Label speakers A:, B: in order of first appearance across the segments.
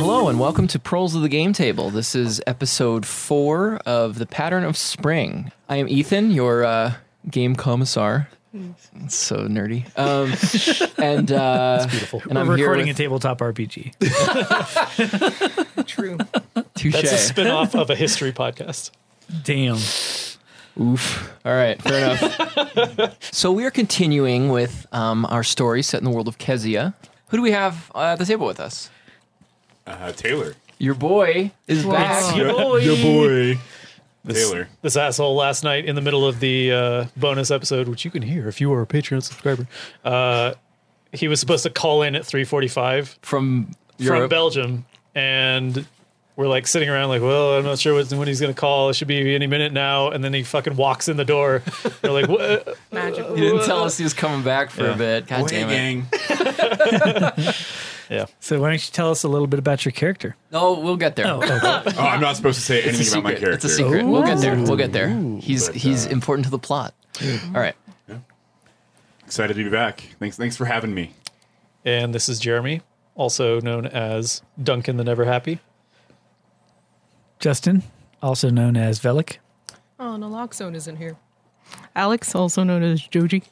A: Welcome to Proles of the Game Table. This is episode four of The Pattern of Spring. I am Ethan, your uh, game commissar. It's so nerdy. Um, and uh, beautiful. And I'm
B: We're
A: here
B: recording
A: with
B: a tabletop RPG.
C: True.
A: Touche.
D: That's a spin off of a history podcast.
B: Damn.
A: Oof. All right, fair enough. so we are continuing with um, our story set in the world of Kezia. Who do we have uh, at the table with us?
E: Uh, Taylor.
A: Your boy is back.
B: Your boy.
E: boy. Taylor.
D: This asshole last night in the middle of the uh, bonus episode, which you can hear if you are a Patreon subscriber, uh, he was supposed to call in at 345
A: From
D: from
A: Europe.
D: Belgium. And we're like sitting around like, well, I'm not sure what, when he's going to call. It should be any minute now. And then he fucking walks in the door. They're like, what?
C: Magical.
A: He didn't tell us he was coming back for a
D: Yeah.
A: bit. God
E: Hey,
A: damn it.
E: gang.
D: Yeah.
B: So why don't you tell us a little bit about your character?
A: No, we'll get there.
B: Oh, okay.
E: Oh, I'm not supposed to say
A: It's a
E: anything about my
A: secret.
E: character.
A: It's a secret. We'll get there. We'll get there. He's
E: But, uh,
A: he's important to the plot. All right.
E: Excited to be back. Thanks, thanks for having me.
D: And this is Jeremy, also known as Duncan the Never Happy.
B: Justin, also known as Velik.
C: Oh, naloxone isn't here. Alex, also known as Joji.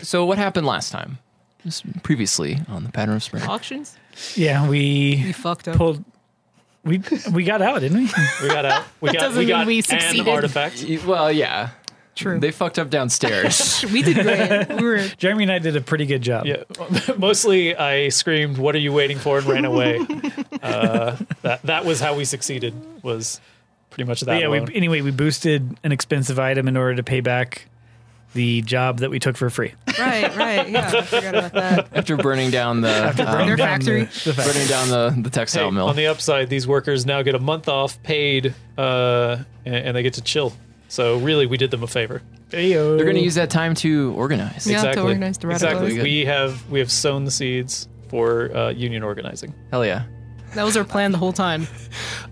A: So what happened last time? Just previously on the pattern of spring.
C: Auctions?
B: Yeah,
C: We
B: we
C: fucked up.
B: pulled. We we got out, didn't we?
D: We got out. We got,
C: Doesn't
D: we
C: mean
D: got
C: we
D: an
C: succeeded.
D: artifact.
A: Y- Well, yeah.
C: True.
A: They fucked up downstairs.
C: we did great. We were
B: Jeremy and I did a pretty good job.
D: Yeah, mostly I screamed, "What are you waiting for?" and ran away. uh, that that was how we succeeded. Was pretty much
B: But
D: that.
B: yeah.
D: alone.
B: We, anyway, we boosted an expensive item in order to pay back the job that we took for free.
C: right, right. Yeah, I forgot about that.
A: after burning down the um,
B: Burning down
C: factory.
B: the- the
A: burning down the, the
D: Hey,
A: textile mill.
D: on the upside, these workers now get a month off paid, uh, and, and they get to chill. So really, we did them a favor.
A: They're gonna use that time to organize.
C: Yeah. to
D: exactly.
C: organize the radicals.
D: exactly.
A: Good.
D: We have we have sown the seeds for uh, union organizing.
A: Hell yeah.
C: That was our plan the whole time.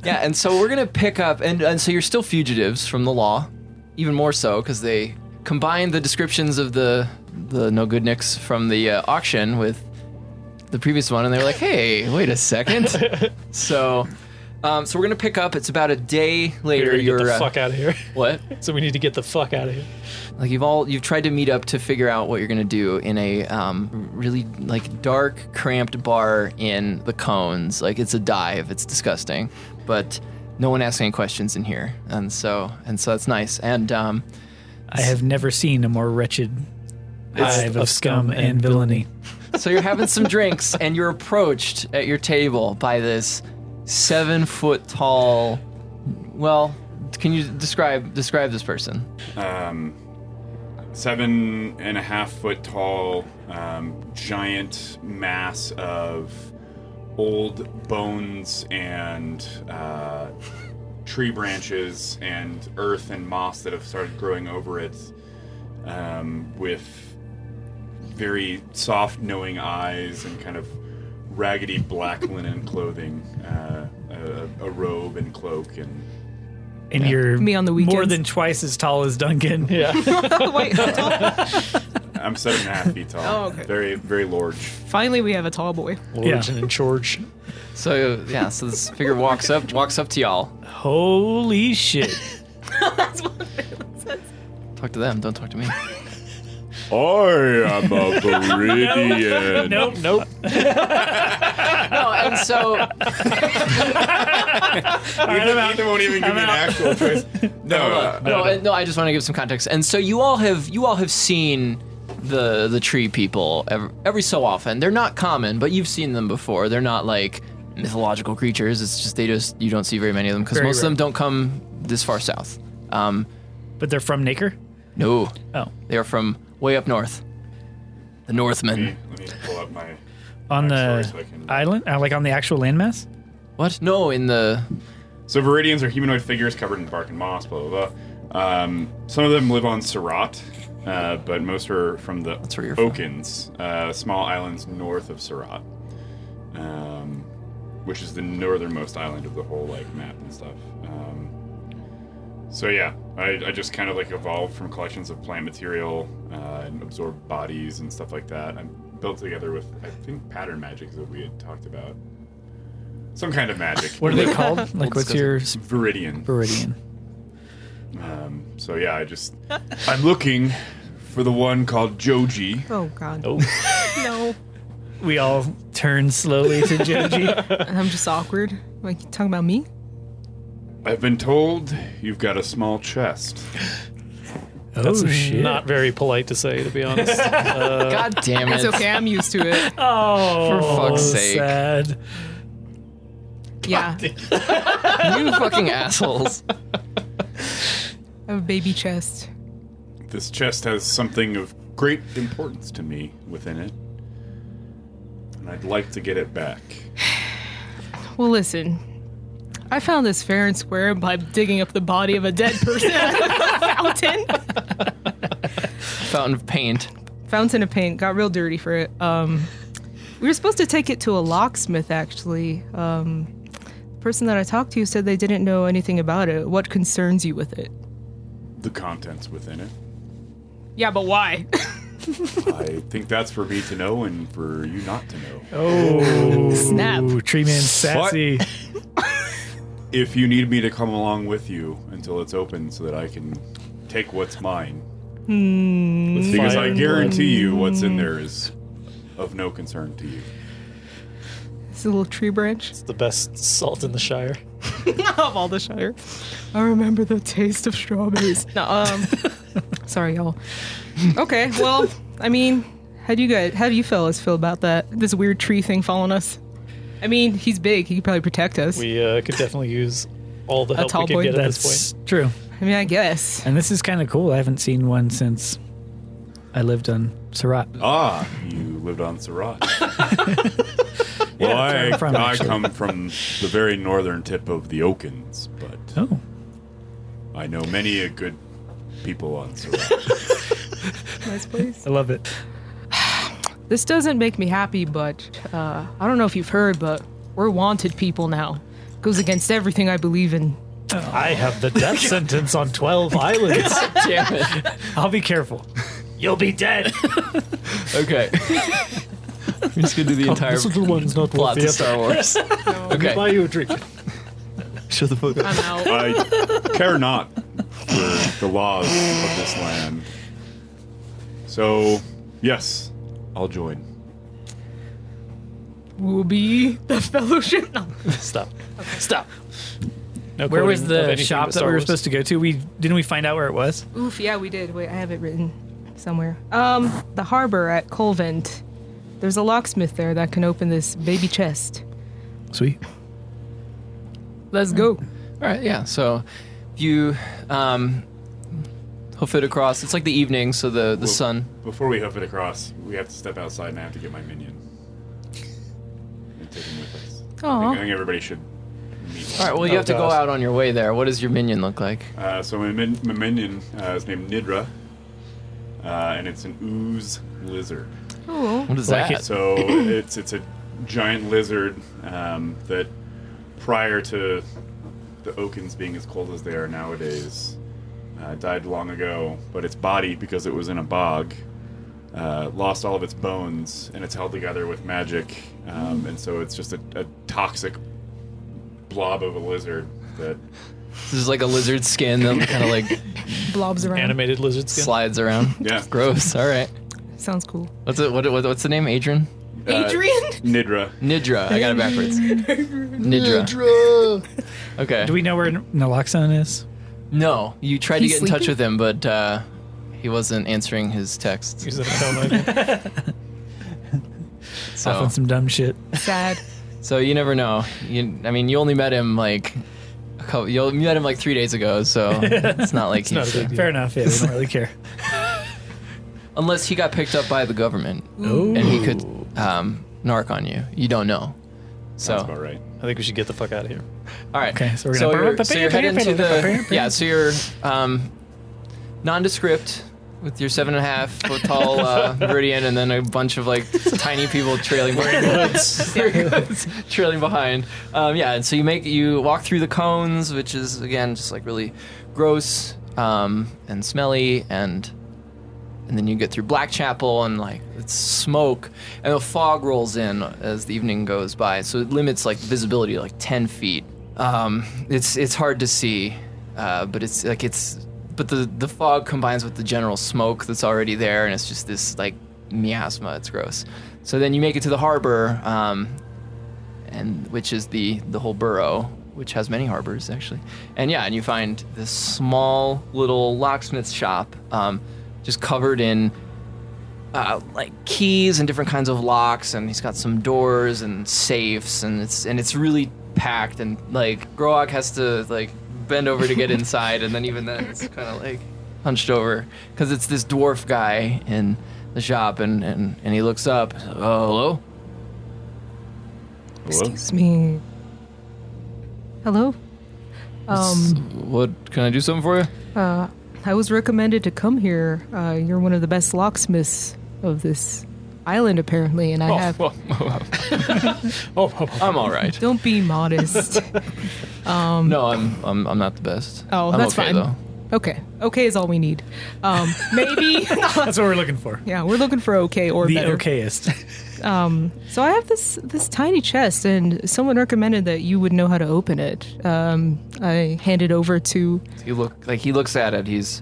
A: Yeah, and so we're gonna pick up, and, and so you're still fugitives from the law, even more so because they combined the descriptions of the the no good nicks from the uh, auction with the previous one, and they were like, "Hey, wait a second. so, um, so we're gonna pick up. It's about a day
D: We
A: later.
D: gotta get
A: You're
D: the
A: uh,
D: fuck out of here.
A: what?
D: so we need to get the fuck out of here.
A: Like you've all you've tried to meet up to figure out what you're gonna do in a um, really like dark, cramped bar in the cones. Like it's a dive. It's disgusting, but no one asks any questions in here, and so and so that's nice. And um,
B: I have never seen a more wretched hive of scum and villainy.
A: so you're having some drinks, and you're approached at your table by this seven foot tall. Well, can you describe describe this person?
E: Seven and a half foot tall, um, giant mass of old bones and uh, tree branches and earth and moss that have started growing over it, um, with very soft, knowing eyes and kind of raggedy black linen clothing, uh, a, a robe and cloak and.
B: And you're
C: Me on the
B: more
C: weekends.
B: than twice as tall as Duncan.
D: Yeah.
C: Wait, a tall-
E: I'm seven and a half feet tall.
C: Oh, okay.
E: Very, very large.
C: finally we have a tall boy.
D: Lords and in charge.
A: So yeah, so this figure walks up walks up to y'all.
B: Holy shit.
A: Talk to them. Don't talk to me.
E: I am a Viridian.
B: nope, nope.
A: Oh, and so
E: Ethan, Ethan won't even give me an actual choice. No, uh,
A: no, I- no, I just want to give some context. And so you all have you all have seen the the tree people every, every so often. They're not common, but you've seen them before. They're not like mythological creatures. It's just they just you don't see very many of them because
B: Very
A: most of them
B: rare.
A: don't come this far south. Um,
B: But they're from Naker?
A: no,
B: Oh.
A: they are from way up north. The Northmen.
E: let me pull up my.
B: On the
E: Backstory so I can-
B: island? Uh, like on the actual landmass?
A: What? No, in the
E: So Viridians are humanoid figures covered in bark and moss. Blah blah blah. Um, some of them live on Surat, uh, but most are from the
A: where you're from.
E: Okins, uh, small islands north of Surat, um, which is the northernmost island of the whole like map and stuff. Um, So yeah, I, I just kind of like evolved from collections of plant material uh, and absorbed bodies and stuff like that. I'm built together with I think pattern magic is what we had talked about. Some kind of magic.
B: What are they called? Like, what's your
E: Viridian.
B: Viridian?
E: So yeah, I just I'm looking for the one called Joji.
C: Oh God.
D: Oh.
C: No.
B: We all turn slowly to Joji.
C: I'm just awkward. Like you talking about me?
E: I've been told you've got a small chest.
B: oh
D: Not very polite to say, to be honest.
A: God damn it.
C: It's okay. I'm used to it.
B: Oh,
A: Uh, For fuck's sake.
B: Sad.
C: Yeah.
A: You fucking assholes.
C: I have a baby chest.
E: This chest has something of great importance to me within it, and I'd like to get it back.
C: Well, listen. I found this fair and square by digging up the body of a dead person out of a fountain.
A: Fountain of paint.
C: fountain of paint got real dirty for it um we were supposed to take it to a locksmith actually um the person that i talked to said they didn't know anything about it what concerns you with it
E: The contents within it.
C: yeah but why
E: I think that's for me to know and for you not to know.
C: snap
B: Ooh, tree man sassy.
E: If you need me to come along with you until it's open so that I can take what's mine.
D: With
E: Because
D: fire
E: I
D: and
E: guarantee you what's in there is of no concern to you.
C: it's a little tree branch
D: blood, the best salt in the Shire.
C: of all the shire i remember the taste of strawberries no um sorry y'all okay well i mean how do you guys how do you fellas feel about that this weird tree thing following us i mean he's big he could probably protect us
D: We uh, could definitely use all the help
C: tall
D: we can
C: boy?
D: get at this
B: That's true.
C: i mean i guess
B: And this is kind of cool. I haven't seen one since I lived on Surat.
E: Ah, you lived on Surat. well,
B: where
E: I,
B: I'm from,
E: I
B: actually.
E: come from the very northern tip of the Okans, but
B: Oh,
E: I know many a good people on Surat.
C: nice place
B: I love it.
C: This doesn't make me happy, but uh, I don't know if you've heard, but we're wanted people now. Goes against everything I believe in.
D: point. I have the death sentence on 12 islands.
A: Damn it.
B: I'll be careful.
D: You'll be dead.
A: Okay. I'm just gonna do the entire
D: this little one's not
A: plot
D: worth
A: to
D: it.
A: Star Wars.
D: Buy
A: Okay.
D: you a drink.
A: Shut the fuck up.
C: I'm out.
E: I care not for the laws of this land. So, yes, I'll join.
C: We'll be the fellowship. No.
D: Stop. Stop. No
B: Where was
D: quoting of
B: the
D: anything
B: shop
D: but
B: that
D: Star
B: we were
D: Wars.
B: supposed to go to? We didn't we find out where it was?
C: Oof, yeah, we did. Wait, I have it written somewhere. Um, the harbor at Colvent. There's a locksmith there that can open this baby chest.
B: Sweet.
C: Let's go.
A: All right, yeah. So you um, hoof it across. It's like the evening, so the, the sun.
E: Before we hoof it across, we have to step outside and I have to get my minion. And take him with us. I think, I
C: Aw.
E: think everybody should meet
A: All right, well, you
D: Oh,
A: have to go
D: gosh.
A: out on your way there. What does your minion look like?
E: Uh, so my, min- my minion uh, is named Nidra, uh, and it's an ooze lizard.
C: Oh,
A: What is
D: Like
A: that?
E: So it's it's a giant lizard um, that, prior to the Okans being as cold as they are nowadays, uh, died long ago. But its body, because it was in a bog, uh, lost all of its bones, and it's held together with magic. Um, and so it's just a, a toxic blob of a lizard that
A: This is like a lizard skin that kind of like
C: Blobs around.
D: Animated lizard skin.
A: slides around.
E: yeah.
A: Gross. All right.
C: Sounds cool.
A: What's it? What, what, what's the name? Adrian?
E: Uh,
C: Adrian?
E: Nidra.
A: Nidra. I got it backwards. Nidra. Okay.
B: Do we know where Naloxone is?
D: Oh.
A: No, you tried to
C: He's
A: get in touch
C: sleeping?
A: with him, but uh, he wasn't answering his texts.
D: He's in a coma, I think.
A: So,
B: Off on some dumb shit.
C: Sad.
A: so you never know. You, I mean, you only met him like a couple. You only met him like three days ago, so it's not like
D: not a
A: he's,
D: big deal.
B: Fair enough. Yeah, we don't really care.
A: unless he got picked up by the government
D: Oh.
A: and he could um, narc on you. You don't know. So
E: That's about right.
D: I think we should get the fuck out of here.
A: All right.
B: Okay, so we're
A: so
B: gonna-
A: you're, so you're heading to the yeah. So you're um, nondescript with your seven and a half foot tall uh, Meridian, and then a bunch of like tiny people trailing behind. trailing behind. Um, yeah, and so you make you walk through the cones, which is again just like really gross um, and smelly and and then you get through Blackchapel and like it's smoke, and the fog rolls in as the evening goes by, so it limits like visibility to, like ten feet. Um, it's it's hard to see, uh, but it's like it's but the the fog combines with the general smoke that's already there, and it's just this like miasma. It's gross. So then you make it to the harbor, um, and which is the the whole borough, which has many harbors actually. And yeah, and you find this small little locksmith shop, um, just covered in uh, like keys and different kinds of locks, and he's got some doors and safes, and it's and it's really packed, and like Groag has to like bend over to get inside, and then even then it's kind of like hunched over because it's this dwarf guy in the shop, and and and he looks up, oh hello.
C: Excuse me. Hello.
A: S-
C: Um,
A: what can I do something for you?
C: uh, I was recommended to come here. Uh, you're one of the best locksmiths of this island, apparently, and I
D: Oh,
C: have.
D: well, oh, oh, oh.
A: I'm all right.
C: Don't be modest. um,
A: No, I'm I'm I'm not the best.
C: Oh,
A: I'm
C: that's
A: okay,
C: fine.
A: Though.
C: Okay. Okay is all we need. Um, maybe.
B: That's what we're looking for.
C: yeah, we're looking for okay or
B: The
C: better.
B: okayest.
C: Um, so I have this this tiny chest, and someone recommended that you would know how to open it. Um, I hand it over to.
A: You look like he looks at it. He's,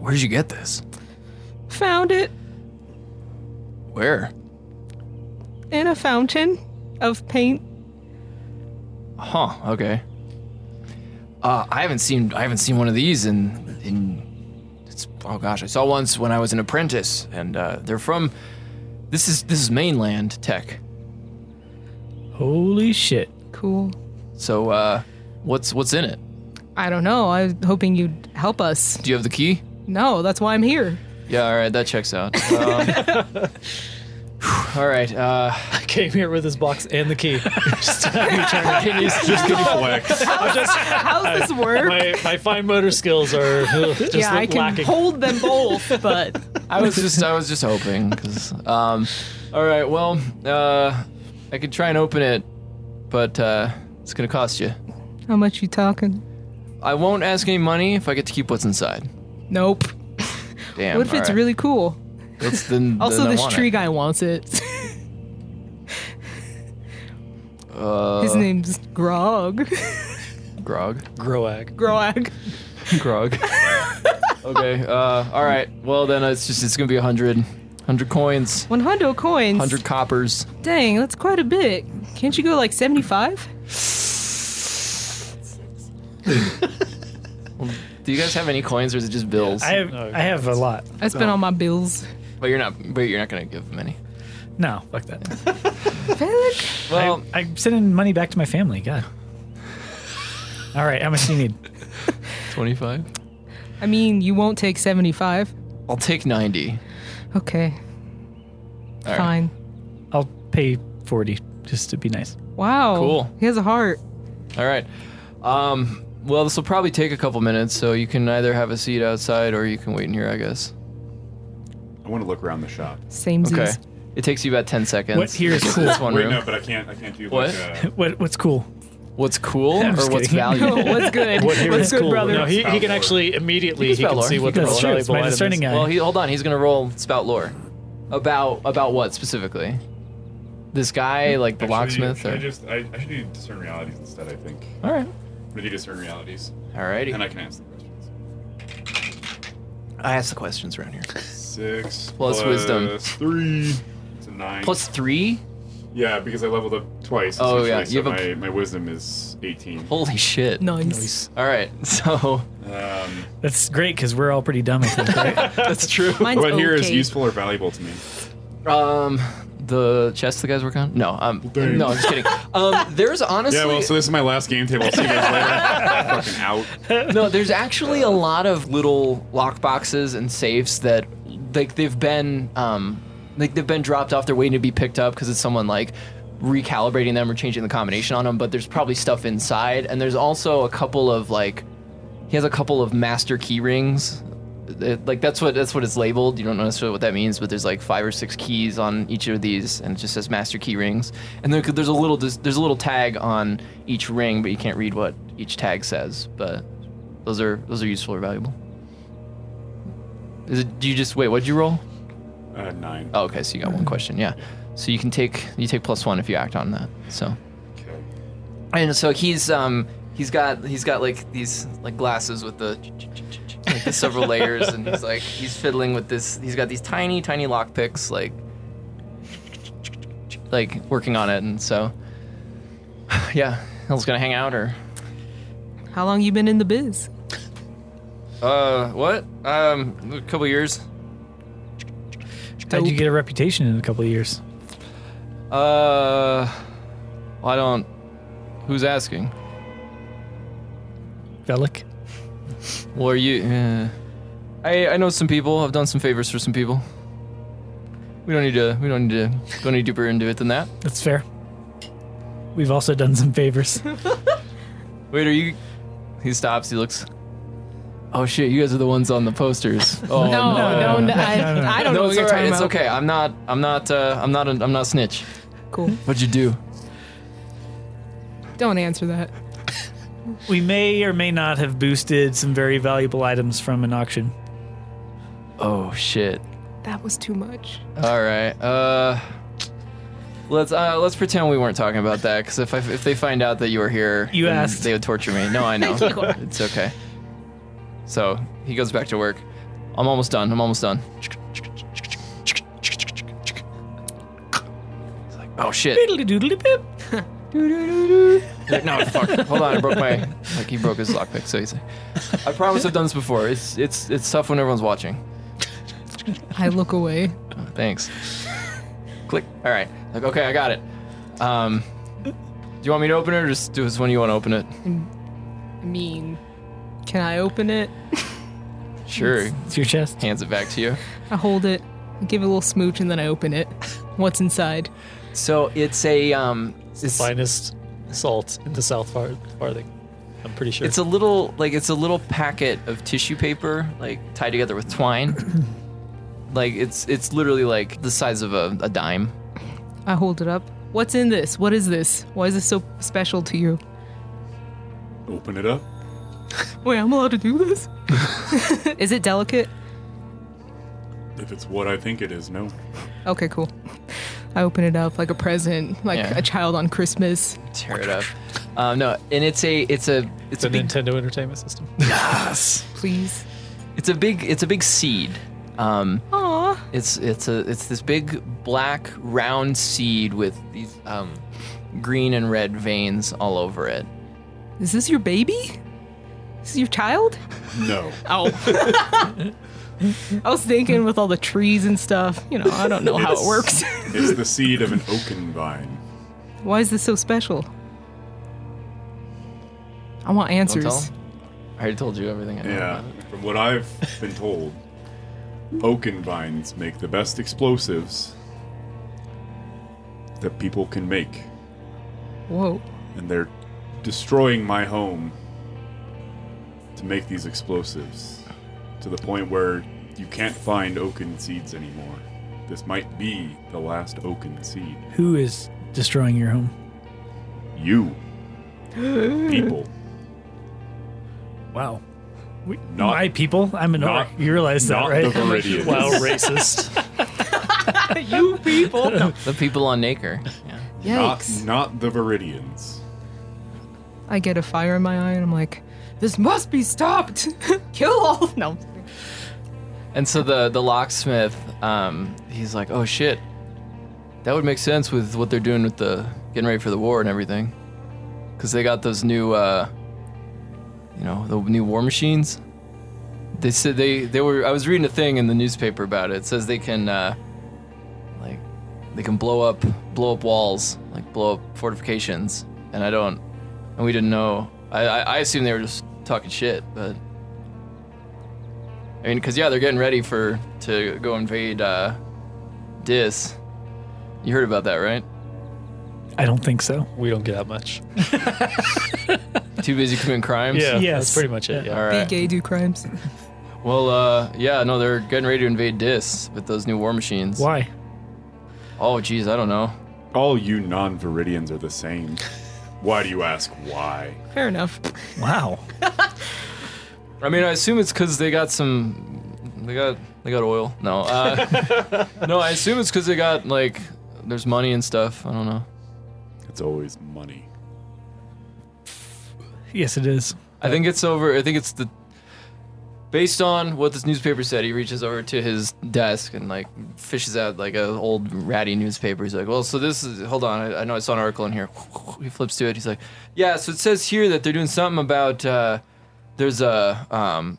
A: where did you get this?
C: Found it
A: Where?
C: in a fountain of paint.
A: Huh? Okay. Uh, I haven't seen I haven't seen one of these in in. It's, oh gosh, I saw once when I was an apprentice, and uh, they're from. This is this is mainland tech.
B: Holy shit.
C: Cool.
A: So, uh, what's what's in it?
C: I don't know. I was hoping you'd help us.
A: Do you have the key?
C: No, that's why I'm here.
A: Yeah, all right, that checks out. Um, whew, all right, uh,
D: I came here with this box and the key. Just-
A: can you
E: Just gonna flex.
C: How's this work?
D: my, my fine motor skills are ugh, just
C: yeah, I can
D: lacking.
C: hold them both, but
A: I was just I was just hoping 'cause, um, all right, well, uh, I could try and open it, but uh, it's gonna cost you.
C: how much you talking?
A: I won't ask any money if I get to keep what's inside.
C: Nope.
A: Damn.
C: what if
A: all
C: it's
A: right.
C: really cool?
A: Let's- then-
C: Also,
A: then I
C: this
A: want
C: tree
A: it.
C: guy wants it.
A: Uh,
C: His name's Grog.
A: Grog.
D: Groag.
C: Grog.
A: Grog. okay. Uh, all right. Well, then it's just it's gonna be a hundred, hundred coins,
C: 100 coins.
A: hundred coppers.
C: Dang, that's quite a bit. Can't you go like 75?
A: Do you guys have any coins, or is it just bills?
B: I have,
D: No.
B: I have a lot.
C: I spent all my bills.
A: but you're not. But you're not gonna give them any.
B: No, fuck that.
C: Felic?
A: Well,
B: I, I'm sending money back to my family. God. All right, how much do you need?
A: twenty-five.
C: I mean, you won't take 75.
A: I'll take ninety.
C: Okay,
A: All right.
C: fine.
B: I'll pay 40 just to be nice.
C: Wow.
A: Cool.
C: He has a heart.
A: All right. Um, well, this will probably take a couple minutes, so you can either have a seat outside or you can wait in here, I guess.
E: I want to look around the shop.
C: Same
A: Okay. It takes you about 10 seconds.
B: What here is
A: to get to
B: cool?
A: This one
E: Wait,
A: room.
E: no, but I can't. I can't do
A: What?
E: like. Uh,
B: What, what's cool?
A: What's cool
B: I'm
A: or
B: just
A: what's
B: kidding.
A: valuable?
C: What's good?
D: What here
C: What's
D: is
C: good,
D: cool.
C: brother?
D: No, he, he can
E: Valor.
D: actually immediately
A: He
D: he
A: can
D: can
A: spell
D: see
A: lore.
D: what the
A: He can
D: most
A: spell
B: lore. It's
D: valuable
B: my
D: item
B: discerning
D: is.
B: eye.
A: well, he, hold on. He's going to roll spout lore. About about what specifically? This guy, like the
E: actually,
A: locksmith?
E: should I
A: Or?
E: just. I, I should do discern realities instead. I think.
A: All right.
E: I'm gonna do discern realities,
A: All righty.
E: and I can answer the questions.
A: I ask the questions around here.
E: Six
A: Plus wisdom.
E: plus Three. It's a nine.
A: Plus three?
E: Yeah, because I leveled up twice.
A: Oh, yeah,
E: essentially,
A: you have
E: So my, my wisdom is 18.
A: Holy shit.
C: Nice.
A: All right. So
E: Um,
B: That's great because we're all pretty dumb. I think, right?
A: that's true.
C: Mine's
E: what here is
C: okay.
E: useful or valuable to me?
A: Um, the chest the guys work on? No, um,
E: Dang.
A: no, I'm just kidding. Um, there's honestly
E: Yeah, well, so this is my last game table. I'll see you guys later. Fucking out.
A: no, there's actually a lot of little lock boxes and safes that like they've been um, like they've been dropped off. They're waiting to be picked up because it's someone like recalibrating them or changing the combination on them. But there's probably stuff inside, and there's also a couple of like he has a couple of master key rings. It- like that's what that's what it's labeled. You don't know necessarily what that means, but there's like five or six keys on each of these, and it just says master key rings. And there, could- there's a little there's a little tag on each ring, but you can't read what each tag says. But those are those are useful or valuable. Is it? Do you just wait? What'd you roll?
E: Uh, nine.
A: Oh, okay. So you got one question. Yeah. So you can take you take plus one if you act on that. So
E: Okay.
A: and so he's um he's got he's got like these like glasses with the like the several layers and he's like he's fiddling with this he's got these tiny tiny lock picks like like working on it and so yeah hill's gonna hang out or
C: How long you been in the biz?
A: uh what um a couple years
B: How'd you get a reputation in a couple of years?
A: uh i don't who's asking
B: Velik?
A: well are you uh, i i know some people i've done some favors for some people we don't need to we don't need to go any deeper into it than that
B: That's fair. We've also done some favors.
A: Wait, are you? He stops. He looks. Oh shit! You guys are the ones on the posters. Oh
C: No, no, no,
B: no,
C: I,
B: no, no.
C: I don't know
A: No,
C: what
A: it's
C: you're
A: all right.
C: talking
A: It's
C: about.
A: okay. I'm not. I'm not. Uh, I'm not. A, I'm not a snitch.
C: Cool.
A: What'd you do?
C: Don't answer that.
B: we may or may not have boosted some very valuable items from an auction.
A: Oh shit!
C: That was too much.
A: All right. Uh, let's uh, let's pretend we weren't talking about that. Because if I, if they find out that you were here,
B: You
A: then
B: asked.
A: they would torture me. No, I know. it's okay. So he goes back to work. I'm almost done. I'm almost done. He's like, oh shit.
B: Doodly-doodly-pip.
A: He's like, no, fuck. Hold on, I broke my. Like he broke his lockpick, so he's like, I promise I've done this before. It's it's it's tough when everyone's watching.
C: I look away.
A: Thanks. Click. All right. Like, okay, I got it. Um, do you want me to open it or just do this when you want to open it?
C: I mean, can I open it?
A: Sure.
B: It's your chest.
A: Hands it back to you.
C: I hold it, give it a little smooch, and then I open it. What's inside?
A: So it's a um, it's
D: Finest salt in the South far- Farthing. I'm pretty sure.
A: it's a little like it's a little packet of tissue paper like tied together with twine. like it's it's literally like the size of a, a dime.
C: I hold it up. What's in this? What is this? Why is this so special to you?
E: Open it up.
C: Wait, I'm allowed to do this? is it delicate?
E: If it's what I think it is, no.
C: Okay, cool. I open it up like a present, like
A: Yeah.
C: a child on Christmas.
A: tear it up. Um, no, and it's a it's a it's
D: it's
A: a
D: a
A: big
D: Nintendo Entertainment System.
C: Please.
A: it's a big it's a big seed. Um,
C: Aw.
A: it's it's a it's this big black round seed with these um, green and red veins all over it.
C: Is this your baby? This is your child?
E: No.
C: Oh. I was thinking with all the trees and stuff, you know, I don't know how it
E: It's-
C: works.
E: it's the seed of an oaken vine.
C: Why is this so special? I want
A: Don't tell.
C: answers.
A: him? I already told you everything. I know
E: Yeah.
A: about it.
E: From what I've been told, oaken vines make the best explosives that people can make.
C: Whoa.
E: And they're destroying my home to make these explosives to the point where you can't find oaken seeds anymore. This might be the last oaken seed.
B: Who is destroying your home?
E: You. People.
B: Wow. We,
E: Not-
B: my people? I'm an orc.
E: not-
B: You realize that,
E: Not
B: right?
E: the Viridians.
D: Wow, racist.
C: you people.
A: The people on Naker. Yeah.
E: Not,
C: Yikes.
E: not the Viridians.
C: I get a fire in my eye and I'm like, this must be stopped. Kill all. No.
A: And so the the locksmith, um, he's like, "Oh shit, that would make sense with what they're doing with the getting ready for the war and everything, because they got those new, uh, you know, the new war machines." They said they they were. I was reading a thing in the newspaper about it. It says they can, uh, like, they can blow up blow up walls, like blow up fortifications. And I don't, and we didn't know. I I, I assume they were just talking shit, but. I mean, because yeah, they're getting ready for to go invade uh, Dis. You heard about that, right?
B: I don't think so.
D: We don't get that much.
A: Too busy committing crimes.
D: Yeah,
B: Yes.
D: that's pretty much it. Yeah.
A: All
C: Be
A: right.
C: gay, do crimes.
A: Well, uh, yeah, no, they're getting ready to invade Dis with those new war machines.
B: Why?
A: Oh, geez, I don't know.
E: All you non Viridians are the same. Why do you ask why?
C: Fair enough.
B: Wow.
A: I mean, I assume it's because they got some They got they got oil. No, uh, no. I assume it's because they got like there's money and stuff. I don't know.
E: It's always money.
B: Yes, it is.
A: I think it's over. I think it's the based on what this newspaper said. He reaches over to his desk and like fishes out like a old ratty newspaper. He's like, "Well, so this is hold on. I, I know I saw an article in here." He flips to it. He's like, "Yeah, so it says here that they're doing something about uh, there's a um,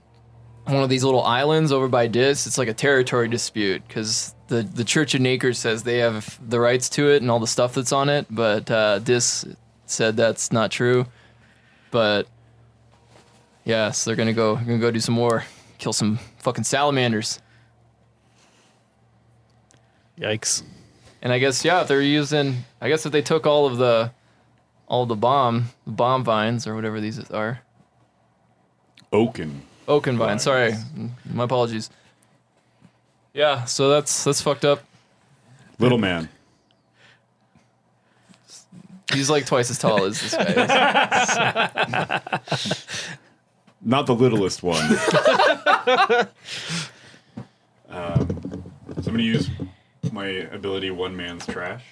A: one of these little islands over by Dis. It's like a territory dispute because the the Church of Nakers says they have the rights to it and all the stuff that's on it, but uh, Dis said that's not true. But yeah, so they're gonna go gonna go do some more, kill some fucking salamanders.
D: Yikes.
A: And I guess yeah, if they're using, I guess if they took all of the all the bomb the bomb vines or whatever these are,
E: Oaken.
A: oaken vines. Sorry, my apologies. Yeah, so that's that's fucked up.
E: Little man.
A: He's like twice as tall as this guy. is.
E: Not the littlest one. um, so Um, I'm going to use my ability One Man's Trash.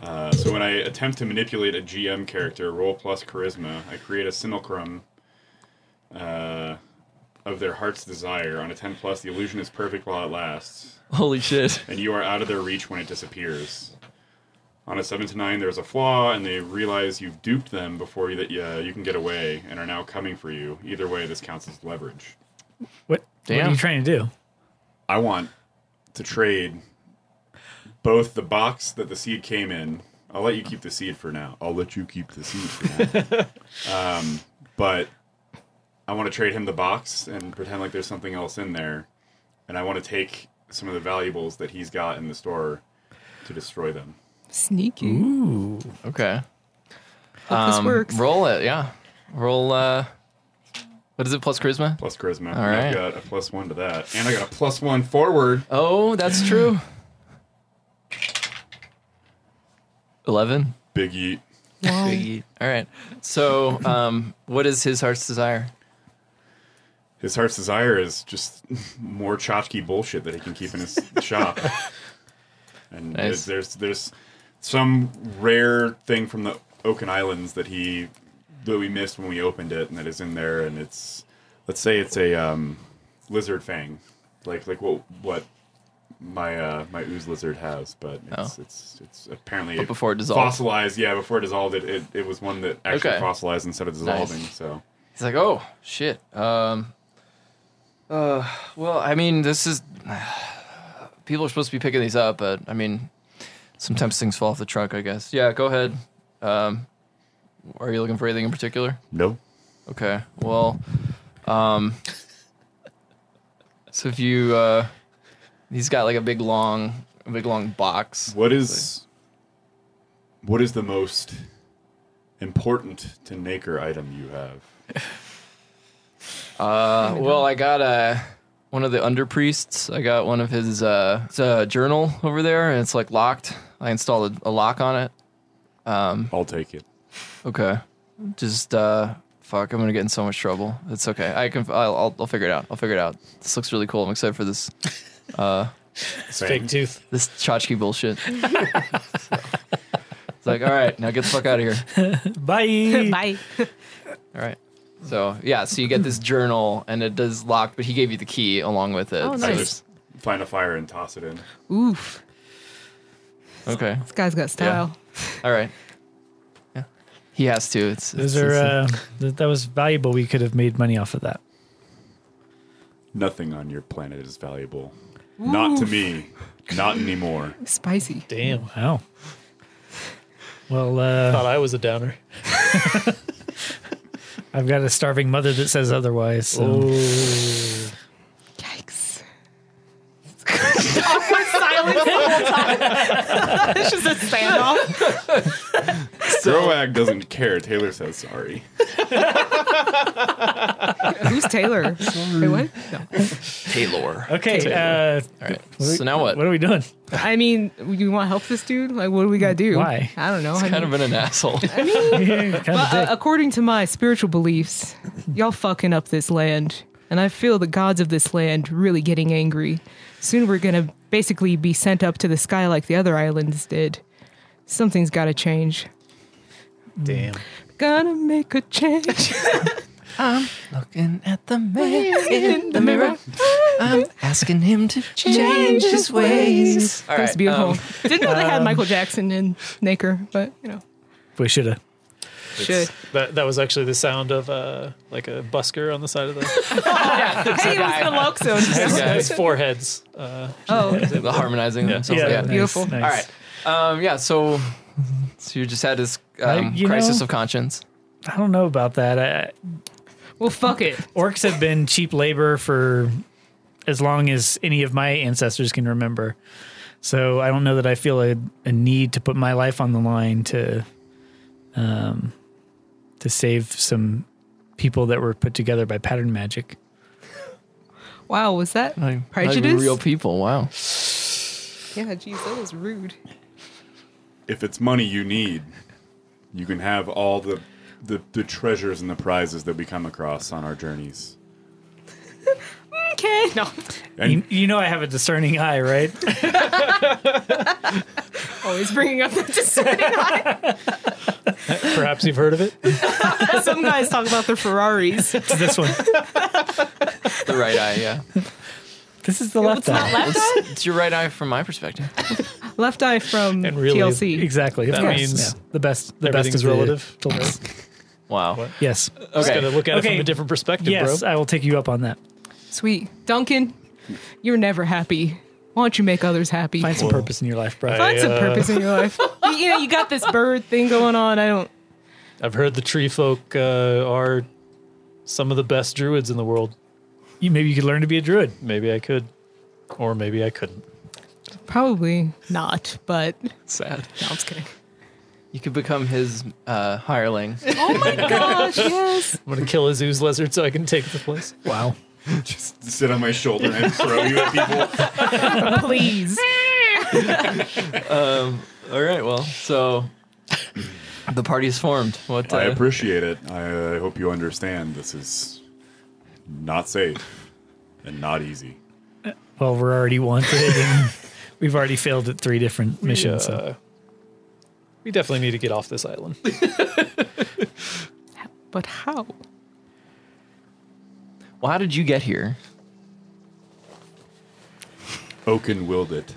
E: Uh, so when I attempt to manipulate a GM character, roll plus charisma, I create a simulacrum uh, of their heart's desire. On a 10 plus, the illusion is perfect while it lasts,
A: Holy shit.
E: and you are out of their reach when it disappears. On a 7 to 9, there's a flaw, and they realize you've duped them before you, that, uh, you can get away and are now coming for you. Either way, this counts as leverage.
B: What, what
A: Damn.
B: are you trying to do?
E: I want to trade both the box that the seed came in. I'll let you keep the seed for now. I'll let you keep the seed for now. um, but I want to trade him the box and pretend like there's something else in there. And I want to take some of the valuables that he's got in the store to destroy them.
C: Sneaky.
A: Okay. um,
C: Hope this works.
A: Roll it. Yeah. Roll. uh What is it? Plus charisma.
E: Plus charisma.
A: All
E: And
A: right.
E: I've got a plus one to that. And I got a plus one forward.
A: Oh, that's true. Eleven.
E: Big eat.
C: Wow.
A: All right. So, um, what is his heart's desire?
E: His heart's desire is just more tchotchke bullshit that he can keep in his shop. And
A: Nice.
E: there's, there's there's some rare thing from the Oaken Islands that he that we missed when we opened it, and that is in there. And it's let's say it's a um, lizard fang, like like what what my uh, my ooze lizard has, but it's it's, it's apparently
A: Oh. But before it dissolved.
E: fossilized. Yeah, before it dissolved, it it, it was one that actually
A: Okay.
E: fossilized instead of dissolving. So
A: He's like, oh shit. Um, uh, well, I mean, this is people are supposed to be picking these up, but I mean, sometimes things fall off the truck, I guess. Yeah, go ahead. Um, are you looking for anything in particular?
E: no,
A: Okay. Well, um, so if you, uh, he's got like a big long, a big long box.
E: What is what is the most important to Naker item you have?
A: Uh, well, I got a one of the under priests. I got one of his uh, it's a journal over there, and it's like locked. I installed a, a lock on it.
E: I'll take it.
A: Okay, just uh, fuck. I'm gonna get in so much trouble. It's okay. I can. I'll, I'll, I'll figure it out. I'll figure it out. This looks really cool. I'm excited for this uh,
D: It's fake tooth.
A: this tchotchke bullshit. it's like, all right, now get the fuck out of here.
B: Bye.
C: Bye.
A: All right. So yeah, so you get this journal and it does lock, but he gave you the key along with it.
C: Oh,
A: So
C: nice.
E: I
A: there's-
E: just find a fire and toss it in.
C: Oof.
A: okay.
C: This guy's got style.
A: All right. Yeah. He has to. It's, it's,
B: Those are,
A: it's-
B: uh, th- that was valuable. We could have made money off of that.
E: Nothing on your planet is valuable. Not to me. Not anymore.
C: Spicy.
D: Damn.
B: Wow. Well,
D: Thought
B: uh,
D: I was a downer.
B: I've got a starving mother that says otherwise. So.
C: Yikes. Awkward silence the whole time. it's just a standoff.
E: Groag doesn't care. Taylor says sorry.
C: Who's Taylor? Wait, what? No.
A: Taylor.
B: Okay. Uh,
A: All right. So now what?
B: What are we doing?
C: I mean, you want to help this dude? Like, what do we got to do?
B: Why?
C: I don't know. I
A: Kind of
C: mean-
A: been an asshole.
B: kind of
C: Uh, according to my spiritual beliefs, y'all fucking up this land. and I feel the gods of this land really getting angry. Soon we're gonna basically be sent up to the sky like the other islands did. Something's gotta change.
D: Damn.
C: Gonna make a change.
A: I'm looking at the man in the mirror. I'm asking him to change his ways. All
C: That's
A: right,
C: beautiful.
A: um,
C: Didn't know they had Michael Jackson in Naker, but you know,
B: We should have.
C: should.
D: That that was actually the sound of uh like a busker on the side of the
C: Hey, it was the Loxone.
A: Yeah.
D: his foreheads. Uh,
C: oh,
A: the harmonizing. themselves, Yeah.
B: nice,
C: Beautiful.
B: nice.
A: All right. Um, yeah. So, so you just had this um,
B: I- you
A: crisis
B: know-
A: of conscience.
B: I don't know about that. I,
C: well, fuck it.
B: orcs have been cheap labor for as long as any of my ancestors can remember. So I don't know that I feel a, a need to put my life on the line to um to save some people that were put together by pattern magic.
C: Wow, was that
A: Not even- not even
C: prejudice?
A: real people. Wow.
C: yeah, geez, that was rude.
E: If it's money you need, you can have all the, the, the treasures and the prizes that we come across on our journeys.
C: Okay, no,
B: You, you know I have a discerning eye, right?
C: always bringing up that discerning eye.
D: perhaps you've heard of it.
C: Some guys talk about their Ferraris.
B: It's this one.
A: The right eye. Yeah.
B: This is the left eye.
A: It's, it's your right eye from my perspective.
C: Left eye from
D: And really-
C: TLC.
B: Exactly. Of
D: That
B: course.
D: means
B: Yeah. the best. The best
D: everything's
B: is
D: relative.
A: Wow.
B: yes.
D: Just
A: Okay.
D: gotta look at it
B: Okay.
D: from a different perspective,
B: Uh, Yes,
D: bro.
B: I will take you up on that.
C: Sweet. Duncan, you're never happy. Why don't you make others happy?
B: Find
C: Find,
B: some purpose in your life, bro.
D: I,
C: some
D: uh,
C: purpose in your life. you, you know, you got this bird thing going on. I don't.
D: I've heard the tree folk uh, are some of the best druids in the world.
B: You, maybe you could learn to be a druid.
D: Maybe I could, or maybe I couldn't.
C: Probably not, but. No,
A: Sad.
C: I'm just kidding.
A: You could become his uh, hireling.
C: Oh my gosh, yes.
D: I'm gonna kill his ooze lizard so I can take the place.
B: Wow.
E: Just sit on my shoulder and throw you at people.
C: Please.
A: All right. Well, so the party's formed. What?
E: I
A: Uh,
E: appreciate it. I uh, hope you understand this is not safe and not easy.
B: Well, we're already wanted, and we've already failed at three different missions. so.
D: Uh, we definitely need to get off this island.
C: But how?
A: well, how did you get here?
E: Oaken willed it.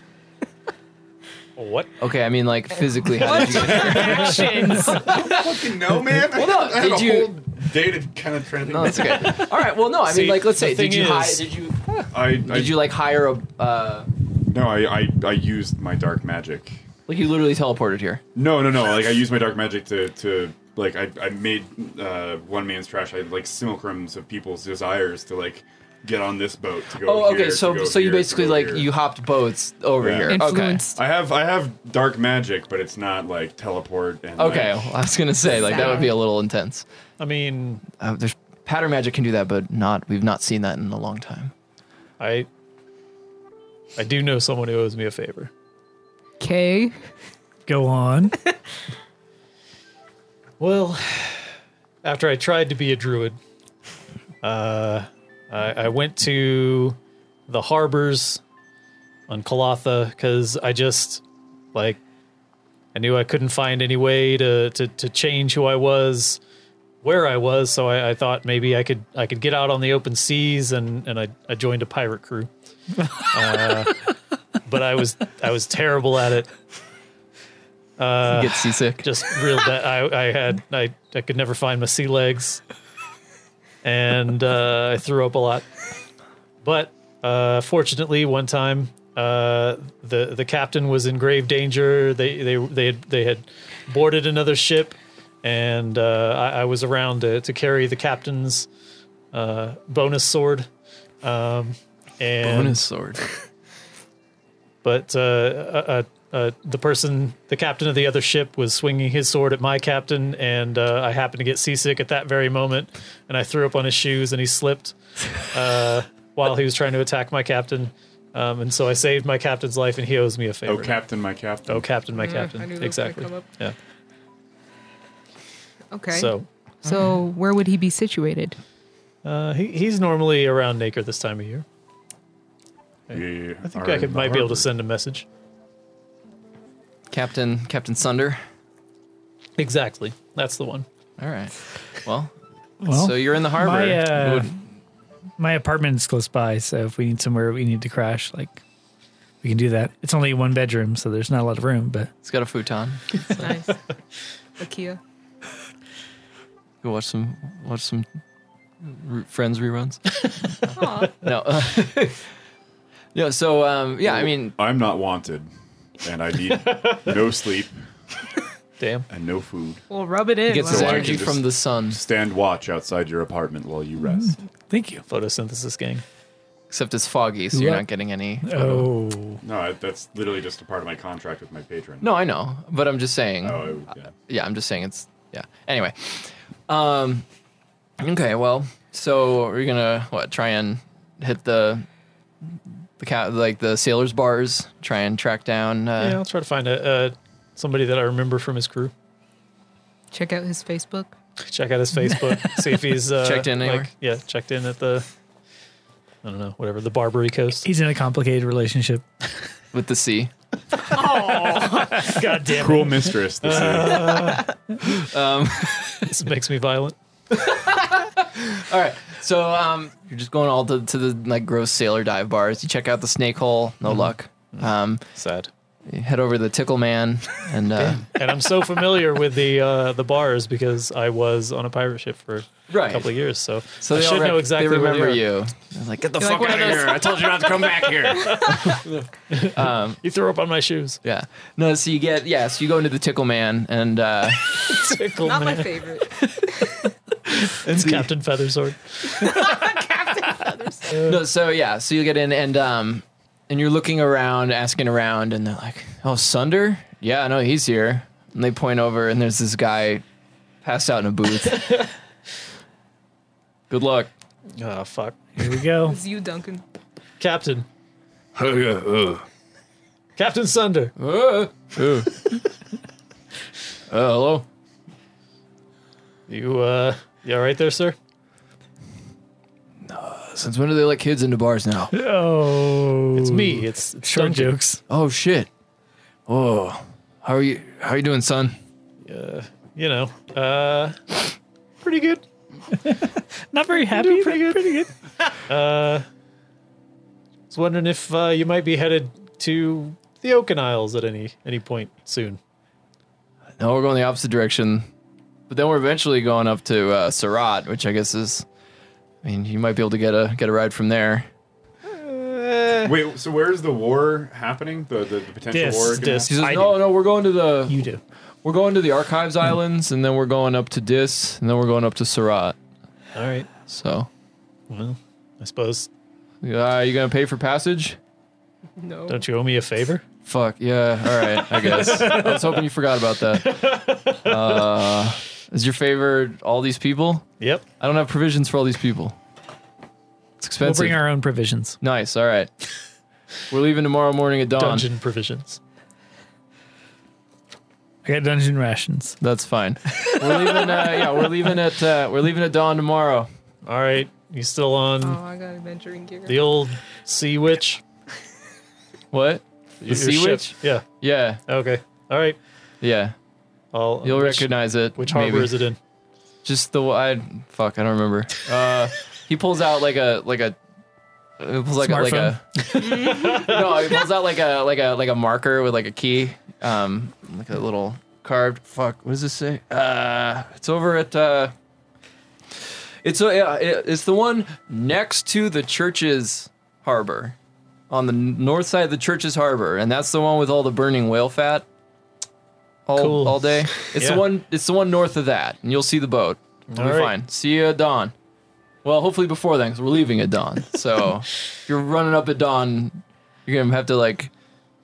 D: what?
A: Okay. I mean, like physically. How did you get
C: Actions.
E: Fucking no, man. I,
A: Well, no,
E: I had
A: did
E: a
A: you-
E: whole day to kind of try to think.
A: No, that's okay. All right. Well, no. I
D: See,
A: mean, like, let's
D: the
A: say, did
D: thing
A: you hi-
D: is-
A: did you
E: I, I,
A: did you like hire a uh,
E: No, I, I, I used my dark magic.
A: like you literally teleported here?
E: No, no, no. Like I used my dark magic to, to like I, I made uh, one man's trash. I had like simulacrums of people's desires to like get on this boat to go.
A: Oh, okay.
E: here,
A: So
E: to go
A: so you
E: here, to
A: basically
E: go
A: like
E: here.
A: you hopped boats over
E: Yeah.
A: here.
C: Influenced.
E: I have I have dark magic, but it's not like teleport. And,
A: Okay. Okay.
E: like-
A: well, I was gonna say like that would be a little intense.
D: I mean,
A: Uh, there's pattern magic can do that, but not we've not seen that in a long time.
D: I I do know someone who owes me a favor.
C: Okay.
B: Go on.
D: Well, after I tried to be a druid, uh, I, I went to the harbors on Kalatha because I just like I knew I couldn't find any way to to, to change who I was, where I was. So I, I thought maybe I could I could get out on the open seas and and I, I joined a pirate crew. uh, but I was I was terrible at it
A: You
E: Uh,
A: get seasick.
D: just real bad. I, I had I, I could never find my sea legs, and uh, I threw up a lot. But uh, fortunately, one time uh, the the captain was in grave danger. They they they had, they had boarded another ship, and uh, I, I was around to, to carry the captain's uh, bonus sword. Um, and
A: Bonus sword.
D: but uh, uh, uh, uh, the person, the captain of the other ship, was swinging his sword at my captain, and uh, I happened to get seasick at that very moment, and I threw up on his shoes, and he slipped uh, while he was trying to attack my captain, um, and so I saved my captain's life, and he owes me a favor.
E: Oh, captain, my captain.
D: Oh, captain, my captain,
C: I knew that was gonna
D: exactly.
C: come up.
D: Yeah.
C: Okay.
D: So
C: So where would he be situated?
D: Uh, he, he's normally around Naker this time of year.
E: We
D: I think I could, might be able to send a message.
A: Captain Captain Sunder.
D: Exactly. That's the one.
A: All right. Well,
B: Well,
A: so you're in the harbor.
B: my, uh,
A: Would-
B: my apartment's close by, so if we need somewhere we need to crash, like we can do that. It's only one bedroom, so there's not a lot of room, but
A: it's got a futon.
C: nice. Akia.
A: You watch some watch some r- Friends reruns.
C: Aw.
A: No. yeah. So um, yeah, I mean,
E: I'm not wanted, and I need no sleep
D: Damn.
E: and no food.
C: Well, rub it in.
A: he gets
E: So
A: his
E: I
C: Lyle.
E: can
A: energy
E: just-
A: from the sun.
E: Stand watch outside your apartment while you rest.
D: Mm.
B: thank you.
D: Photosynthesis gang.
A: Except it's foggy, so you're
B: Lo-
A: not getting any.
B: Oh,
E: No, I- that's literally just a part of my contract with my patron.
A: No, I know, but I'm just saying.
E: Oh, it would- yeah.
A: yeah, I'm just saying it's yeah. Anyway, um, okay, well, so we're gonna what try and hit the the cat like the sailors bars, try and track down. Uh,
D: yeah, I'll try to find a, uh somebody that I remember from his crew.
C: Check out his Facebook.
D: Check out his Facebook. see if he's uh,
A: Checked in anywhere?
D: Like, yeah, checked in at the. I don't know, whatever the Barbary Coast.
B: he's in a complicated relationship.
A: with the sea.
D: God damn
E: Cruel mistress. This is.
D: it, this makes me violent.
A: All right, so um, you're just going all to, to the like gross sailor dive bars. You check out the snake hole,
D: Mm-hmm.
A: no luck. Um,
D: Sad.
A: you head over to the Tickle Man, and uh,
D: And I'm so familiar with the uh, the bars because I was on a pirate ship for a
A: Right.
D: couple of years, so,
A: so
D: I
A: they all
D: should
A: rec-
D: know exactly
A: they
D: where
A: remember
D: they are.
A: you. They're like, get the
C: You're like
A: fuck
C: one
A: out
C: of those-
A: here! I told you not to come back here.
D: You threw up on my shoes.
A: Yeah. No, so you get yeah, so you go into the Tickle Man and uh
D: Tickle
C: Not my
D: man.
C: favorite.
D: It's Captain Feathersword.
A: no, so yeah, so you get in and um and you're looking around, asking around and they're like, "Oh, Sunder? Yeah, no, he's here." And they point over and there's this guy passed out in a booth. Good luck.
D: Oh fuck,
B: Here we go.
C: It's you, Duncan.
D: Captain. Captain Sunder.
A: Uh, uh. Uh, hello.
D: You uh, you all right there, sir?
A: Since when do they let kids into bars now?
B: Oh,
D: It's me. It's, it's
B: Short
D: Duncan.
B: jokes.
A: Oh shit. Oh. How are you how you doing, son?
D: You know, uh, pretty good.
B: Not very happy. Pretty good. Pretty good.
D: was wondering if uh, you might be headed to the Oaken Isles at any any point soon.
A: No, we're going the opposite direction. But then we're eventually going up to uh, Surat, which I guess is. I mean, you might be able to get a get a ride from there.
E: Wait, so where is the war happening? The the, the potential
B: Dis-
E: war?
D: dis-
A: She says,
D: I
A: "No, no, we're going to the
B: You do.
A: we're going to the Archives Islands, and then we're going up to Dis, and then we're going up to Surat.
D: All right.
A: So,
D: Well, I suppose.
A: uh, you gonna pay for passage?
C: No.
D: Don't you owe me a favor?
A: Fuck yeah! All right, I guess. I was hoping you forgot about that. Uh, is your favor all these people?
D: Yep.
A: I don't have provisions for all these people. It's
B: We'll
A: expensive.
B: bring our own provisions.
A: nice. All right, we're leaving tomorrow morning at dawn.
D: Dungeon provisions.
B: I got dungeon rations.
A: That's fine. We're leaving. Uh, yeah, we're leaving at uh, we're leaving at dawn tomorrow.
D: All right. You still on
C: Oh, I got adventuring gear.
D: the old Sea Witch?
A: What? The
D: Your
A: sea
D: ship?
A: witch?
D: Yeah.
A: Yeah,
D: Okay. All right.
A: yeah.
D: I'll, uh,
A: You'll
D: which,
A: recognize it.
D: Which harbor
A: maybe.
D: is it in?
A: Just the I fuck. I don't remember. Uh, he pulls out like a like a. He pulls like a, like a no. He pulls out like a like a like a marker with like a key, um, like a little carved. Fuck. What does this say? Uh, it's over at uh. It's uh, yeah, it- it's the one next to the church's harbor, on the n- north side of the church's harbor, and that's the one with all the burning whale fat. All,
D: Cool.
A: all day. It's
D: Yeah.
A: the one. It's the one north of that, and you'll see the boat. We'll
D: All
A: be
D: right.
A: fine. See you at dawn. Well, hopefully before then, because we're leaving at dawn. So if you're running up at dawn, you're gonna have to like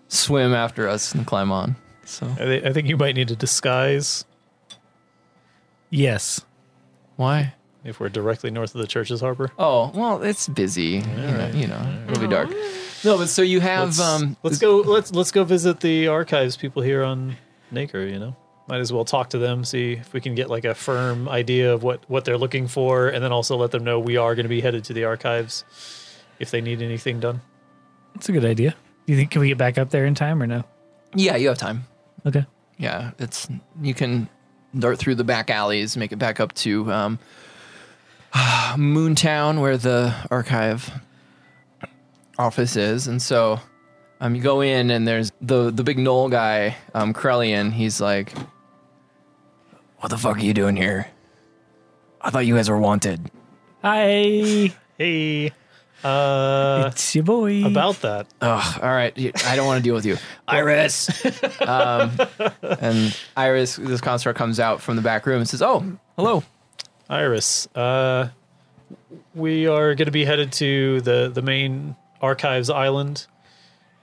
A: swim after us and climb on. So
D: I, thi- I think you might need to disguise
B: Yes.
A: why?
D: if we're directly north of the church's harbor.
A: Oh, well, it's busy. you, know, you know, it'll be dark. No, but so you have
D: Let's,
A: um.
D: let's go. Let's let's go visit the archives people here on Naker. You know. Might as well talk to them, see if we can get like a firm idea of what what they're looking for, and then also let them know we are going to be headed to the archives if they need anything done.
B: That's a good idea. Do you think can we get back up there in time or no?
A: Yeah, you have time.
B: Okay.
A: Yeah, it's you can dart through the back alleys, make it back up to um, Moontown, where the archive office is, and so um, you go in, and there's the the big knoll guy, um, Krellian. He's like, "What the fuck are you doing here? I thought you guys were wanted."
B: Hi,
D: Hey, uh,
B: it's your boy.
D: about that.
A: Ugh, all right. you- I don't want to deal with you. Iris. um, and Iris, this construct comes out from the back room and says, Oh, hello.
D: Iris, uh, we are going to be headed to the, the main archives island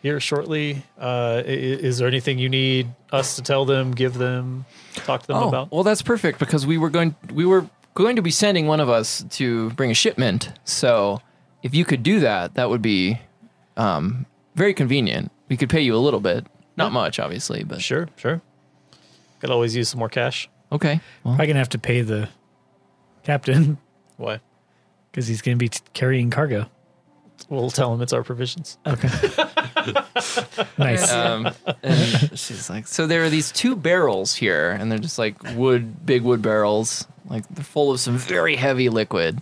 D: here shortly. Uh, i- i- is there anything you need us to tell them, give them, talk to them
A: Oh,
D: about?
A: well, that's perfect because we were going we were going to be sending one of us to bring a shipment. So if you could do that, that would be um, very convenient. We could pay you a little bit, not much, obviously, but
D: Sure, sure. Could always use some more cash.
A: okay. Well,
B: Probably gonna have to pay the captain
D: Why?
B: because he's gonna be t- carrying cargo.
D: We'll tell them it's our provisions.
B: Okay. nice.
D: Uh,
A: um, and she's like, so there are these two barrels here, and they're just like wood, big wood barrels. Like they're full of some very heavy liquid.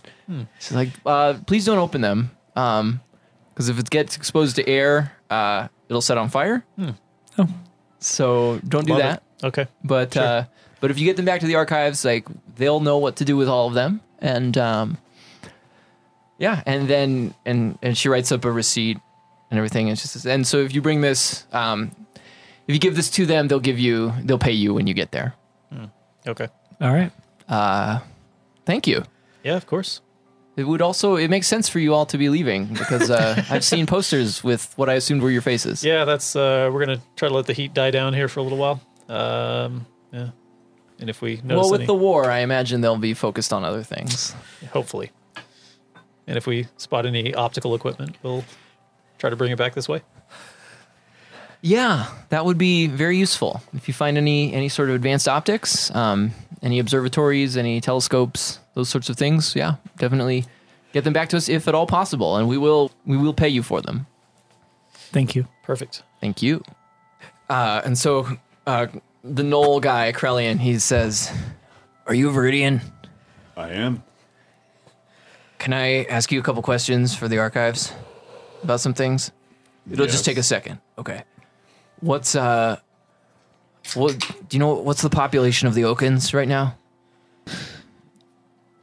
A: She's like, uh, please don't open them, because if it gets exposed to air, uh, it'll set on fire.
B: Oh.
A: So don't do
D: Love it.
A: that.
D: Okay.
A: But uh, but if you get them back to the archives, like they'll know what to do with all of them, and um, yeah, and then and and she writes up a receipt and everything, and she says, and so if you bring this, um, if you give this to them, they'll give you, they'll pay you when you get there.
D: Okay.
B: All right.
A: Thank you.
D: Yeah, of course.
A: It would also it makes sense for you all to be leaving because uh, I've seen posters with what I assumed were your faces.
D: Yeah, that's uh, we're gonna try to let the heat die down here for a little while. Um, yeah, and if we notice
A: Well, with
D: any,
A: the war, I imagine they'll be focused on other things.
D: hopefully, and if we spot any optical equipment, we'll try to bring it back this way.
A: Yeah, that would be very useful. If you find any any sort of advanced optics, um, any observatories, any telescopes, those sorts of things, yeah, definitely get them back to us if at all possible, and we will we will pay you for them.
B: Thank you.
D: Perfect.
A: Thank you. Uh, and so uh, the Knoll guy, Krellian, he says, "Are you a Viridian?
E: I am.
A: Can I ask you a couple questions for the archives about some things? It'll just
E: Yes.
A: take a second. Okay. What's uh what do you know what's the population of the Okans right now?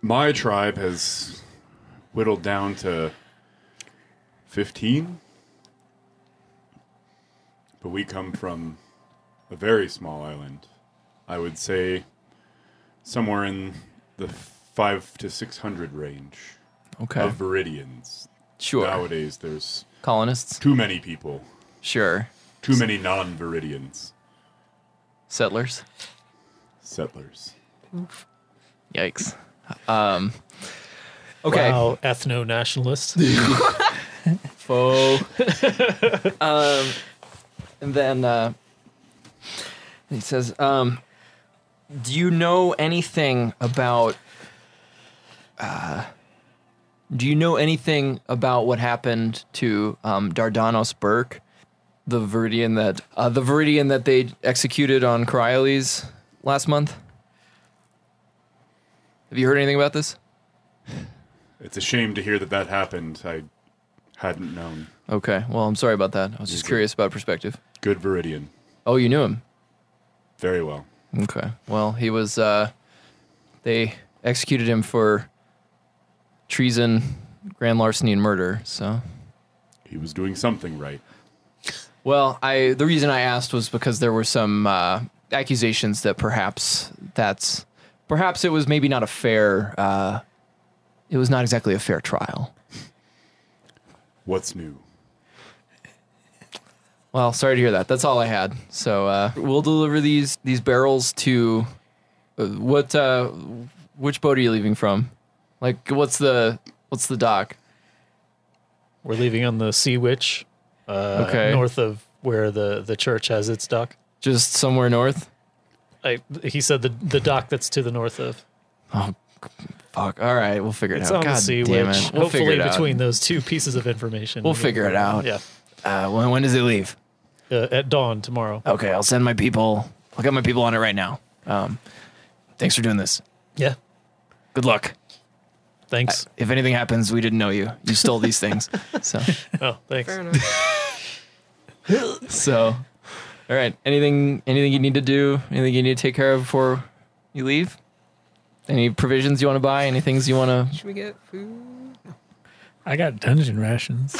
E: My tribe has whittled down to 15. But we come from a very small island. I would say somewhere in the 5 to 600 range
A: Okay.
E: of Viridians.
A: sure.
E: Nowadays, there's
A: Colonists?
E: too many people,
A: Sure.
E: too many non Viridians,
A: Settlers?
E: settlers.
A: Yikes. Um Okay.
D: Wow, ethno nationalist.
A: Faux. um, and then uh, he says, um, "Do you know anything about? Uh, do you know anything about what happened to um, Dardanos Burke, the Viridian that uh, the Viridian that they executed on Coriolis last month? Have you heard anything about this?
E: It's a shame to hear that that happened. I hadn't known.
A: Okay. Well, I'm sorry about that. I was just curious about perspective.
E: Good Viridian.
A: Oh, you knew him.
E: Very well.
A: Okay. Well, he was. Uh, they executed him for treason, grand larceny, and murder. So,
E: He was doing something right.
A: well, I the reason I asked was because there were some uh, accusations that perhaps that's perhaps it was maybe not a fair. Uh, it was not exactly a fair trial.
E: What's new?
A: Well, sorry to hear that. That's all I had. So uh, we'll deliver these these barrels to uh, what? Uh, which boat are you leaving from? Like, what's the what's the dock?
D: we're leaving on the Sea Witch, uh,
A: Okay.
D: north of where the the church has its dock.
A: Just somewhere north.
D: I, he said the the dock that's to the north of.
A: Oh, fuck. All right, we'll figure it
D: It's
A: out.
D: on
A: Oh, God
D: the sea,
A: damn
D: which
A: it. We'll
D: hopefully
A: figure it
D: between those two pieces of information,
A: We'll figure it out.
D: Yeah,
A: out. Uh, when, when does it leave?
D: uh, at dawn tomorrow.
A: Okay, I'll send my people. I'll get my people on it right now. Um, thanks for doing this.
D: Yeah,
A: Good luck.
D: thanks.
A: If anything happens, we didn't know you. You stole these things. So,
D: oh, thanks.
C: Fair enough.
A: so, all right. Anything, anything you need to do? Anything you need to take care of before you leave? Any provisions you want to buy? Any things you want to?
C: Should we get food?
B: I got dungeon rations.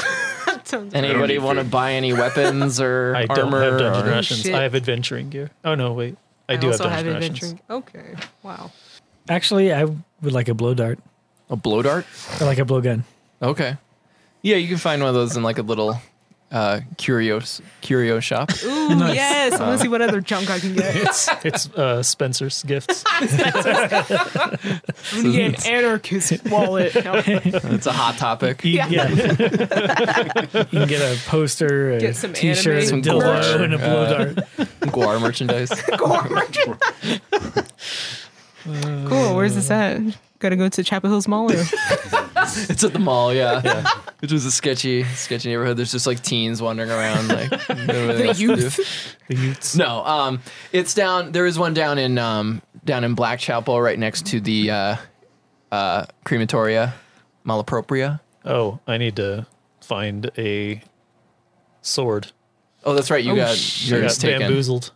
C: Sounds
A: Anybody
E: need
A: want to
E: food.
A: buy any weapons or
D: I don't
A: armor?
D: have dungeon
A: or-
D: rations.
C: Shit.
D: I have adventuring gear. Oh no, wait. I, do have
C: also
D: dungeon
C: have
D: rations.
C: adventuring. Okay. Wow.
B: Actually, I would like a blow dart.
A: A blow dart?
B: I like a blowgun.
A: Okay. Yeah, you can find one of those in like a little uh curios curio shop.
C: Ooh, yes. I want to see what other junk I can get.
D: It's it's uh, Spencer's gifts.
C: I'm gonna get an anarchist wallet. No,
A: it's a hot topic.
B: You, yeah. you can get a poster, a
C: Get some
B: t-shirt,
A: Some
C: anime
B: a dildo,
A: merch.
B: and a blow
A: Uh,
B: dart.
A: Guar merchandise.
C: gore merchandise. cool. Where's this at? Gotta go to Chapel Hills Mall. or-
A: It's at the mall, yeah. Which was a sketchy, sketchy neighborhood. There's just like teens wandering around like the
C: youth.
D: The youths.
A: No, um it's down there is one down in um down in Blackchapel right next to the uh uh crematoria malapropria.
D: Oh, I need to find a sword.
A: Oh, that's right. You
C: Oh,
A: got
C: shit.
D: I
A: yours
D: got
A: taken.
D: bamboozled.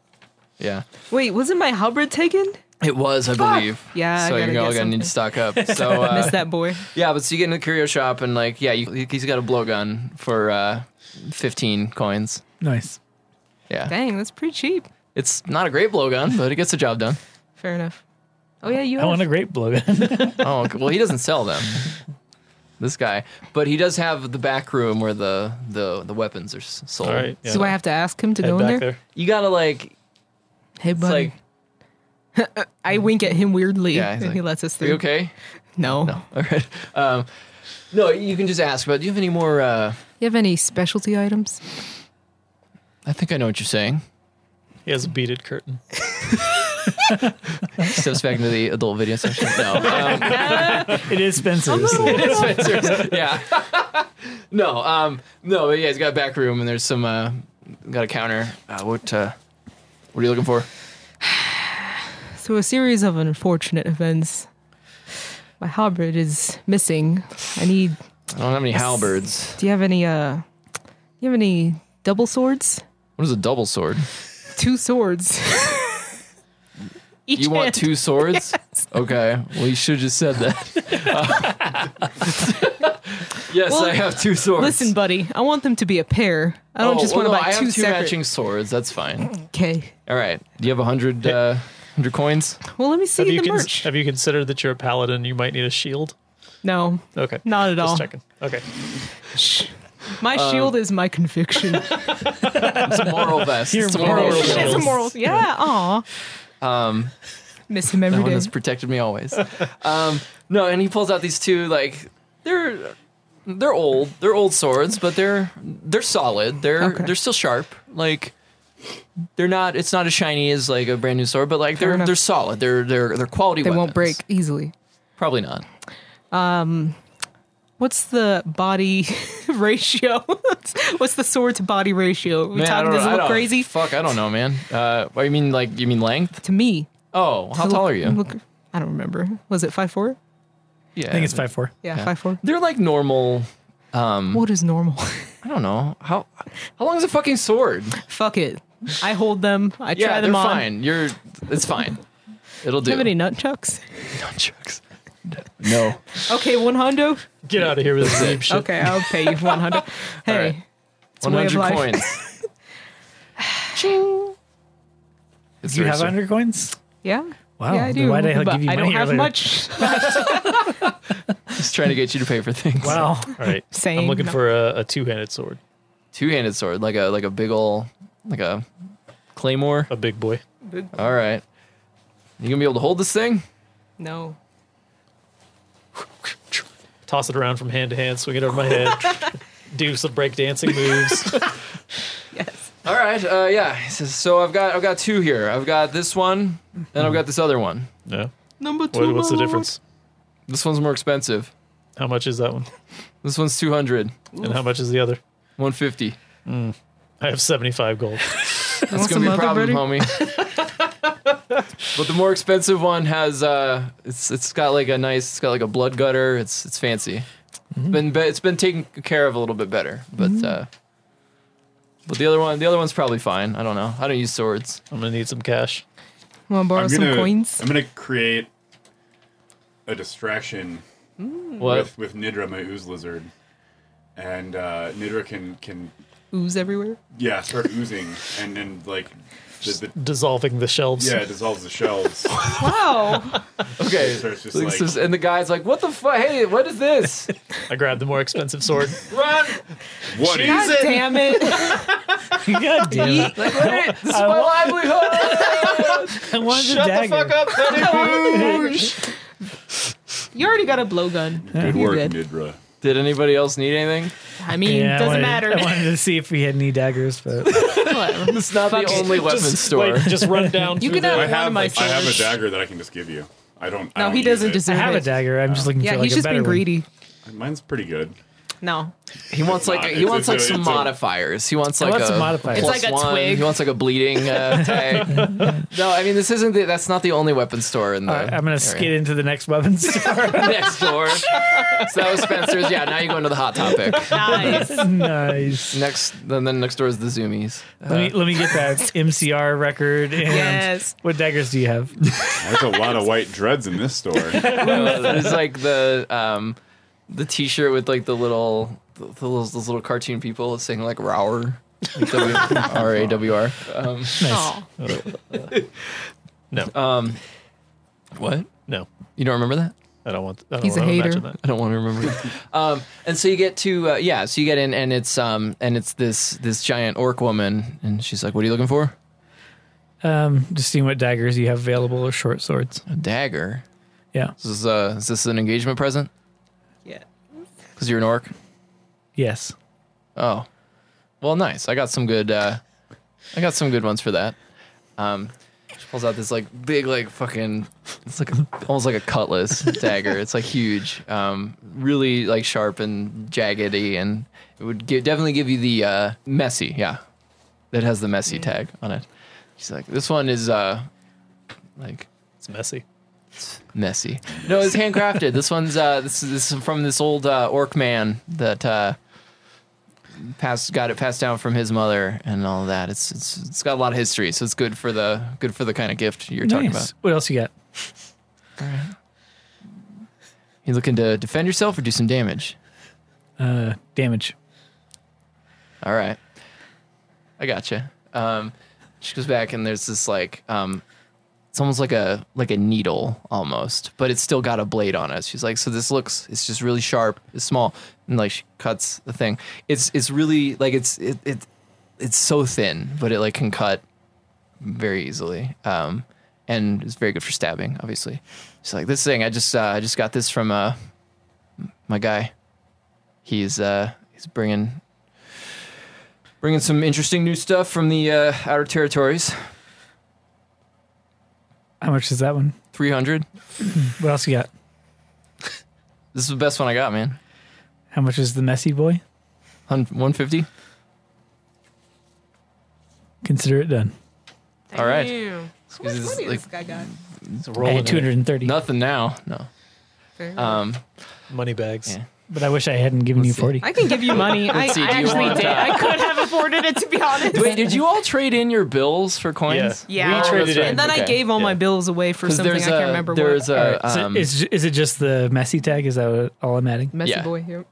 A: Yeah.
C: Wait, wasn't my halberd taken?
A: It was, I believe.
C: Yeah, I
A: So
C: gotta
A: you're all
C: get
A: gonna need to stock up. So uh,
C: Miss that boy.
A: yeah, but so you get in the curio shop and like yeah, you, he's got a blowgun for uh, fifteen coins.
B: Nice.
A: Yeah,
C: Dang, that's pretty cheap.
A: it's not a great blowgun, but it gets the job done.
C: Fair enough. Oh yeah, you.
B: I
C: have-
B: want a great blowgun.
A: Oh okay. well, he doesn't sell them. This guy, but he does have the back room where the the, the weapons are s- sold.
D: All right. Yeah.
C: So do I have to ask him to
D: Head
C: go in
D: back
C: there?
D: there.
A: You gotta like,
C: Hey,
A: it's
C: buddy.
A: like,
C: I wink at him weirdly,
A: Yeah, he's
C: and
A: like,
C: he lets us
A: are
C: through.
A: you okay?
C: No.
A: No, all right. Um, no, you can just ask. But do you have any more? Uh,
C: You have any specialty items?
A: I think I know what you're saying.
D: He has a beaded curtain.
A: Steps back into the adult video section. No. Um,
B: it is Spencer's.
A: Spencer's. Yeah. no, um, no, but yeah, he's got a back room and there's some, uh, got a counter. Uh, what, uh, what are you looking for?
C: Through a series of unfortunate events, my halberd is missing. I need.
A: I don't have any halberds.
C: Do you have any? Uh, you have any double swords?
A: What is a double sword?
C: Two swords. Each
A: You want
C: hand.
A: two swords? Okay. Well, you should have just said that. yes,
C: Well,
A: I have two swords.
C: Listen, buddy. I want them to be a pair. I don't
A: Oh,
C: just
A: well,
C: want
A: no,
C: to buy
A: I
C: two,
A: have two
C: separate. Mm.
A: matching swords. That's fine.
C: Okay.
A: All right. Do you have a hundred, uh, hundred coins?
C: Well, let me see
D: Have you,
C: the
D: cons-
C: merch.
D: have you considered that you're a paladin? You might need a shield.
C: no,
D: Okay.
C: not at
D: Just
C: all.
D: checking. Okay.
C: Shh. My
A: Um,
C: shield is my conviction.
A: It's a moral vest. It's a moral
D: moral
A: shield.
D: vest.
C: It's a moral. Yeah. Aw.
A: Um,
C: Miss him every
A: That one
C: day.
A: has protected me always. um, no, and he pulls out these two like they're they're old, they're old swords, but they're they're solid. They're
C: Okay.
A: they're still sharp. Like they're not. It's not as shiny as like a brand new sword, but like
C: Fair
A: they're
C: enough.
A: they're solid. They're they're they're quality.
C: They
A: weapons.
C: won't break easily.
A: Probably not.
C: What's the body ratio? What's the sword to body ratio? We
A: Man, I
C: talking
A: don't
C: this
A: know- I
C: look
A: don't-
C: crazy?
A: Fuck, I don't know, man. Uh, what, you mean like you mean length?
C: To me.
A: Oh, how
C: to
A: tall
C: look-
A: are you?
C: Look, I don't remember. Was it five four?
A: yeah,
B: I think it's five four.
C: Yeah, five four.
A: They're like normal. Mm.
C: What is normal?
A: I don't know how how long is a fucking sword?
C: Fuck it. I hold them. I
A: Yeah,
C: try
A: they're
C: them on.
A: fine. You're it's fine. It'll
C: Do
A: do.
C: you have any nunchucks?
A: nunchucks. No.
C: Okay, one hundo.
D: Get out of here with this lame shit.
C: Okay, I'll pay you one hundo. Hey,
A: right.
C: a way of
A: 100
C: life.
A: coins. It's
B: Do you
A: very
B: have
A: sim-
B: hundred coins?
C: yeah.
B: Wow,
C: Yeah, I
B: then
C: do.
B: why'd I
C: but
B: give you
C: I don't
B: money
C: have
B: earlier?
C: much.
A: Just trying to get you to pay for things.
B: Wow.
D: All right.
C: Same.
D: I'm looking
C: No.
D: for a, a two-handed sword.
A: Two-handed sword, like a like a big ol' like a claymore.
D: A big boy.
A: All right. You gonna be able to hold this thing?
C: No.
D: Toss it around from hand to hand. Swing it over my head. Do some breakdancing moves.
C: Yes.
A: All right. Uh, yeah. He says, so I've got I've got two here. I've got this one, and I've got this other one.
D: No.
C: Number two.
D: What, what's the
C: my lord.
D: difference?
A: This one's more expensive.
D: How much is that one?
A: This one's 200,
D: And how much is the other?
A: 150.
D: I have 75 gold.
A: That's
C: Want
A: gonna be a
C: some other
A: problem, homie. but the more expensive one has uh, it's it's got like a nice, it's got like a blood gutter. It's it's fancy. Been be- it's been taken care of a little bit better, but uh, but the other one, the other one's probably fine. I don't know. I don't use swords.
D: I'm going to need some cash.
C: Want to borrow
E: I'm
C: some
E: gonna,
C: coins?
E: I'm gonna create a distraction
A: What?
E: with, with Nidra, my ooze lizard, and uh, Nidra can can
C: Ooze everywhere.
E: yeah start oozing, and then like the, the,
D: Dissolving the shelves.
E: yeah it dissolves the shells.
C: Wow.
A: Okay.
E: So it's just
A: Like,
E: like-
A: so- and the guy's like, "What the fuck? Hey, what is this?
D: I grabbed the more expensive sword.
A: Run!
E: What is
C: God damn it.
B: God damn it.
A: Like, what? This is
B: I
A: my livelihood!"
B: I wanted a dagger.
D: up,
C: You already got a blowgun.
E: Good
C: You're
E: work,
C: good.
E: Nidra.
A: Did anybody else need anything?
C: I mean,
B: Yeah, I
C: doesn't
B: wanted-
C: matter.
B: I wanted to see if we had any daggers, but
C: Whatever.
A: It's not the only weapons
D: just,
A: store.
D: Like, just run down
C: You
D: through
C: can
D: the...
C: have-
E: I
C: One of
E: have
C: my
E: I have a
C: swords.
E: dagger that I can just give you. I don't. I
C: No,
E: don't
C: he
E: use
C: doesn't
E: it.
B: I
C: deserve
B: have a
C: it.
B: dagger. I'm just looking
C: Yeah,
B: for like
C: he's
B: a
C: just
B: better
C: been greedy.
E: Mine's pretty good.
C: No.
A: He wants like
E: not.
A: he
E: It's-
A: wants
E: it's a-
A: like some
E: it's a-
A: modifiers. He wants
B: I
A: like
B: want
A: a
B: some modifiers.
A: plus
C: It's like a
A: one.
C: twig.
A: He wants like a bleeding uh, tag. no, I mean this isn't the, that's not the only weapon store in the.
B: one. All right, Uh, I'm gonna
A: area.
B: skid into the next weapon store.
A: next door. so that was Spencer's. Yeah, now you go into the hot topic.
C: Nice.
B: nice.
A: Next, then then next door is the Zoomies.
B: Let me let me get that MCR record. And
C: Yes.
B: What daggers do you have?
E: There's a lot of white dreads in this store.
A: Uh, No, there's like the um the T-shirt with like the little the, the little, those little cartoon people saying like Rower. Like W R A W R. Um,
C: Aw.
D: No,
A: what?
D: no.
A: You don't remember that?
D: I don't want... I don't
C: He's a
D: want to
C: hater.
D: imagine that.
A: I don't want to remember. um, and so you get to uh, yeah, so you get in, and it's um, and it's this this giant orc woman, and she's like, "What are you looking for?
B: Um, just seeing what daggers you have available or short swords.
A: A dagger?
B: Yeah.
A: Is this uh, is this an engagement present?
C: Yeah.
A: Because you're an orc?
B: Yes.
A: Oh, well, nice. I got some good. Uh, I got some good ones for that. Um, she pulls out this like big like fucking. It's like a, almost like a cutlass dagger. It's like huge, um, really like sharp and jaggedy, and it would give, definitely give you the uh, messy. Yeah, that has the messy tag on it. She's like, this one is uh, like
D: It's messy.
A: messy. No, it's handcrafted. this one's uh, this is, this is from this old uh, orc man that uh, passed got it passed down from his mother and all that. It's it's it's got a lot of history, so it's good for the good for the kind of gift you're talking about.
B: What else you got?
A: You looking to defend yourself or do some damage?
B: Uh, damage.
A: All right, I gotcha. Um, she goes back and there's this like um, it's almost like a like a needle almost, but it's still got a blade on it. She's like, so this looks it's just really sharp, it's small, and like she cuts the thing. It's it's really like it's it, it it's so thin, but it like can cut very easily. Um, and it's very good for stabbing, obviously. She's like, this thing I just uh, I just got this from uh my guy. He's uh he's bringing bringing some interesting new stuff from the uh, outer territories.
B: How much is that one?
A: 300.
B: What else you got?
A: This is the best one I got, man.
B: How much is the messy boy?
A: Hun- 150.
B: Consider it done.
A: All right.
C: Damn. How much
A: This is
C: money
A: like-
C: this guy got?
D: It's
B: I
D: rolling
B: had 230,
A: Nothing now. No.
C: Fair.
A: Um,
D: money bags.
A: Yeah.
B: but I wish I hadn't given
A: Let's
B: you
A: see.
B: 40.
C: I can give you money. I,
A: see, do
C: I
A: you
C: actually
A: want,
C: did.
A: uh,
C: I could have afforded it to be honest.
A: wait, did you all trade in your bills for coins?
C: yeah.
D: We
A: Oh,
D: traded in.
C: and then I
A: okay.
C: gave all my
D: Yeah.
C: bills away for
A: 'Cause
C: something I
A: there's
C: can't
A: a-
C: remember
A: There's
C: what.
B: All
A: a,
B: right, so
A: um,
B: is, is it just the messy tag? Is that what, all I'm adding?
C: Messy
A: yeah.
C: boy here.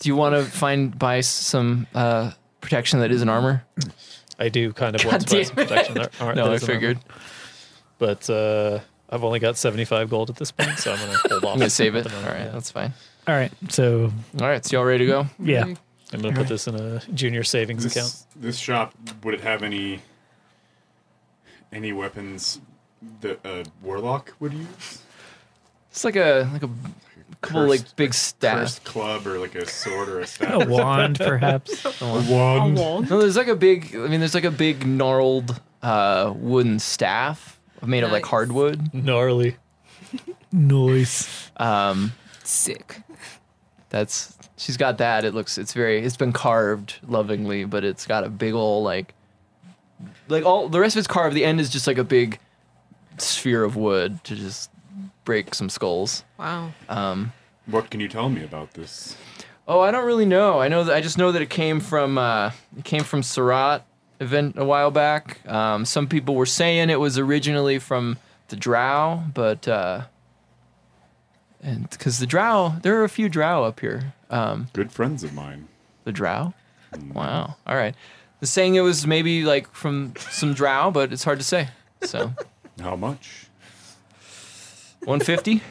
A: do you want to find, buy s- some uh, protection that isn't armor?
D: I do kind of want to buy
A: damn
D: some protection there. aren't
A: No,
D: there
A: I
D: is an armor.
A: figured.
D: But uh, I've only got 75 gold at this point, so I'm going to hold off.
A: I'm going to save it.
D: at
A: All
D: the moment,
A: right.
D: yeah.
A: That's fine.
B: All right. So,
A: All right. So y'all ready to go?
B: yeah.
C: Mm-hmm.
D: I'm going to put this in a junior savings account.
E: This, this shop would it have any any weapons that a warlock would use?
A: It's like a like a couple like big staff.
E: First club or like a sword or a
B: A
E: staff.
B: wand, perhaps.
C: A
E: wand.
C: wand.
A: No, there's like a big. I mean, there's like a big gnarled uh, wooden staff made of like
C: Nice.
A: hardwood.
D: Gnarly.
B: Noise.
A: Um,
C: Sick.
A: that's she's got that. It looks. It's very. It's been carved lovingly, but it's got a big ol' like. Like all the rest of it's carved. The end is just like a big sphere of wood to just break some skulls.
C: Wow.
E: What can you tell me about this?
A: Oh, I don't really know. I know that I just know that it came from uh, it came from Surat event a while back. Um, some people were saying it was originally from the Drow, but uh, and because the Drow, there are a few Drow up here. Um,
E: Good friends of mine.
A: the Drow.
D: Mm.
A: Wow. All right. The saying it was maybe like from some Drow, but it's hard to say. So
E: How much?
A: 150.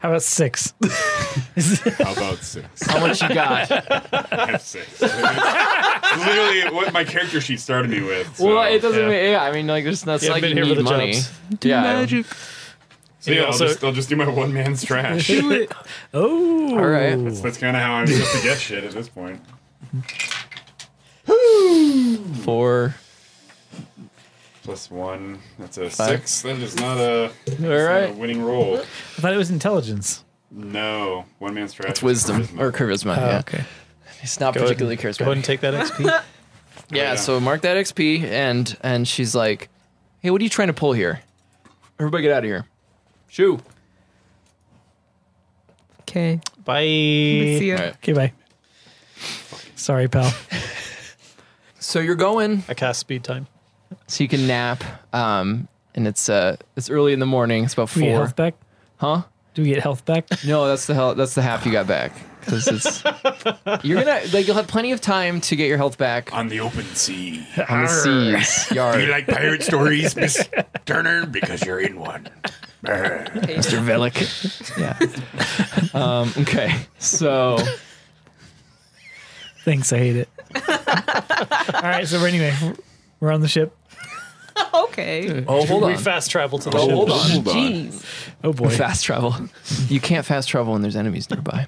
B: How about six?
E: How about six?
A: How much you got?
E: I have six. Literally, what my character sheet started me with. So,
A: Well, it doesn't.
D: yeah.
A: Yeah. Mean, yeah I mean, like, there's not it's
D: Yeah, I've
A: like
D: been
A: you
D: here for
A: need
D: the
A: money.
D: jobs.
A: Yeah.
C: Magic.
E: so yeah,
D: also-
E: I'll, just, I'll just do my one man's trash.
C: Do it.
B: Oh.
A: All right.
E: That's kind of how I'm supposed to get shit at this point.
A: Four.
E: Plus one. That's a six. That is not a, that's
A: All
E: not a
A: right.
E: winning roll.
B: I thought it was intelligence.
E: No. One man's trash.
A: It's wisdom or charisma. yeah.
B: okay.
A: It's not
D: ahead-
A: particularly
D: Oh, Go ahead
A: charisma.
D: and take that XP.
A: Yeah,
E: yeah.
A: So mark that XP, and and she's like, "Hey, what are you trying to pull here? Everybody, get out of here! Shoo!
C: Okay. See
D: Bye.
C: ya.
A: All right.
B: Okay, bye. Sorry, pal.
A: So you're going,
D: I cast speed time.
A: so you can nap. Um, and it's uh, it's early in the morning. It's about
B: Do we get
A: four,
B: health back?
A: huh?
B: Do we get health back?
A: No, that's the hell. That's the half you got back. 'Cause it's you're gonna like you'll have plenty of time to get your health back
E: On the open sea.
A: on the seas.
E: Do you
A: Yard.
E: like pirate stories, Miss Turner? Because you're in one. Brr.
A: Mr. Velik. Yeah. um, okay. So
B: Thanks, I hate it. All right, so anyway, we're on the ship.
C: Okay.
A: oh, hold
D: We
A: on.
D: fast travel to the
A: Oh,
D: ship.
A: hold on.
C: Jeez.
B: Oh boy.
A: fast travel. You can't fast travel when there's enemies nearby.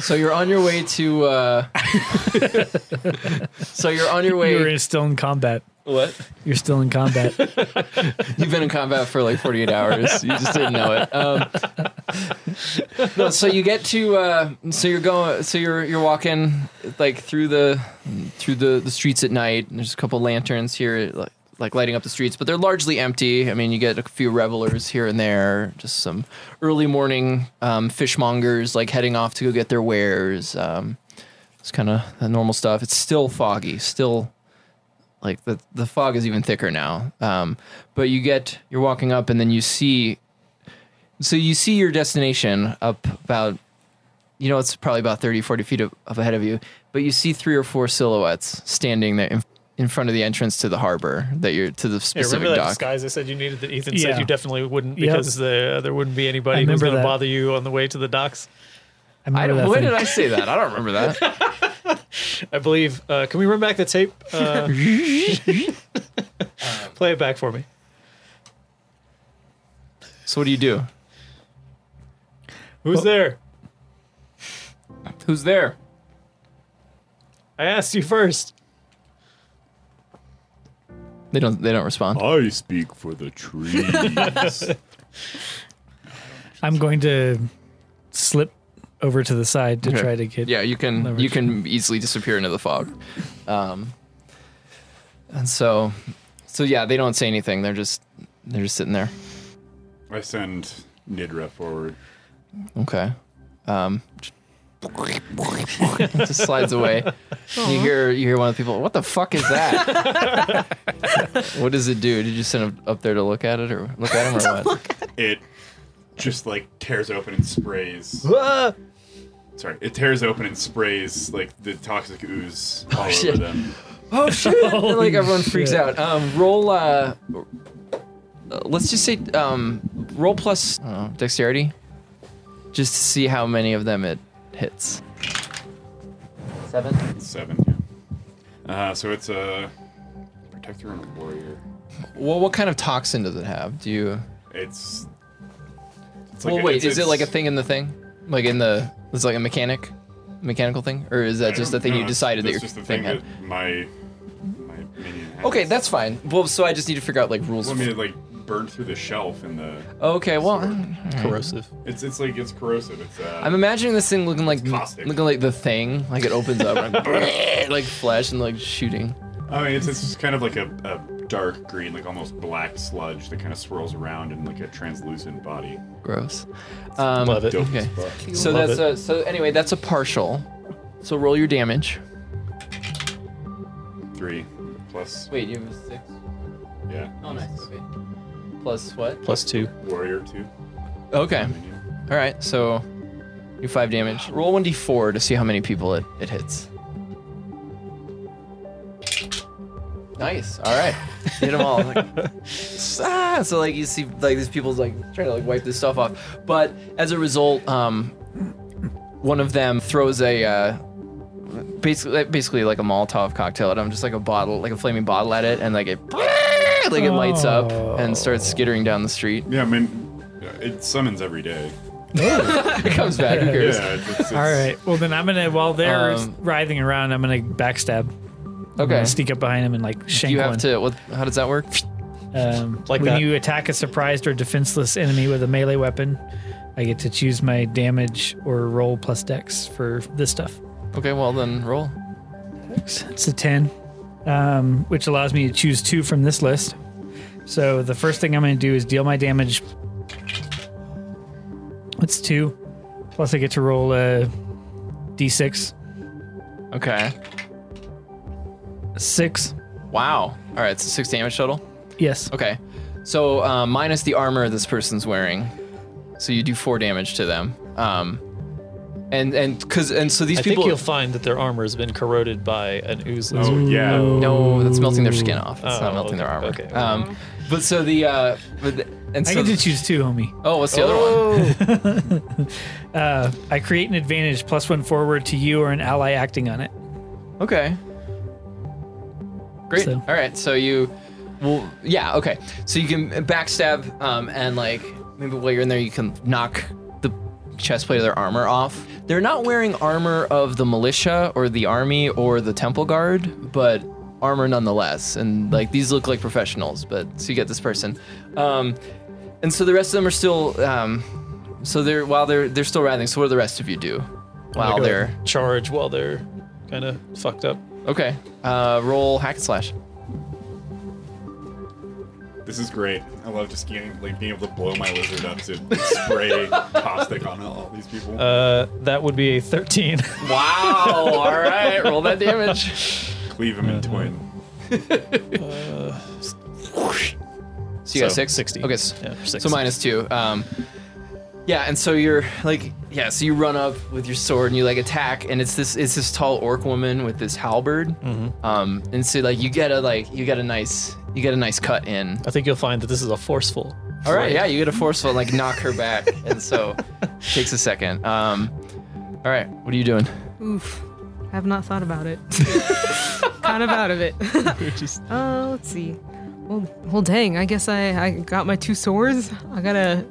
A: So you're on your way to. Uh, so you're on your
B: You're
A: way.
B: in- still in combat.
A: what?
B: You're still in combat.
A: You've been in combat for like 48 hours. You just didn't know it. Um, no, so you get to. Uh, so you're going. So you're you're walking like through the through the the streets at night. And there's a couple lanterns here. Like, like lighting up the streets, but they're largely empty. I mean, you get a few revelers here and there, just some early morning um, fishmongers like heading off to go get their wares. Um, it's kind of the normal stuff. It's still foggy, still like the the fog is even thicker now. Um, but you get you're walking up, and then you see, so you see your destination up about, you know, it's probably about 30, 40 feet up, up ahead of you. But you see three or four silhouettes standing there in, in front of the entrance to the harbor that you're to the
D: Hey,
A: specific
D: remember that
A: dock.
D: disguise I said you needed that Ethan
B: Yeah.
D: said you definitely wouldn't
B: Yep.
D: because the, uh, there wouldn't be anybody who's
B: remember
D: going to
B: that.
D: bother you on the way to the docks?
B: I
A: I don't,
B: remember that
A: why
B: thing.
A: did I say that? I don't remember that.
D: I believe. Uh, can we run back the tape? Uh, play it back for me.
A: So what do you do?
D: Who's there?
A: Who's there?
D: I asked you first.
A: They don't. They don't respond.
E: I speak for the trees.
B: I'm going to slip over to the side to try to get.
A: yeah you can
B: leverage.
A: you can easily disappear into the fog um and so so yeah they don't say anything they're just they're just sitting there
E: I send Nidra forward.
A: okay um just slides away you hear you hear one of the people what the fuck is that what does it do did you send him up there to look at it or look at him or what
E: It just like tears open and sprays.
D: Ah!
E: Sorry, it tears open and sprays like the toxic ooze all
A: shit.
E: over them.
A: oh shit And, like everyone freaks
B: shit.
A: out um roll uh uh, let's just say um, roll plus I don't know, dexterity, just to see how many of them it hits. Seven.
E: Seven. Yeah. Uh, so it's a protector and a warrior.
A: Well, what kind of toxin does it have? Do you?
E: It's like
A: well,
E: a-
A: wait,
E: it's-
A: is it like a
E: it's-
A: thing in the thing? Like in the, it's like a mechanic, mechanical thing? Or is that just the thing
E: No,
A: you
E: it's-
A: decided that
E: that's
A: your
E: just the
A: thing had?
E: that my my minion had.
A: Okay, that's fine. Well, so I just need to figure out like rules.
E: I mean, it like burned through the shelf and the.
A: okay, well,
F: corrosive.
E: It's it's like it's corrosive. It's uh,
A: I'm imagining this thing looking like
E: caustic.
A: looking like the thing, like it opens up, like, like flesh and like shooting.
E: I mean, it's, it's just kind of like a, a dark green, like almost black sludge that kind of swirls around in like a translucent body.
A: Gross. Um,
D: Love it.
E: Dope
A: Okay.
E: as fuck.
A: So
D: Love
A: that's a, so anyway, that's a partial. So roll your damage.
E: Three plus.
A: Wait, you have a six.
E: Yeah.
A: Oh, nice. Okay. Plus what?
F: Plus two.
E: Warrior two.
A: Okay.
E: Minion.
A: All right. So you five damage. Roll one d four to see how many people it, it hits. Nice. All right. Hit them all. Like, ah, so like you see like these people's like trying to like wipe this stuff off, but as a result, um, one of them throws a. Uh, Basically, basically like a Molotov cocktail, and I'm just like a bottle, like a flaming bottle at it, and like it, like it lights up and starts skittering down the street.
E: Yeah, I mean, it summons every day.
A: It comes back. Who cares?
E: Yeah. It's, it's, it's,
B: All right. Well, then I'm gonna while they're
A: Um,
B: writhing around, I'm gonna backstab. I'm
A: Okay.
B: gonna sneak up behind him and like shank
A: you have
B: one.
A: to. What, how does that work?
B: um,
D: Like
B: when
D: that.
B: you attack a surprised or defenseless enemy with a melee weapon, I get to choose my damage or roll plus dex for this stuff.
A: Okay, well then roll.
B: It's a 10, um, which allows me to choose two from this list. So the first thing I'm going to do is deal my damage. That's two. Plus, I get to roll a d6.
A: Okay.
B: Six.
A: Wow. All right, so six damage total.
B: Yes.
A: Okay, so uh, minus the armor this person's wearing, so you do four damage to them. Um, and and cause and so these
D: I
A: people.
D: think you'll find that their armor has been corroded by an ooze lizard.
E: Oh yeah.
A: no, that's melting their skin off. It's
D: Oh,
A: not melting their
D: okay,
A: armor.
D: okay.
A: Um, but so the uh, but the, and
B: I
A: so
B: get to choose two, homie.
A: oh, what's the other one?
B: Uh, I create an advantage plus one forward to you or an ally acting on it.
A: Okay. Great.
B: So-
A: All right. So you, well, yeah. Okay. So you can backstab, um, and like maybe while you're in there, you can knock the chest plate of their armor off. They're not wearing armor of the militia or the army or the temple guard, but armor nonetheless. And like these look like professionals, but so you get this person, um, and so the rest of them are still, um, so they're while they're they're still writhing. So what do the rest of you do while
D: Like a
A: they're
D: charge while they're kind of fucked up.
A: okay? Uh, roll hack and slash.
E: This is great. I love just getting, like being able to blow my lizard up to spray caustic on all these people.
D: Uh, that would be a 13.
A: Wow. All right. Roll that damage.
E: Cleave them in twin.
A: So you got
D: So,
A: six?
D: 60.
A: Okay. s-
D: Yeah, six.
A: So minus two. Um, yeah. And so you're like, yeah. So you run up with your sword and you like attack, and it's this it's this tall orc woman with this halberd. Um, and so like you get a like you get a nice you get a nice cut in.
D: I think you'll find that this is a forceful.
A: All right. Yeah. You get a forceful like knock her back, and so takes a second. Um, all right. What are you doing?
C: Oof. I have not thought about it. kind of out of it. uh, let's see. Well, well, dang. I guess I, I got my two swords. I gotta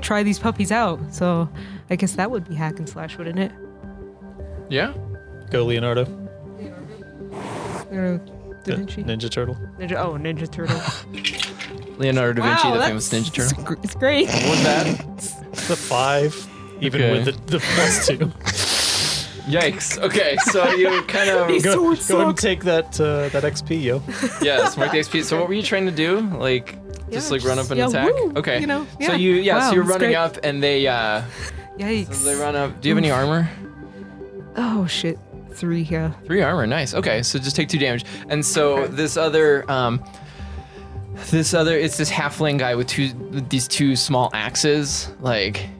C: try these puppies out. So I guess that would be hack and slash, wouldn't it?
A: Yeah.
D: Go Leonardo,
C: Leonardo da Vinci.
D: Ninja Turtle.
C: Ninja, oh, Ninja Turtle.
A: Leonardo da Vinci,
C: Wow,
A: the
C: that's-
A: famous Ninja
C: It's,
A: Turtle.
C: gr- it's great.
A: What's that?
D: The five, even
A: Okay.
D: with the, the plus two.
A: Yikes. Okay. So you kind of
D: go
C: swords
D: go and
C: suck.
D: take that uh, that XP, yo.
A: Yes, mark the XP. So what were you trying to do? Like just
C: Yeah,
A: like run up
C: just-
A: and
C: yeah,
A: attack?
C: woo,
A: okay.
C: you know,
A: So
C: yeah.
A: you yeah,
C: Wow,
A: so you're
C: that's
A: running
C: great.
A: up and they uh
C: Yikes.
A: they run up. Do you have any armor?
C: Oh shit. Three. Yeah.
A: Three armor, nice. Okay, so just take two damage. And so
C: Okay.
A: this other um this other it's this halfling guy with two these two small axes, like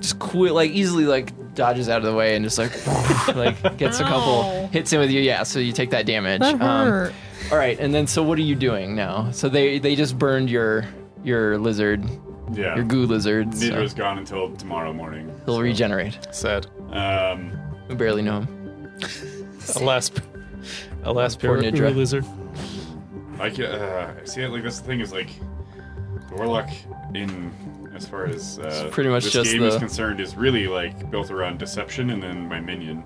A: just quick like easily like dodges out of the way and just like like gets a couple
C: Ow.
A: hits in with you. Yeah, so you take that damage. Um,
C: That hurt.
A: All right, and then so what are you doing now? So they they just burned your your lizard,
E: Yeah.
A: your goo lizard.
E: Nidra
A: So
E: is gone until tomorrow morning.
A: he'll regenerate.
D: Sad.
E: Um,
A: We barely know him.
D: Alas, alas,
A: Poor
D: pure
A: Nidra.
D: lizard.
E: I can, uh, see it like this thing is like the warlock in a as far as uh,
A: pretty much
E: this
A: just
E: game is
A: the-
E: concerned is really like built around deception and then my minion.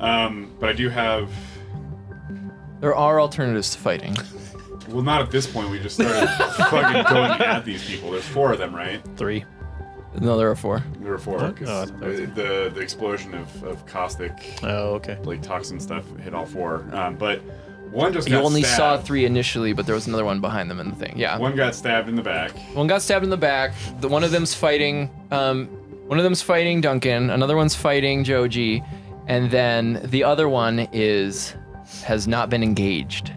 E: Um, but I do have.
A: There are alternatives to fighting.
E: Well, not at this point. We just started fucking going at these people. There's four of them, right?
D: Three.
A: No, there are four.
E: There were four. 'cause
D: Oh, I thought
E: the, the the explosion of, of caustic
D: Oh, okay.
E: like toxin stuff hit all four. Um, but one just
A: You
E: got
A: only saw
E: stabbed.
A: three initially, but there was another one behind them in the thing. Yeah.
E: One got stabbed in the back.
A: One got stabbed in the back. The one of them's fighting. Um, one of them's fighting Duncan. Another one's fighting Joji, and then the other one is has not been engaged.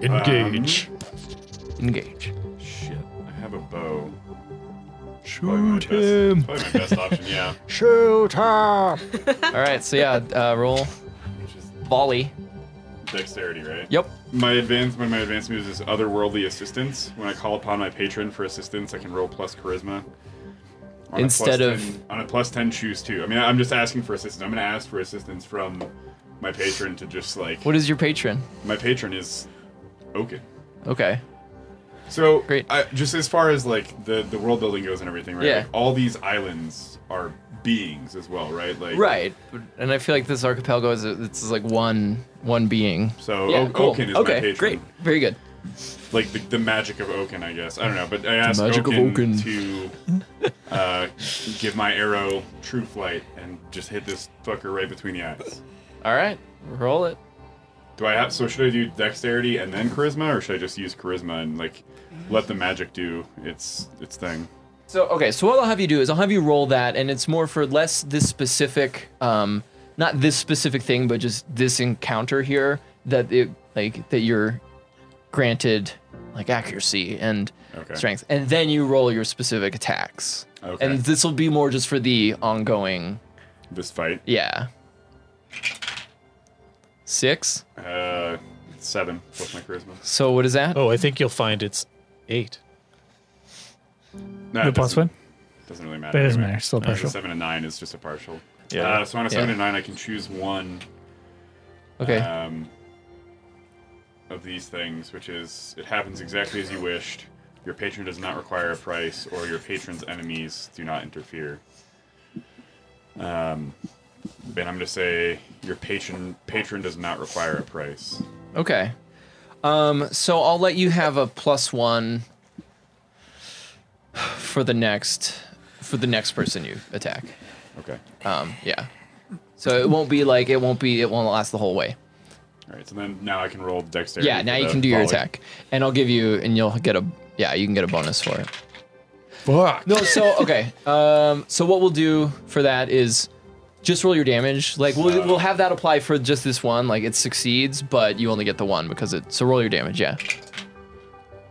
D: Engage.
A: Engage.
E: Shit, I have a bow. Shoot him. Probably my best option. Yeah.
D: Shoot her.
A: All right. So yeah, uh, roll
E: Which is
A: volley.
E: dexterity, right?
A: Yep.
E: My advance, one of my advanced moves is otherworldly assistance. When I call upon my patron for assistance, I can roll plus charisma. On a
A: Instead
E: plus
A: of-
E: 10 on a plus ten, choose two. I mean, I'm just asking for assistance. I'm gonna ask for assistance from my patron to just like
A: What is your patron?
E: my patron is Oaken.
A: Okay.
E: So
A: Great.
E: I, just as far as like the the world building goes and everything, right?
A: Yeah.
E: Like, all these islands are beings as well, right? Like
A: Right. And I feel like this archipelago is it's like one one being.
E: So
A: yeah.
E: O-
A: cool.
E: Oaken Oh, is my
A: okay.
E: patron.
A: Great. Very good.
E: like the, the magic of Oaken, I guess. I don't know, but I asked
A: magic of
E: Oaken,
A: Oaken.
E: to uh, give my arrow true flight and just hit this fucker right between the eyes.
A: All right. Roll it.
E: Do I have? So should I do dexterity and then charisma, or should I just use charisma and like let the magic do its its thing?
A: So okay, so what I'll have you do is I'll have you roll that, and it's more for less this specific, um, not this specific thing, but just this encounter here that it like that you're granted like accuracy and
E: Okay.
A: strength, and then you roll your specific attacks.
E: Okay.
A: And this will be more just for the ongoing.
E: This fight,
A: Yeah. Six.
E: uh, seven plus my charisma.
A: So what is that?
D: Oh, I think you'll find it's eight.
E: No,
B: No
E: it
B: plus
E: doesn't-
B: one.
E: Doesn't really matter.
B: But it doesn't
E: anyway.
B: matter. Still
E: Uh,
B: partial.
E: Seven and nine is just a partial.
D: Yeah.
E: Uh, so on a seven
A: Yeah.
E: and nine, I can choose one
A: okay.
E: um, of these things, which is it happens exactly as you wished. Your patron does not require a price, or your patron's enemies do not interfere. Um, and I'm gonna say your patron patron does not require a price.
A: Okay. Um, so I'll let you have a plus one for the next for the next person you attack.
E: Okay.
A: Um, yeah. So it won't be like it won't be it won't last the whole way.
E: All right. So then now I can roll dexterity.
A: Yeah.
E: for
A: Now you
E: the
A: can do your
E: volley.
A: attack, and I'll give you, and you'll get a yeah you can get a bonus for it.
D: Fuck.
A: No, so okay. Um, so what we'll do for that is just roll your damage. Like we'll we'll have that apply for just this one. Like it succeeds, but you only get the one because it. So roll your damage. Yeah.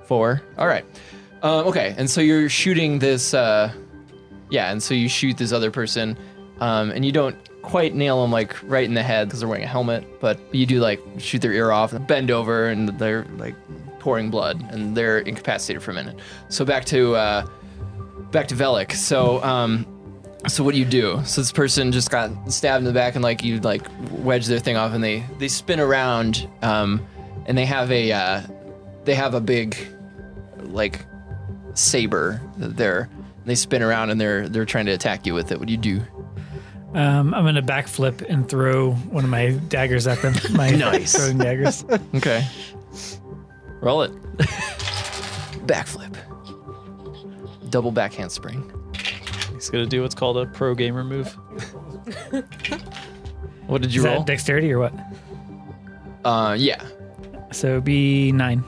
A: Four. All right. Um, okay, and so you're shooting this. Uh, yeah, and so you shoot this other person, um, and you don't quite nail them like right in the head because they're wearing a helmet, but you do like shoot their ear off, bend over, and they're like pouring blood, and they're incapacitated for a minute. So back to uh, back to Velik. So, um, so what do you do? So this person just got stabbed in the back, and like you like wedge their thing off, and they they spin around, um, and they have a uh, they have a big like saber that they're they spin around and they're they're trying to attack you with it. What do you do?
B: Um, I'm gonna backflip and throw one of my daggers at them. My
A: Nice.
B: throwing daggers.
A: Okay, roll it. Backflip, double back handspring.
D: He's gonna do what's called a pro gamer move.
A: What did you
B: Is
A: roll?
B: that dexterity or what?
A: uh, yeah.
B: So B nine.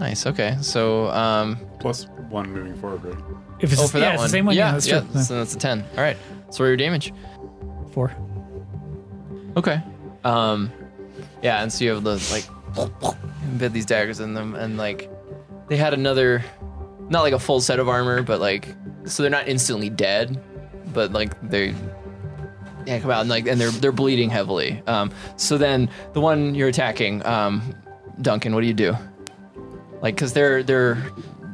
A: Nice. Okay. So, um,
E: Plus one moving forward. Right?
B: If it's,
A: oh, for
B: yeah,
A: that
B: it's
A: one.
B: the same one. Yeah, that's true. No,
A: So that's a ten. All right. So roll your damage.
B: four.
A: Okay. Um, yeah, and so you have the like embed these daggers in them, and like they had another, not like a full set of armor, but like so they're not instantly dead, but like they. Yeah, come out and like, and they're they're bleeding heavily. Um, so then the one you're attacking, um, Duncan, what do you do? Like, cause they're they're,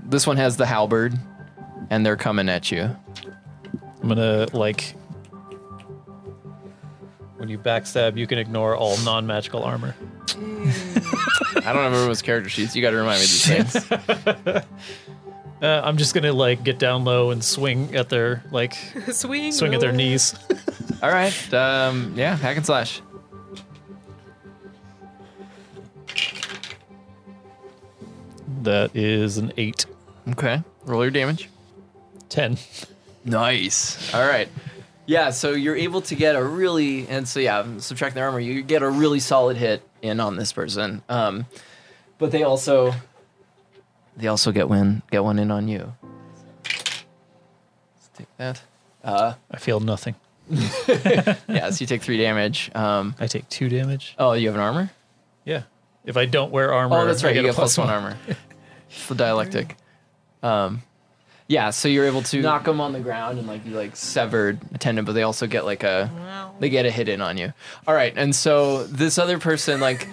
A: this one has the halberd, and they're coming at you.
D: I'm gonna like. When you backstab, you can ignore all non-magical armor.
A: I don't have everyone's character sheets. You got to remind me of these things.
D: Uh, I'm just gonna like get down low and swing at their like
C: Swing.
D: swing at their
C: low.
D: knees.
A: All right. Um, yeah, hack and slash.
D: that is an eight.
A: Okay. Roll your damage.
D: Ten.
A: Nice. All right. Yeah, so you're able to get a really and so yeah, subtract their armor, you get a really solid hit in on this person. Um, but they also they also get one get one in on you. Let's take that.
D: I feel nothing.
A: Yeah, so you take three damage. Um,
D: I take two damage.
A: oh, you have an armor.
D: Yeah. If I don't wear armor,
A: Oh, that's
D: I
A: right. You
D: get a
A: get plus one armor. It's the dialectic. Um, yeah, so you're able to knock them on the ground and like you like severed a tendon, but they also get like a they get a hit in on you. All right, and so this other person like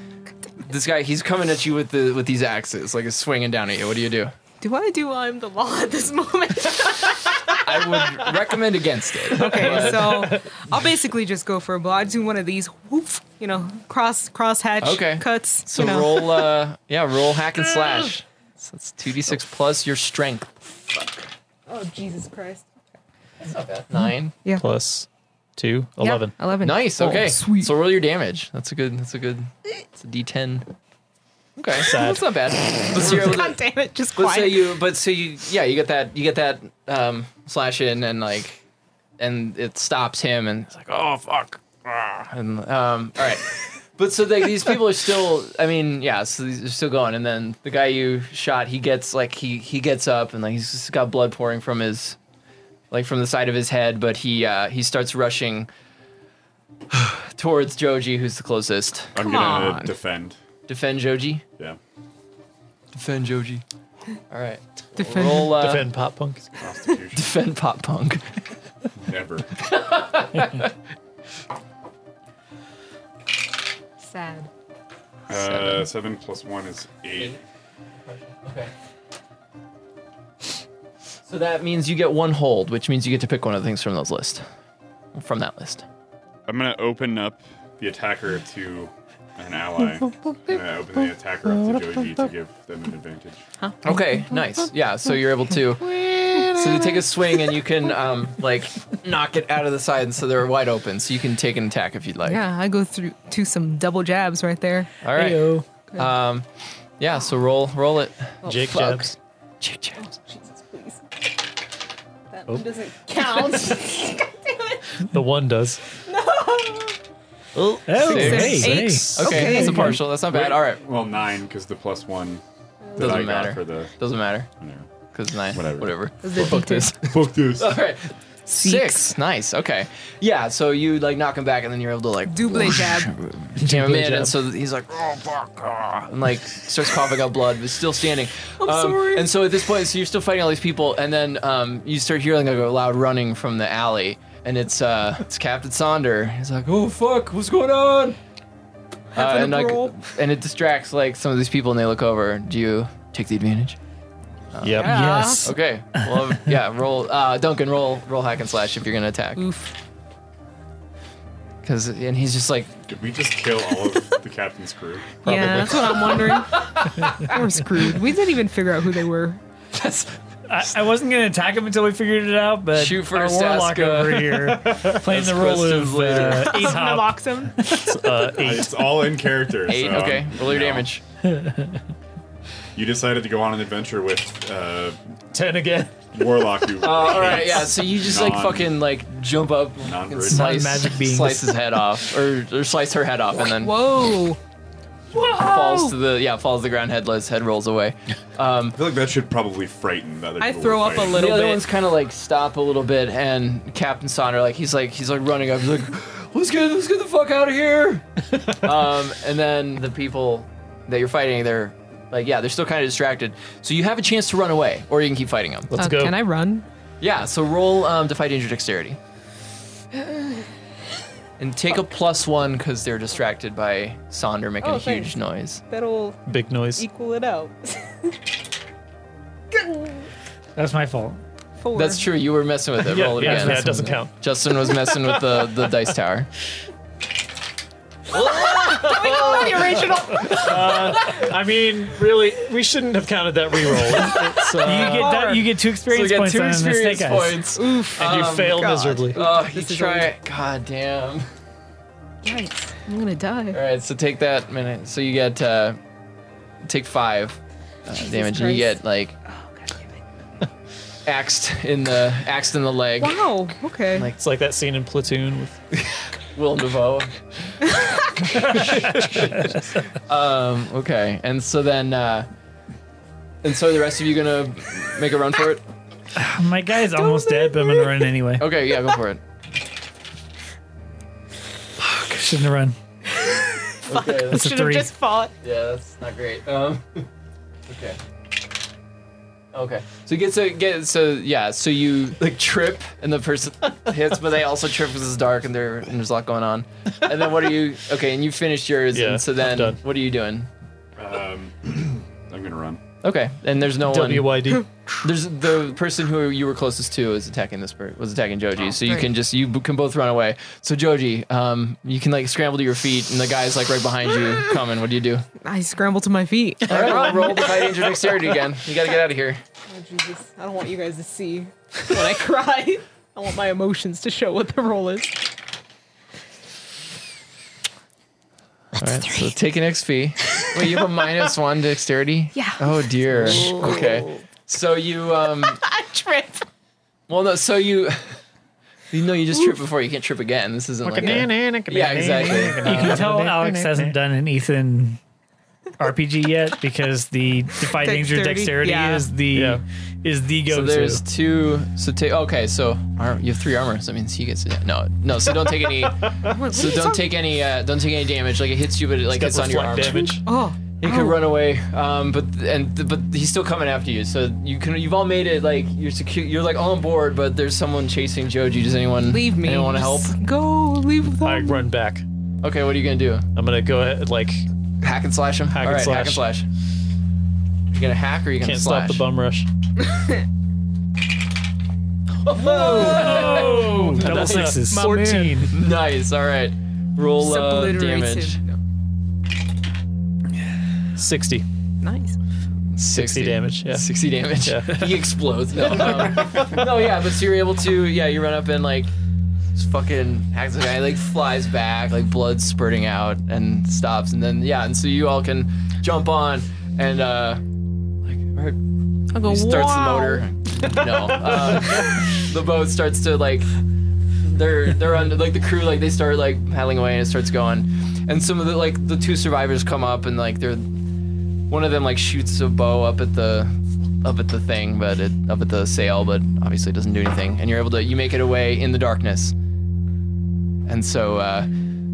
A: this guy he's coming at you with the with these axes like it's swinging down at you. What do you do?
C: Do I do I'm the law at this moment?
A: I would recommend against it.
C: okay, so I'll basically just go for a blow. I do one of these whoop, you know, cross cross hatch
A: Okay.
C: cuts.
A: So
C: you know.
A: roll uh yeah roll hack and slash. So that's two d six plus your strength.
C: Oh Jesus Christ.
A: Nine.
C: Yeah.
D: plus two.
C: Yeah,
D: Eleven.
C: Eleven.
A: Nice.
D: Oh,
A: Okay.
C: sweet.
A: So roll your damage. That's a good. That's a good. It's a D10. Okay. That's not bad. Let's hear.
C: God damn it, just
A: Let's say
C: quiet.
A: you. But so you. Yeah. You get that. You get that um, slash in and like, and it stops him and it's like, oh fuck. Ah, And um, all right. But so like these people are still. I mean, yeah. So these are still going. And then the guy you shot, he gets like he he gets up and like he's just got blood pouring from his, like from the side of his head. But he uh, he starts rushing towards Joji, who's the closest.
E: I'm gonna
C: on.
E: defend.
A: Defend Joji.
E: Yeah.
A: Defend Joji. All right.
C: Defend-
A: Roll, uh,
D: Defend pop punk.
E: Constitution.
A: defend pop punk.
E: Never.
C: Sad.
E: Uh, seven plus one is eight.
A: Okay. So that means you get one hold, which means you get to pick one of the things from those list, from that list.
E: I'm gonna open up the attacker to an ally. I'm gonna open the attacker up to Joey B to give them an advantage.
A: Okay, nice. Yeah, so you're able to. So you take a swing and you can um, like knock it out of the side, and so they're wide open. So you can take an attack if you'd like.
C: Yeah, I go through to some double jabs right there.
A: All right.
B: Heyo.
A: Um, yeah. So roll, roll it.
C: oh,
D: Jake
A: fuck.
D: jabs.
A: Check, check.
C: Jesus, please. That
A: Oh.
C: one doesn't count. God damn it.
D: The one does.
C: No.
D: Oh,
A: Six.
D: hey,
C: Eight.
D: hey.
A: Okay,
C: Okay.
A: that's a partial. That's not bad. All right.
E: Well, nine because the plus one that
A: Doesn't
E: I
A: matter.
E: got for the.
A: Doesn't matter
E: you know.
A: because nine.
E: Whatever.
A: Whatever.
C: The
A: Fuck this.
E: Fuck this.
A: All right. Six. Nice. Okay. Yeah. So you like knock him back, and then you're able to like
C: Double jab.
A: jam him
D: double
A: in,
D: jab.
A: and so he's like, oh fuck, ah," and like starts coughing up blood, but still standing. Um,
C: I'm sorry.
A: And so at this point, so you're still fighting all these people, and then um, you start hearing like a loud running from the alley, and it's uh, it's Captain Sonder. He's like, oh fuck, what's going on? Uh,
C: a
A: and like,
C: brawl.
A: and it distracts like some of these people, and they look over. Do you take the advantage?
D: Yep.
C: Yeah.
B: Yes.
A: Okay. Well, yeah. Roll, uh, Duncan. Roll, roll hack and slash if you're gonna attack.
C: Oof.
A: Cause and he's just like
E: Did we just kill all of the captain's crew?
C: Yeah, that's what I'm wondering. We're screwed. We didn't even figure out who they were.
B: I, I wasn't gonna attack him until we figured it out, but
A: Shoot for
B: our warlock
A: Saska.
B: over here playing the role
A: questions
B: of
A: later.
B: uh, Ace Hop.
C: Naloxone.
D: Uh, eight.
E: It's all in character.
A: eight.
E: so,
A: okay. Roll your
E: you know,
A: damage.
E: You decided to go on an adventure with uh,
D: Ten again.
E: Warlock. Who
A: Uh, all right. Yeah. So you just like
E: non-
A: fucking like jump up, and
E: Non-British.
A: slice,
B: Non-magic beings.
A: slice his head off, or, or slice her head off, and then
C: Whoa.
A: falls to the yeah falls to the ground headless. Head rolls away.
E: I feel like that should probably frighten the other
C: I
E: people
C: throw
E: we're
C: up a
E: fighting.
C: little
A: the other
C: bit.
A: ones kind of like stop a little bit, and Captain Sonder like he's like he's like running up. He's like, let's get let's get the fuck out of here. um, and then the people that you're fighting, they're like, yeah, they're still kind of distracted. So you have a chance to run away, or you can keep fighting them.
D: Let's
C: Uh,
D: go.
C: Can I run?
A: Yeah. So roll um, defy danger dexterity. And take a plus one because they're distracted by Sonder making
C: Oh,
A: a huge
C: thanks.
A: noise.
C: That'll
D: Big noise.
C: equal it out.
B: That's my fault.
C: Four.
A: That's true. You were messing with it.
D: Yeah,
A: roll it
D: yeah,
A: again.
D: yeah, it doesn't count.
A: Justin was messing with the, the dice tower.
D: I mean, really, we shouldn't have counted that reroll. It's, uh,
B: you get that, you get two
A: So we
B: experience
A: got
B: points
A: two
B: on this
A: experience
B: take, guys.
A: points.
D: and you
A: Um,
D: fail
A: God.
D: miserably.
A: Oh, you
C: This is
A: try it. God damn.
C: Yikes. I'm gonna die.
A: All right, so take that minute. So you get uh, take five uh, damage, and you
C: Christ.
A: get like axed in the axed in the leg.
C: Wow. Okay.
A: Like-
D: It's like that scene in Platoon with
A: Will Devoe. um, okay, and so then, uh, and so are the rest of you gonna make a run for it?
B: My guy's almost dead, but I'm gonna run anyway.
A: Okay, yeah, go for it.
B: Shouldn't have run.
A: Okay, that's,
B: It's a three.
C: fought.
A: yeah, that's not great. Um, okay. Okay. So you get so get so yeah. So you like trip and the person hits, but they also trip because it's dark and there and there's a lot going on. And then what are you? Okay, and you finished yours.
D: Yeah,
A: and so
D: I'm
A: then
D: done.
A: what are you doing?
E: Um, I'm gonna run.
A: Okay, and there's no one.
D: WYD.
A: There's the person who you were closest to is attacking this bird was attacking Joji, so you
C: great.
A: can just you b- can both run away. So Joji, um, you can like scramble to your feet, and the guy's like right behind you coming. What do you do?
C: I scrambled to my feet.
A: All right, well, roll the fight injured dexterity again. You gotta get out of here.
C: Oh, Jesus. I don't want you guys to see when I cry. I want my emotions to show what the role is.
A: All right, so take an XP. Wait, you have a minus one dexterity. Yeah. Oh dear. Okay. So you um.
C: I trip.
A: Well, no. So you. You know, you just trip before you can't trip again. This isn't like. a- yeah, exactly.
B: You can tell Alex hasn't done an Ethan RPG yet because the Defy Danger Dexterity
C: Dexterity, yeah.
B: is the
D: Yeah.
B: is the
A: So
B: go-to.
A: there's two. So take. Okay, so ar- you have three armor. So that means he gets it. No, no. So don't take any. so don't take any. Uh, don't take any damage. Like it hits you, but it like
D: Got
A: it's on your
D: reflect
A: armor.
D: damage.
C: Oh.
A: You can run away. Um, but and but he's still coming after you. So you can. You've all made it. Like you're secure. You're like all on board. But there's someone chasing Joji. Does anyone
C: Leave me.
A: Anyone want to help?
C: Just Go. Leave them.
D: I run back.
A: Okay, what are you gonna do?
D: I'm gonna go ahead, like
A: Hack and slash him.
D: Hack and
A: all right, hack and slash. You gonna hack or you gonna
D: can't
A: slash?
D: stop the bum rush.
B: oh, double
D: That's a-
B: sixes.
D: my
B: Fourteen.
A: Nice. All right. Roll
C: Just
A: uh,
C: obliterated.
A: damage.
D: Sixty.
C: Nice.
D: 60 damage. Yeah.
A: 60 damage.
D: Yeah.
A: he explodes. No, um, no, yeah, but so you're able to, yeah, you run up and like, just fucking hacks the guy, like flies back, like blood spurting out and stops. And then, yeah, and so you all can jump on and, uh, like,
C: I'll go.
A: he starts the
C: wow.
A: motor. No, um, the boat starts to like they're they're under like the crew like they start like paddling away and it starts going, and some of the like the two survivors come up and like they're one of them like shoots a bow up at the up at the thing but it up at the sail but obviously it doesn't do anything and you're able to you make it away in the darkness, and so. uh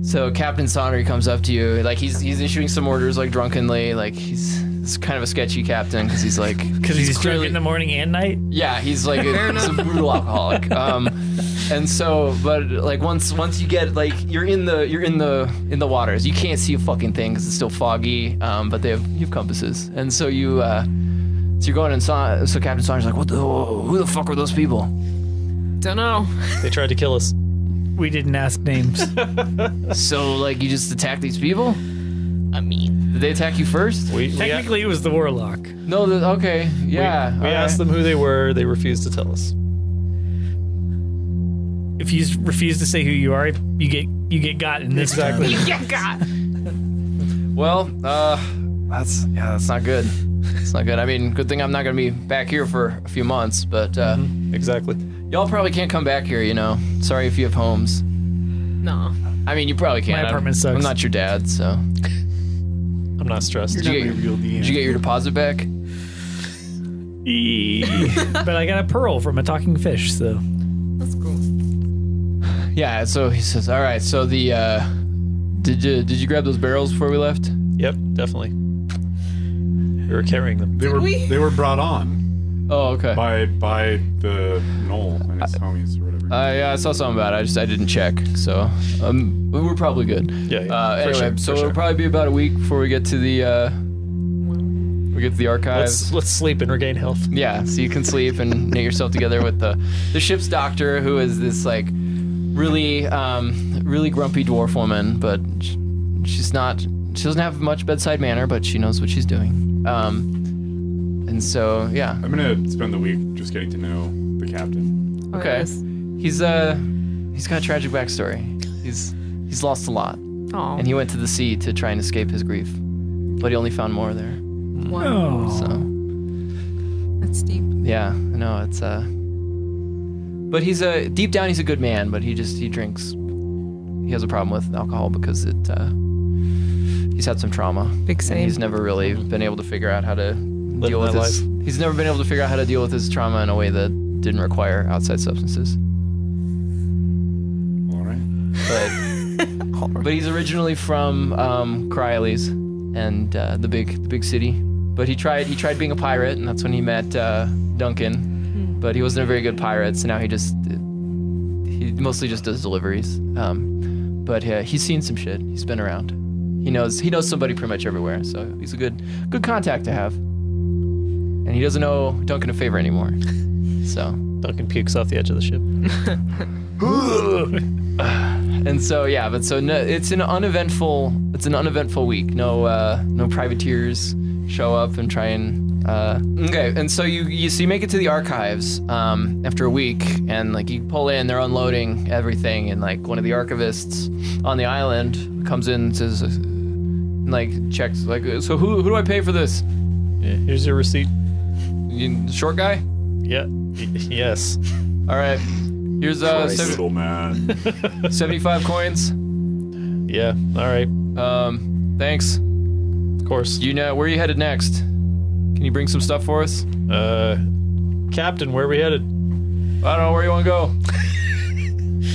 A: so Captain Sonnery comes up to you, like he's he's issuing some orders, like drunkenly, like he's, he's kind of a sketchy captain because he's like
B: Because he's, drunk
A: clearly-
B: in the morning and night.
A: yeah, he's like a, he's a brutal alcoholic. Um, and so, but like once once you get like you're in the you're in the in the waters, you can't see a fucking thing because it's still foggy. Um, but they have you have compasses, and so you uh, so you're going and saw, so Captain Saunders like, what the who the fuck are those people?
C: Don't know.
D: They tried to kill us.
B: We didn't ask names.
A: So like you just attack these people?
C: I mean,
A: Did they attack you first?
D: We, we, a-
B: Technically, it was the warlock.
A: No. The, okay. Yeah.
D: we asked them who they were. They refused to tell us.
B: If you s- refuse to say who you are, you get you get got in this
D: Exactly.
B: time.
C: yeah, God.
A: Well, uh, that's yeah, that's not good. It's not good. I mean, good thing I'm not gonna be back here for a few months, but. Uh,
D: Exactly.
A: Y'all probably can't come back here, you know. Sorry if you have homes.
C: No.
A: I mean, you probably can't. I'm-
B: apartment sucks.
A: I'm not your dad, so.
D: I'm not stressed.
A: Did you, get your, did you get your deposit back?
B: Eee. but I got a pearl from a talking fish, so
C: That's cool.
A: Yeah. So he says, "All right. So the uh, did you did you grab those barrels before we left?
D: Yep, definitely. We were carrying them.
E: They were
C: we?
E: they were brought on
A: Oh, okay. I
E: by by the knoll and his homies or whatever.
A: Uh, yeah, I saw something about it. I just I didn't check, so um, we we're probably good.
D: Yeah, yeah,
A: Uh,
D: for
A: anyway,
D: sure,
A: so
D: for
A: it'll
D: sure.
A: probably be about a week before we get to the uh, we get to the archives.
D: Let's let's sleep and regain health.
A: Yeah, so you can sleep and knit yourself together with the the ship's doctor, who is this like really um, really grumpy dwarf woman, but sh- she's not she doesn't have much bedside manner, but she knows what she's doing. Um, and so yeah,
E: I'm gonna spend the week just getting to know the captain.
A: okay. He's uh he's got a tragic backstory. He's he's lost a lot, and
C: Oh,
A: he went to the sea to try and escape his grief, but he only found more there.
C: wow.
B: Oh.
A: So.
C: That's deep.
A: Yeah, I know it's uh But he's a deep down he's a good man, but he just he drinks he has a problem with alcohol because it uh he's had some trauma.
C: Big
A: And
C: same.
A: he's never really been able to figure out how to deal with
D: that
A: his he's never been able to figure out how to deal with his trauma in a way that didn't require outside substances.
E: All right.
A: But but he's originally from um Cryley's and uh, the big the big city. But he tried he tried being a pirate and that's when he met uh, Duncan. but he wasn't a very good pirate, so now he just he mostly just does deliveries. Um, but uh, he's seen some shit. He's been around. He knows he knows somebody pretty much everywhere, so he's a good good contact to have. And he doesn't owe Duncan a favor anymore. So
D: Duncan pukes off the edge of the ship.
A: and so yeah, but so no, it's an uneventful it's an uneventful week. No uh, no privateers show up and try and uh, okay. And so you you so you make it to the archives um, after a week, and like you pull in, they're unloading everything, and like one of the archivists on the island comes in and says, uh, and, like checks like so who who do I pay for this?
D: Yeah, here's your receipt.
A: You, short guy.
D: Yeah. Y- yes.
A: All right. Here's uh,
E: Christ,
A: sev-
E: little man.
A: 75 coins.
D: Yeah. All right.
A: Um, thanks.
D: Of course.
A: You know where are you headed next? Can you bring some stuff for us?
D: Uh, Captain, where are we headed?
A: I don't know where you want to go.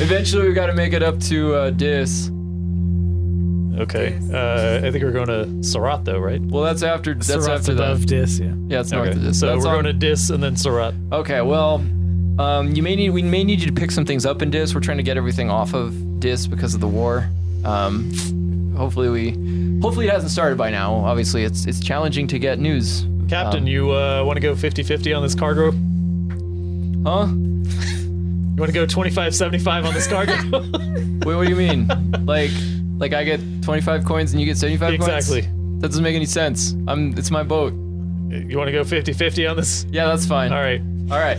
A: Eventually, we got to make it up to uh, Dis.
D: Okay.
C: Yes.
D: Uh, I think we're going to Surat, though, right?
A: Well, that's after. That's
B: Seraph's
A: after
B: above
A: that.
B: this, yeah.
A: Yeah, it's north
D: Okay.
A: of Dis.
D: So
A: That's
D: we're
A: on-
D: going to Dis and then Surat.
A: Okay. Well, um, you may need. We may need you to pick some things up in Dis. We're trying to get everything off of Dis because of the war. Um, hopefully we. Hopefully it hasn't started by now. Obviously, it's it's challenging to get news.
D: Captain,
A: Um,
D: you uh, want to go 50 50 on this cargo? You
A: Huh?
D: want to go 25 75 on this cargo?
A: Wait, what do you mean? like, like I get twenty five coins and you get seventy five coins?
D: exactly.
A: That doesn't make any sense. I'm. It's my boat.
D: You want to go 50 50 on this?
A: Yeah, that's fine.
D: All right.
A: All right.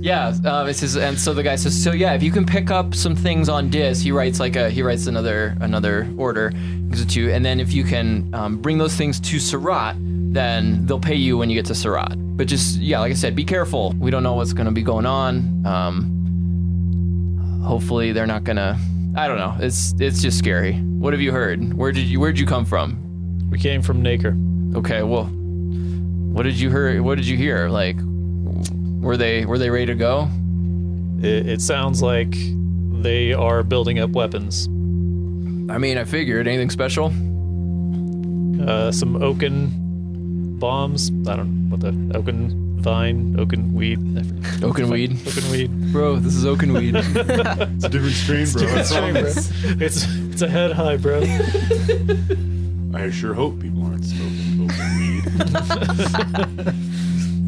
A: Yeah. Um, it says, and so the guy says, so yeah, if you can pick up some things on Dis, he writes like a he writes another another order, gives it to you, and then if you can um, bring those things to Surat, then they'll pay you when you get to Surat. But just yeah, like I said, be careful. We don't know what's gonna be going on. Um, hopefully they're not gonna. I don't know. It's it's just scary. What have you heard? Where did you where would you come from?
D: We came from Naker.
A: Okay, well, what did you hear? What did you hear? Like, were they were they ready to go?
D: It, it sounds like they are building up weapons.
A: I mean, I figured anything special.
D: Uh, some oaken bombs. I don't know what the oaken vine, oaken weed, I forget.
A: Oakenweed,
D: oaken weed.
A: bro. This is Oakenweed.
E: It's a different stream, bro. I promise.
D: It's it's a head high, bro.
E: I sure hope people aren't smoking open weed.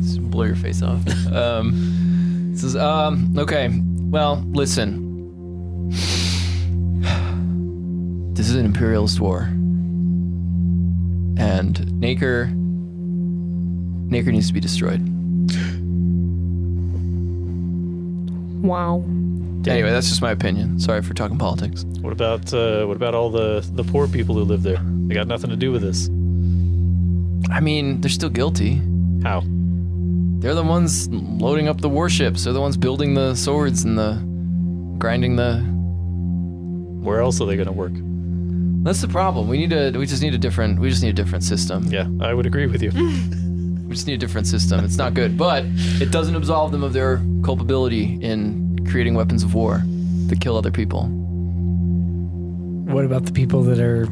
A: Just blow your face off. Um, this is um okay. Well, listen. This is an imperialist war, and Naker. Naker needs to be destroyed.
C: Wow.
A: Anyway, that's just my opinion. Sorry for talking politics.
D: What about uh, what about all the the poor people who live there? They got nothing to do with this.
A: I mean, they're still guilty.
D: How?
A: They're the ones loading up the warships. They're the ones building the swords and the grinding the.
D: Where else are they gonna work?
A: That's the problem. We need a. We just need a different. We just need a different system.
D: Yeah, I would agree with
E: Mm.
D: you.
A: We just need a different system. It's not good, but it doesn't absolve them of their culpability in creating weapons of war that kill other people.
B: What about the people that are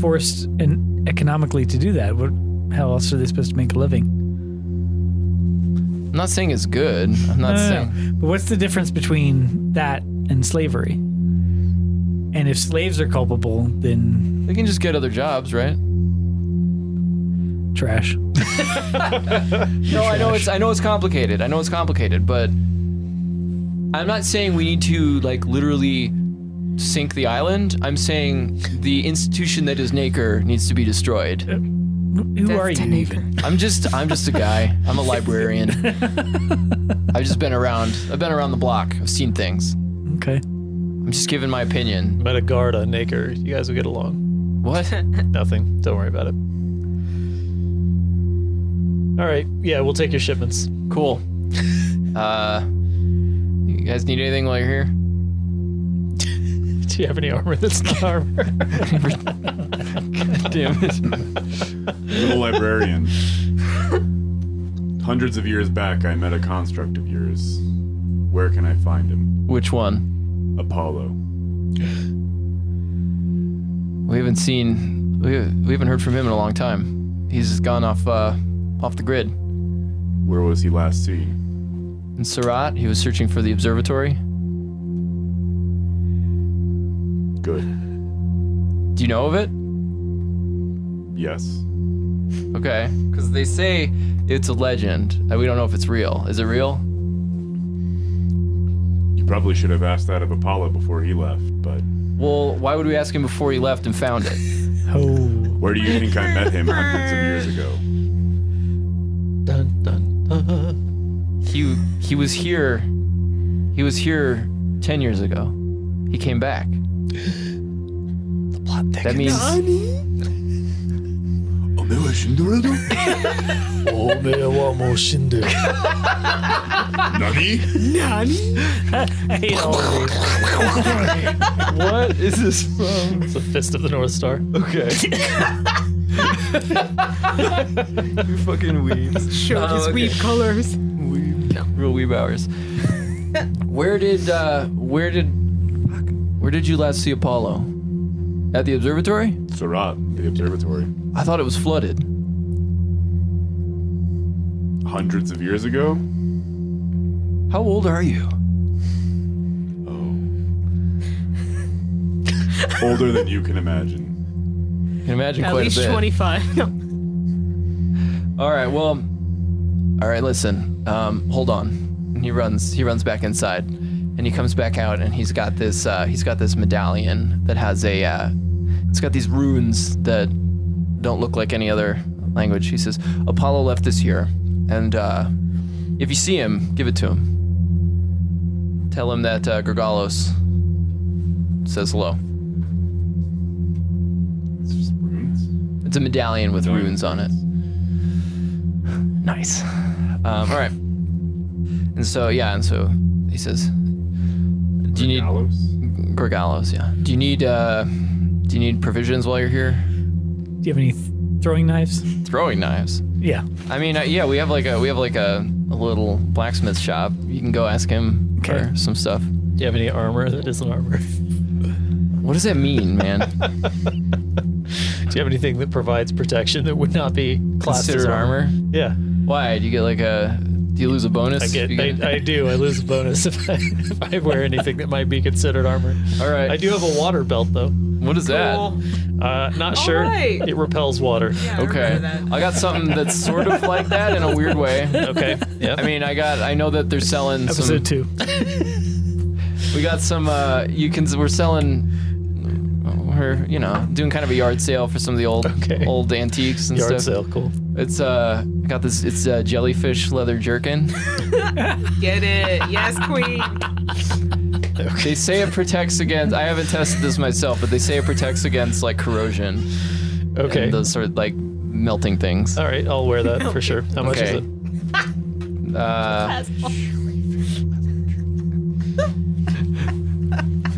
B: forced and economically to do that? What, how else are they supposed to make a living?
A: I'm not saying it's good. I'm not
B: No, no, no.
A: saying.
B: But what's the difference between that and slavery? And if slaves are culpable, then
A: They can just get other jobs, right?
B: trash.
A: No, I know it's I know it's complicated. I know it's complicated, but I'm not saying we need to like literally sink the island. I'm saying the institution that is Naker needs to be destroyed.
B: Who are you even?
A: I'm just I'm just a guy. I'm a librarian. I've just been around. I've been around the block. I've seen things.
B: Okay.
A: I'm just giving my opinion.
D: Met a guard on Naker. You guys will get along.
A: What?
D: Nothing. Don't worry about it. All right. Yeah, we'll take your shipments.
A: Cool. Uh you guys need anything while you're here?
D: Do you have any armor that's not armor?
A: Damn it.
E: Little librarian. Hundreds of years back, I met a construct of yours. Where can I find him?
A: Which one?
E: Apollo.
A: We haven't seen we, we haven't heard from him in a long time. He's gone off uh off the grid.
E: Where was he last seen?
A: In Surat, he was searching for the observatory.
E: Good.
A: Do you know of it?
E: Yes.
A: Okay. Because they say it's a legend. and We don't know if it's real. Is it real?
E: You probably should have asked that of Apollo before he left, but
A: Well, why would we ask him before he left and found it?
B: Oh.
E: where do you think I met him hundreds of years ago?
D: dun, dun, dun.
A: He he was here. He was here ten years ago. He came back.
D: Plot
A: That means
D: thickens.
E: Nani?
B: I hate all of these.
A: what is this from?
D: It's the fist of the North Star.
A: Okay. you fucking weebs.
C: Showed
A: Oh,
C: his
A: okay.
C: weave colors.
A: Weeb. Real weeb hours. Where did uh where did fuck, where did you last see Apollo? At the observatory?
E: Surat, the observatory.
A: I thought it was flooded.
E: Hundreds of years ago?
A: How old are you?
E: Oh. Older than you can imagine.
A: You can imagine
C: At
A: quite
C: least
A: a bit.
C: 25. No.
A: All right, well, all right. Listen, um, hold on. And he runs. He runs back inside, and he comes back out, and he's got this. Uh, he's got this medallion that has a. Uh, it's got these runes that don't look like any other language. He says, "Apollo left this year, and uh, if you see him, give it to him. Tell him that uh, Gregalos says hello.
E: It's just ruins.
A: It's a medallion with
E: Don't-
A: runes on it." Nice. Um, all right. And so yeah, and so he says, "Do you need
E: Gallows?
A: Gregalos? Yeah. Do you need uh, do you need provisions while you're here?
B: Do you have any th- throwing knives?
A: Throwing knives.
B: Yeah.
A: I mean, uh, yeah, we have like a we have like a, a little blacksmith shop. You can go ask him
B: Okay.
A: for some stuff.
D: Do you have any armor that isn't armor? Do
A: What does that mean, man?
D: you have anything that provides protection that would not be classed as
A: Considered armor?
D: Yeah,
A: Why? Do you get like a? Do you lose a bonus?
D: I
A: You
D: get. I, I do. I lose a bonus if I, if I wear anything that might be considered armor.
A: all right.
D: I do have a water belt though.
A: What is that?
C: Cool.
D: Uh, not sure.
C: right.
D: It repels water.
C: Yeah, I
A: Okay.
C: remember that.
A: I got something that's sort of like that in a weird way.
D: Okay. Yeah.
A: I mean, I got. I know that they're selling some.
B: Episode two.
A: We got some. Uh, you can. We're selling. We're you know doing kind of a yard sale for some of the old
D: Okay.
A: old antiques and stuff.
D: yard sale. Cool.
A: It's uh I got this. It's uh, jellyfish leather jerkin.
C: Get it. Yes, queen.
A: They say it protects against. I haven't tested this myself, but they say it protects against like corrosion
D: Okay. Uh,
A: and those sort of like melting things.
D: All right. I'll wear that for sure. How much
A: Okay.
D: is it?
A: Uh,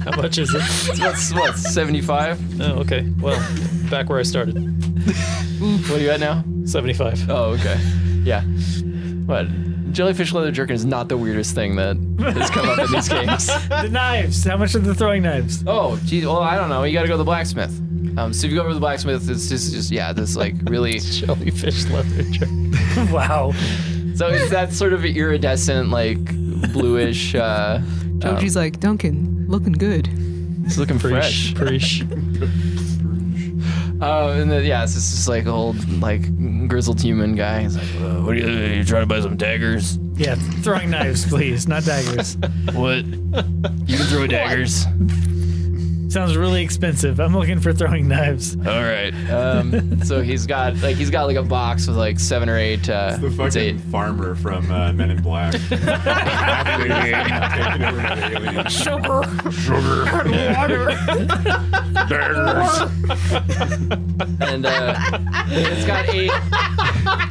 D: How much is it?
A: what's what? Seventy five.
D: Oh, okay. Well, back where I started.
A: What are you at now?
D: Seventy-five.
A: Oh, okay. Yeah. What? Jellyfish leather jerkin is not the weirdest thing that has come up in these games.
B: the knives. How much are the throwing knives?
A: Oh, geez. Well, I don't know. You got to go to the blacksmith. Um, so if you go over to the blacksmith, it's just, just yeah, this like really.
D: Jellyfish leather jerk.
B: wow.
A: So it's that sort of iridescent, like bluish. Uh, um,
C: Joji's like, Duncan, looking good.
A: it's looking fresh.
D: Preach. Preach.
A: Uh, and then, yeah, it's just this, like old, like grizzled human guy. He's like, uh, what are you, are you trying to buy some daggers?
B: Yeah, throwing knives, please, not daggers.
A: What? You can throw daggers.
B: Sounds really expensive. I'm looking for throwing knives.
A: All right. Um, so he's got like he's got like a box with like seven or eight. Uh,
E: The
A: it's eight.
E: fucking farmer from uh, Men in Black. Taking over the alien.
A: and uh, it's got eight.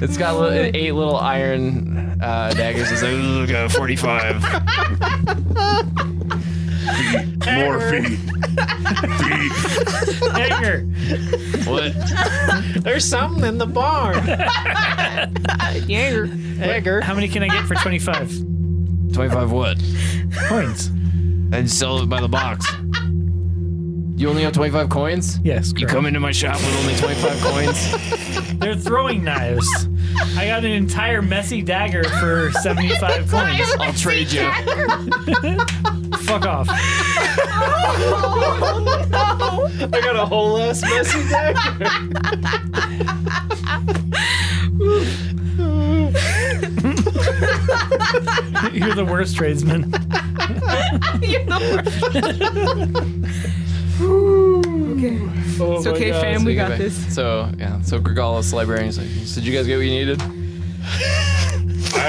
A: It's got li- eight little iron uh, daggers. It's like,
F: Ugh, uh, 45.
E: More feet.
B: Hanger.
F: What?
D: There's something in the barn.
C: Yeah.
B: How many can I get for 25
F: 25 what?
B: coins?
F: And sell it by the box.
A: you only have 25 coins.
B: Yes.
F: You
B: correct.
F: come into my shop with only 25 coins.
B: They're throwing knives. I got an entire messy dagger for 75 coins.
F: I'll trade you.
B: Fuck off.
D: I got a whole ass messy there.
B: You're the worst tradesman.
D: Oh
C: It's okay, fam. We got this.
A: So yeah. So Gregalis librarian's like, so did you guys get what you needed?
E: I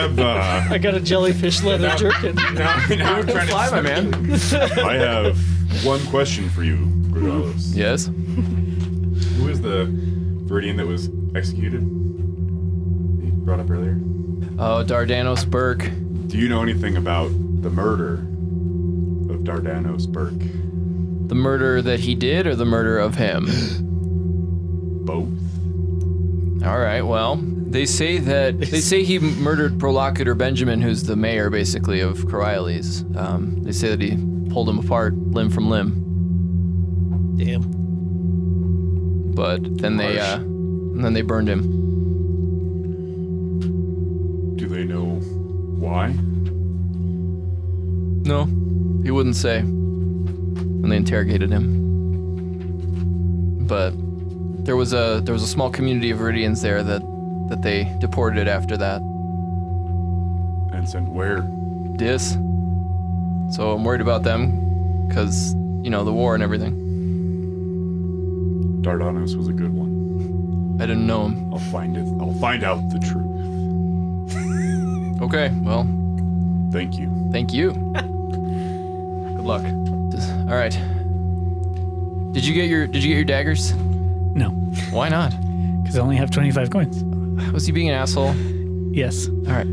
E: have. Uh,
D: I got a jellyfish leather jerkin.
E: now, now I'm trying
A: Fly,
E: to.
A: my man.
E: I have one question for you, Gregalos.
A: Yes.
E: Who is the Viridian that was executed? You brought up earlier.
A: Oh, Dardanos Burke.
E: Do you know anything about the murder of Dardanos Burke?
A: The murder that he did, or the murder of him?
E: Both.
A: All right. Well, they say that they say he murdered Prolocutor Benjamin, who's the mayor, basically of Coriolis. Um, they say that he pulled him apart limb from limb,
D: Damn.
A: but then they uh,
E: Harsh.
A: and then they burned him.
E: Do they know why?
A: No, he wouldn't say. And they interrogated him. But there was a there was a small community of Viridians there that that they deported after that.
E: And sent where?
A: Dis. So I'm worried about them, cause you know the war and everything.
E: Dardanos was a good one.
A: I didn't know him.
E: I'll find it. I'll find out the truth.
A: Okay, well,
E: Thank you.
A: Thank you. Good luck. Just- All right. Did you get your Did you get your daggers?
B: No,
A: Why not?
B: because I only have 25 coins.
A: Was he being an asshole? All
B: Yes.
A: right.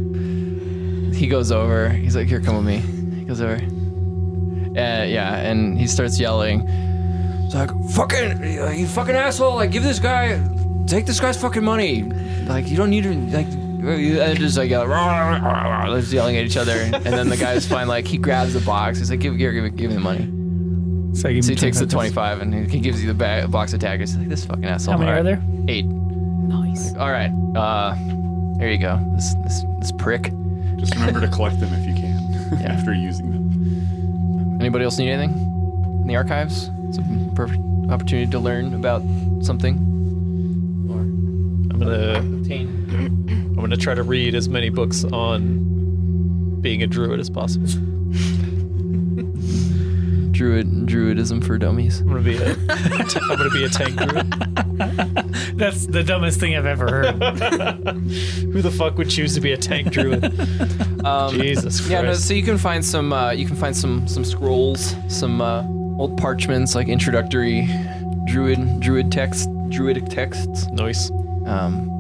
A: He goes over. He's like, "Here, come with me." He goes over. Uh, yeah, and he starts yelling. It's like, "Fucking, you fucking asshole! Like, give this guy, take this guy's fucking money. Like, you don't need to like." And just like yell, "Rah, rah, rah, rah," just yelling at each other, and then the guy's fine. Like he grabs the box. He's like, "Give, give, give, give me the money."
B: So, I give
A: So he
B: him
A: takes the
B: 25
A: 25 and he gives you the ba- box of daggers. Like this fucking asshole.
B: How many
A: All
B: are
A: right.
B: there?
A: Eight.
C: Nice.
A: All right. Uh, there you go. This this this prick.
E: Just remember to collect them if you can
A: Yeah.
E: after using them.
A: Anybody else need anything in the archives? It's a perfect opportunity to learn about something.
D: I'm gonna. I'm gonna try to read as many books on being a druid as possible. I'm
A: Druid druidism for dummies.
D: gonna be a. I'm gonna be a tank druid.
B: That's the dumbest thing I've ever heard.
D: Who the fuck would choose to be a tank druid?
A: Um,
D: Jesus Christ.
A: Yeah, no, so you can find some uh, you can find some some scrolls, some uh, old parchments like introductory druid druid text druidic texts.
D: Nice.
A: Um,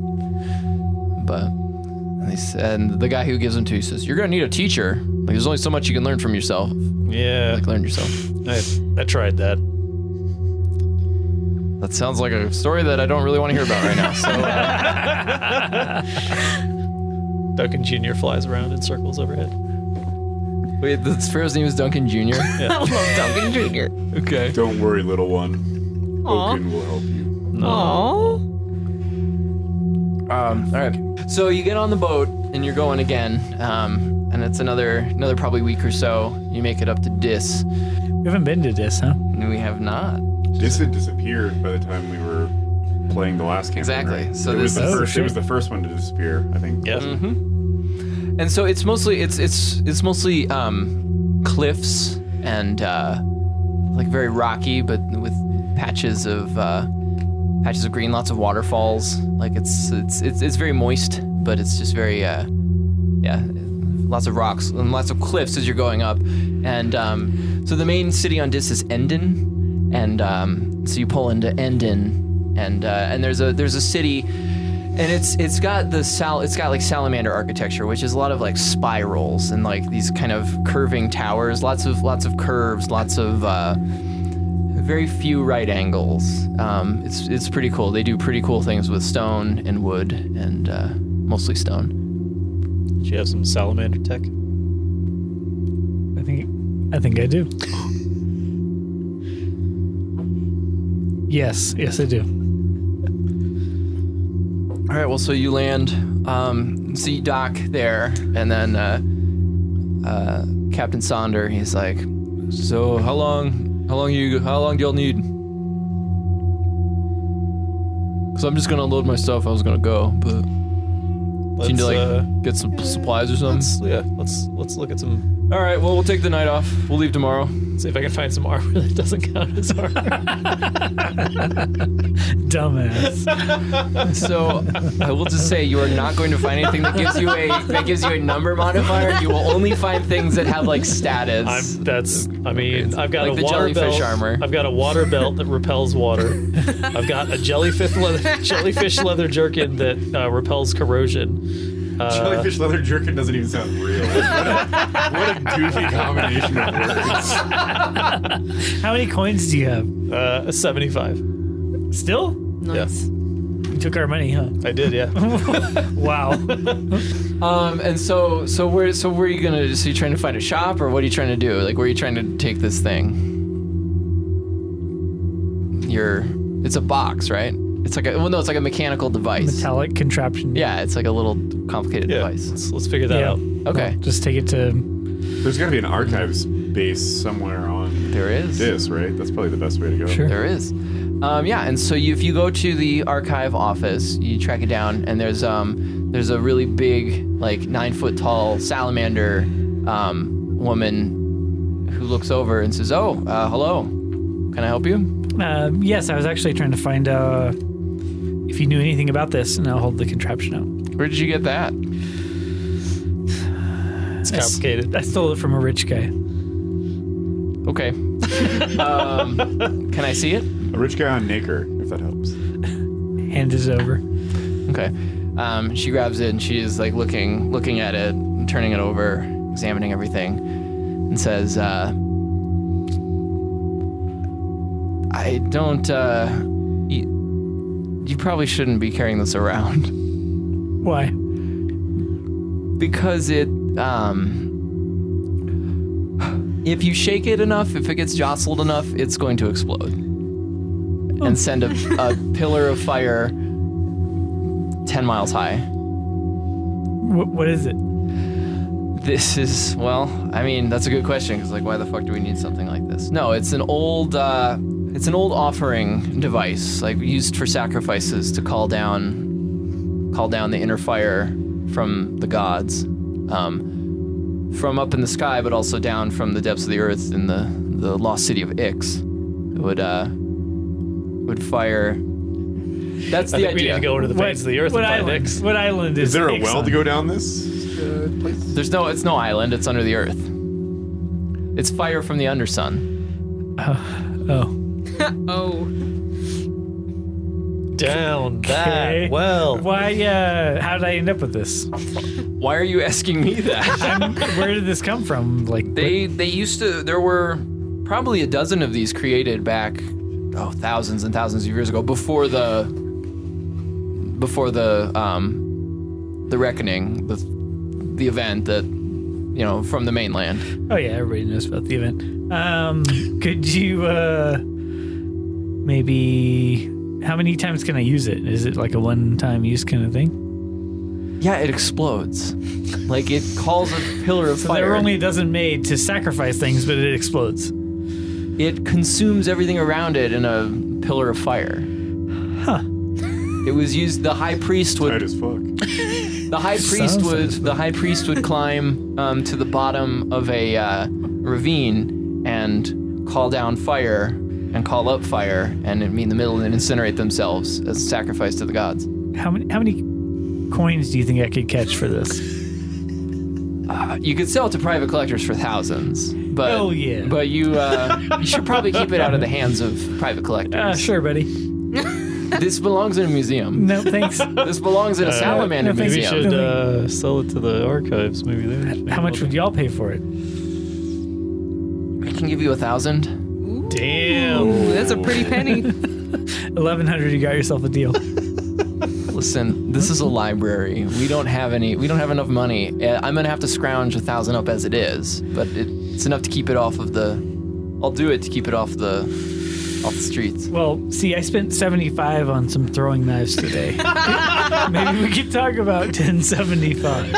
A: but and, they, s- and the guy who gives them to you says, "You're gonna need a teacher. Like, there's only so much you can learn from yourself.
D: Yeah,
A: Like, learn yourself."
D: I, I tried that.
A: That sounds like a story that I don't really want to hear about right now. So uh,
D: Duncan Jr. flies around in circles overhead.
A: wait, the pharaoh's name is Duncan Jr.
C: I love Duncan Jr.
A: Okay.
E: Don't worry, little one.
C: Aw.
E: Oaken will help you.
C: Aww.
A: Um, all right. So you get on the boat and you're going again. Um, and it's another another probably week or so. You make it up to Dis,
B: you haven't been to this, huh?
A: and we have not.
E: This had disappeared by the time we were playing the last campaign.
A: Exactly.
E: right?
A: So
E: it was
A: this
E: the
B: is-
E: first. It was the first one to disappear. I think.
D: Yeah.
A: And so it's mostly it's it's it's mostly um, cliffs and uh, like very rocky, but with patches of uh, patches of green, lots of waterfalls. Like it's it's it's, it's very moist, but it's just very uh, yeah, lots of rocks and lots of cliffs as you're going up. And um, so the main city on Dis is Endin, and um, so you pull into Endin, and uh, and there's a there's a city and it's it's got the sal it's got like salamander architecture, which is a lot of like spirals and like these kind of curving towers, lots of lots of curves, lots of uh, very few right angles. Um, it's it's pretty cool. They do pretty cool things with stone and wood and uh, mostly stone.
D: Do you have some salamander tech?
B: I think I think I do. yes, yes I do.
A: All right, well, so you land, um, so you dock there, and then uh, uh, Captain Sonder, he's like, so how long, how long you, how long do y'all need? Cause I'm just gonna load my stuff. I was gonna go, but
D: Let's,
A: you need to like
D: uh,
A: get some supplies or something.
D: let's yeah, let's let's look at some.
A: All right, well, we'll take the night off. We'll leave tomorrow.
D: See if I can find some armor that doesn't count as armor.
B: Dumbass.
A: So I will just say you are not going to find anything that gives you a that gives you a number modifier. You will only find things that have like status.
D: I'm, that's. I mean, I've got
A: Like
D: a
A: the
D: water
A: jellyfish
D: belt.
A: armor.
D: I've got a water belt that repels water. I've got a jellyfish leather jellyfish leather jerkin that uh, repels corrosion. Uh,
E: Jellyfish leather jerkin doesn't even sound real. What a, what a goofy combination of words.
B: How many coins do you have?
D: uh, seventy-five.
B: Still?
C: Nice.
B: You took our money, huh?
D: I did,
A: Oh,
D: yeah.
B: Wow.
A: Um, and so, so where, so where are you gonna? So you trying to find a shop, or what are you trying to do? Like, where are you trying to take this thing? Your, it's a box, right? It's like a well, no, it's like a mechanical device.
B: Metallic contraption.
A: yeah, it's like a little complicated
D: yeah.
A: device.
D: Let's, let's figure that
B: Yeah.
D: out.
A: Okay,
B: Just take it to
E: There's got to be an archives base somewhere on
A: there is.
E: this, right? That's probably the best way to go.
B: Sure.
A: There is. Um, yeah, and so you, if you go to the archive office, you track it down, and there's um, there's a really big, like nine foot tall salamander um, woman who looks over and says, "Oh, uh, hello, can I help you?"
B: uh, yes, I was actually trying to find uh if you knew anything about this, and I'll hold the contraption out.
A: Where did you get that?
D: It's complicated.
B: I stole it from a rich guy.
A: Okay. um, can I see it?
E: A rich guy on Naker, if that helps.
B: Handed it over.
A: Okay. Um, she grabs it and she is like looking, looking at it, and turning it over, examining everything, and says, uh, "I don't. Uh, you, you probably shouldn't be carrying this around
B: Why?
A: because it. Um, if you shake it enough, if it gets jostled enough, it's going to explode and send a, a pillar of fire ten miles high."
B: Wh- what is it?
A: This is well, I mean, that's a good question because like, why the fuck do we need something like this? No, it's an old, uh, it's an old offering device, like used for sacrifices to call down, call down the inner fire from the gods, um, from up in the sky, but also down from the depths of the earth in the the lost city of Ix. It would uh, would fire. That's
D: I
A: the
D: think we
A: idea.
D: need to go into the veins of the earth
B: what
D: and find
B: island?
D: X.
B: What island is
E: Is there a
B: Ix
E: well
B: on?
E: to go down this uh, place?
A: There's no, it's no island. It's under the earth. It's fire from the undersun.
B: Oh.
C: Oh,
D: Down
B: Okay.
D: that well.
B: Why, uh, how did I end up with this?
A: Why are you asking me that?
B: Where did this come from? Like,
A: they they used to there were probably a dozen of these created back oh thousands and thousands of years ago before the before the um the reckoning the the event that you know from the mainland.
B: Oh yeah, everybody knows about the event. Um, could you uh, maybe? How many times can I use it? Is it like a one-time use kind of thing?
A: Yeah, it explodes. Like it calls a pillar of
B: So
A: fire.
B: there are only a dozen made to sacrifice things, but it explodes.
A: it consumes everything around it in a pillar of fire. Huh. It was used the high priest would
E: Tight as fuck.
A: The high priest
B: Sounds
A: would
B: nice,
A: the high priest would climb um, to the bottom of a uh, ravine and call down fire and call up fire and meet in the middle and incinerate themselves as a sacrifice to the gods.
B: How many how many coins do you think I could catch for this?
A: Uh, You could sell it to private collectors for thousands, but
B: Hell yeah.
A: but you uh, you should probably keep it out of the hands of private collectors.
B: Uh, sure, buddy.
A: This belongs in a museum.
B: Ah. No, Uh, thanks. How
A: This belongs in a salamander
B: no, thank
D: Maybe we
B: you.
A: museum.
D: should uh, sell it to the archives. Maybe they.
B: much would y'all pay for it?
A: I can give you a thousand.
D: Damn.
C: Ooh, that's a pretty penny.
B: Eleven hundred, you got yourself a deal.
A: Listen, this is a library. We don't have any. We don't have enough money. Uh, I'm gonna have to scrounge a thousand up as it is, but it, it's enough to keep it off of the. I'll do it to keep it off the off the streets.
B: Well, see, I spent seventy five on some throwing knives today. Maybe we could talk about ten seventy five.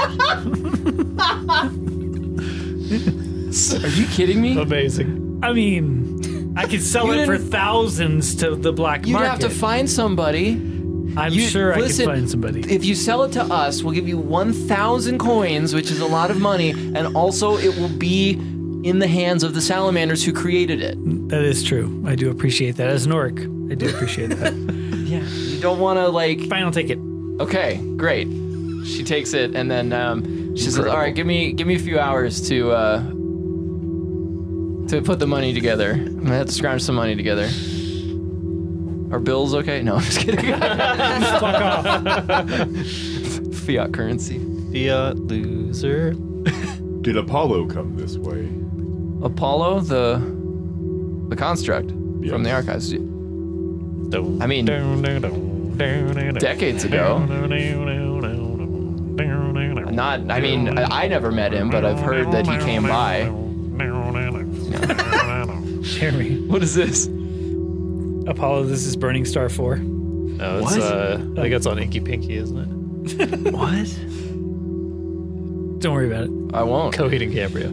A: Are you kidding me?
D: Amazing.
B: I mean, I could sell
A: You
B: it for
A: didn't-
B: thousands to the black
A: You'd
B: market.
A: have to find somebody.
B: I'm
A: you-
B: sure
A: listen,
B: I could find somebody.
A: If you sell it to us, we'll give you 1,000 coins, which is a lot of money, and also it will be in the hands of the salamanders who created it.
B: That is true. I do appreciate that. As an orc, I do appreciate that.
A: You don't want to, like,
B: Fine, I'll take it.
A: okay, great. She takes it, and then um, she says, all right, give me, give me a few hours to. Uh, to put the money together, I'm gonna have to scrounge some money together. Are bills okay? No, I'm just kidding.
B: Fuck off.
A: Fiat currency.
D: Fiat loser.
E: Did Apollo come this way?
A: Apollo, the the construct from the
E: Yes.
A: archives.
D: Dun,
A: I mean,
D: dun, dun, dun, dun, dun, dun.
A: decades ago.
D: Dun, dun, dun, dun, dun, dun, dun.
A: Not, I mean, I I never met him, but I've heard that he came by.
B: Jeremy.
A: What is this?
B: Apollo, this is Burning Star 4.
D: No, it's
A: What?
D: uh, I think it's on Inky Pinky, isn't
A: What?
B: Don't worry about it.
A: I won't.
D: it? Coheed and Cambria.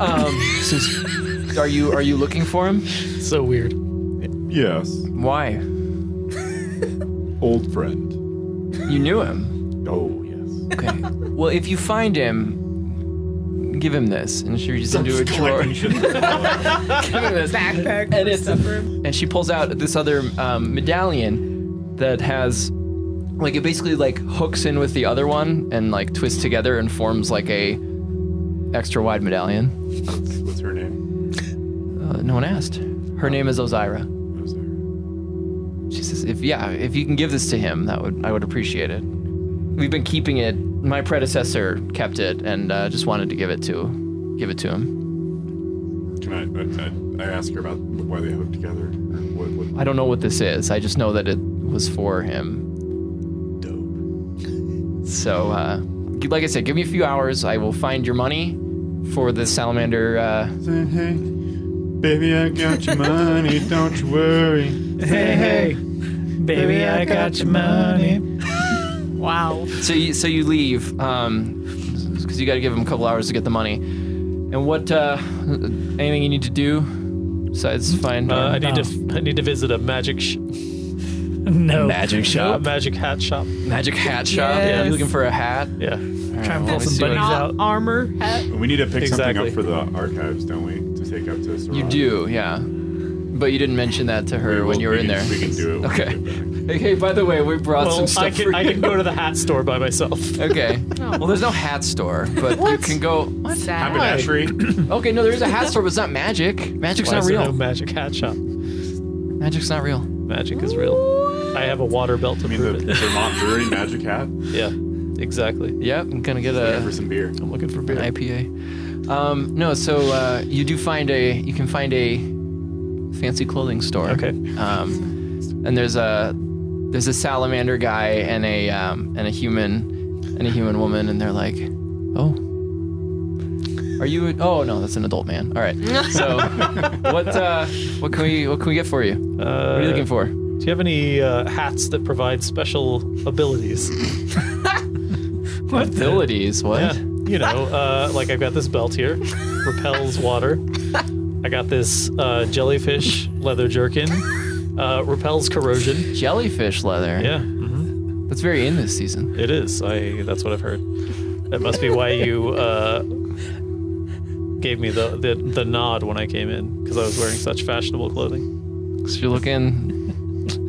A: Um, are you are you looking for him?
D: So weird.
E: Yes.
A: Why?
E: Old friend.
A: You knew him.
E: Oh, yes.
A: Okay. Well, if you find him, give him this, and she reaches into her drawer. give him this.
C: Backpack.
A: And it's and she pulls out this other um, medallion that has like it basically like hooks in with the other one and like twists together and forms like a extra wide medallion.
E: What's her name?
A: Uh, no one asked. Her name is Ozira.
E: That was her.
A: She says, "If yeah, if you can give this to him, that would I would appreciate it. We've been keeping it. My predecessor kept it, and uh, just wanted to give it to, give it to him.
E: Can I, I, I, I ask her about why they hooked together? Or what, what
A: I don't know what this is. I just know that it was for him.
E: dope.
A: So, uh, like I said, give me a few hours. I will find your money for the salamander. Uh,
E: Say, hey, baby, I got your money. Don't you worry.
B: Hey, hey. Baby, I got your money.
C: Wow.
A: so, you, so you leave because you got to give him a couple hours to get the money. And what? Uh, anything you need to do besides find?
D: Uh, I
A: our-
D: need to I need to visit a magic sh-
B: No.
A: Magic
D: a
A: shop,
D: magic hat shop.
A: magic hat shop. Yeah,
C: Yes.
A: you looking for a hat?
D: Yeah.
B: Try and
A: All
B: pull
A: right, let me
B: some
A: see what-
B: buddies
C: Not
B: out.
C: armor hat.
E: We need to pick
D: Exactly.
E: something up for the archives, don't we? To take up to Sarah.
A: You do, yeah. But you didn't mention that to her when you were in there.
E: We can do it. when we
A: Okay.
E: get back.
A: Hey, hey, by the way, we brought some
D: Well,
A: stuff
D: I can
A: for
D: I
A: you.
D: can go to the hat store by myself.
A: Okay. Well, there's no hat store, but you can go. What?
C: Sad.
E: Haberdashery.
A: Okay, no, there is a hat store, but it's not magic. Magic's
D: Why
A: not
D: is there
A: real.
D: No magic hat shop.
A: Magic's not real.
D: Magic is real. I have a water belt to
E: I mean,
D: prove
E: the
D: it.
E: Vermont Brewery magic hat.
D: Yeah, exactly.
A: Yep, I'm gonna get
E: Here for
A: a
E: some beer.
D: I'm looking for
A: an
D: beer.
A: IPA. Um, no, so uh, you do find a you can find a fancy clothing store.
D: Okay.
A: Um, and there's a there's a salamander guy and a um, and a human and a human woman, and they're like, oh. Are you? a- oh no, that's an adult man. All right. So, what uh, what can we what can we get for you? What
D: Uh,
A: are you looking for?
D: Do you have any uh, hats that provide special abilities?
A: What abilities? What?
D: Yeah, you know, uh, like I've got this belt here, repels water. I got this uh, jellyfish leather jerkin, uh, repels corrosion.
A: Jellyfish leather.
D: Yeah,
A: That's very in this season.
D: it is. I. That's what I've heard. That must be why you uh, gave me the, the, the nod when I came in because I was wearing such fashionable clothing.
A: So you're looking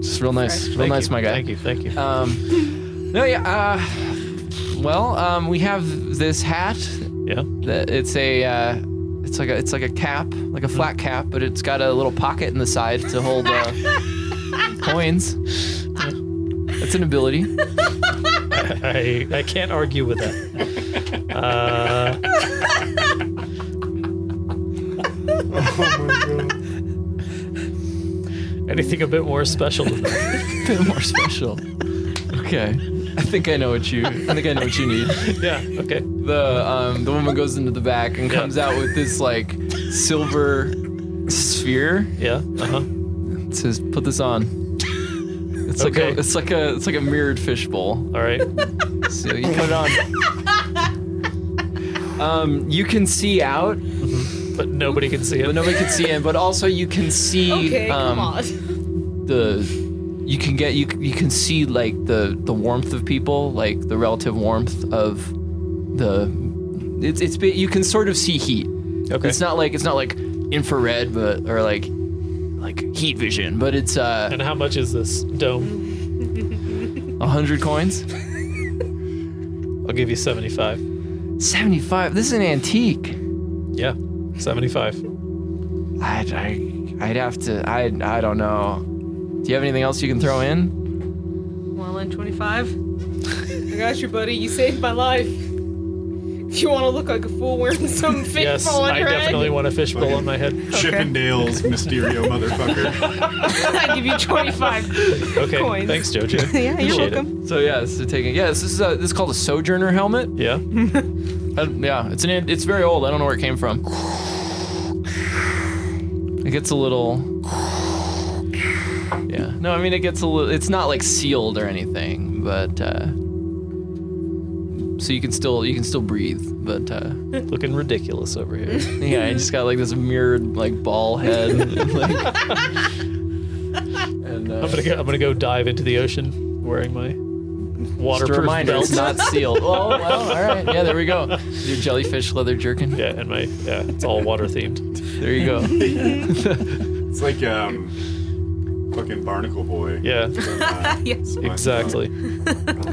A: just real nice, real
D: Thank
A: nice,
D: you,
A: my guy.
D: Thank you, thank you.
A: Um, no, yeah. Uh, well, um, we have this hat.
D: yeah,
A: that- It's a, uh, it's like a, it's like a cap, like a flat cap, but it's got a little pocket in the side to hold uh, coins. That's an ability.
D: I I can't argue with that. Uh, anything a bit more special than that?
A: bit more special. Okay. I think I know what you. I think I know what you need.
D: Yeah. Okay.
A: The um, the woman goes into the back and comes out with this like silver sphere.
D: Yeah. Uh huh.
A: It says, "Put this on." It's like a
D: Okay.
A: it's like a it's like a mirrored fishbowl.
D: All right.
A: So you put it on. Um, you can see out,
D: But nobody can see
A: but
D: it.
A: nobody can see in. But also, you can see
G: Okay,
A: um,
G: come on.
A: the you can get you you can see like the the warmth of people like the relative warmth of the it's it's you can sort of see heat
D: Okay.
A: it's not like it's not like infrared but or like like heat vision but it's uh
D: And how much is this dome?
A: 100 coins
D: I'll give you seventy-five.
A: 75 this is an antique
D: Yeah. Seventy-five.
A: I'd, I, I'd have to I I don't know do you have anything else you can throw in
G: Well, in 25. I got you, buddy. You saved my life. If you want to look like a fool wearing some fishbowl
D: Yes,
G: on
D: I
G: your
D: definitely
G: head,
D: want a fishbowl on my head.
E: Chippendales Mysterio motherfucker.
G: I give you 25.
D: Okay.
G: Coins.
D: Thanks, Jojo.
C: Yeah, you're
D: Appreciate it.
C: welcome.
A: so yeah so taking yeah this is a, this is called a sojourner helmet
D: Yeah.
A: Uh, yeah, it's an it's very old. I don't know where it came from. It gets a little. Yeah. No, I mean it gets a little. It's not like sealed or anything, but uh, so you can still you can still breathe. But uh,
D: Looking ridiculous over here.
A: yeah, I just got like this mirrored like ball head. like, and uh,
D: I'm gonna go, I'm gonna go dive into the ocean wearing my
A: just a
D: waterproof
A: reminder,
D: belt.
A: it's not sealed. Oh well, all right. Yeah, there we go. Your jellyfish leather jerkin.
D: yeah, and my yeah, it's all water themed.
A: There you go.
E: It's like um, fucking Barnacle Boy.
D: Yeah,
E: Uh,
G: yes.
D: exactly.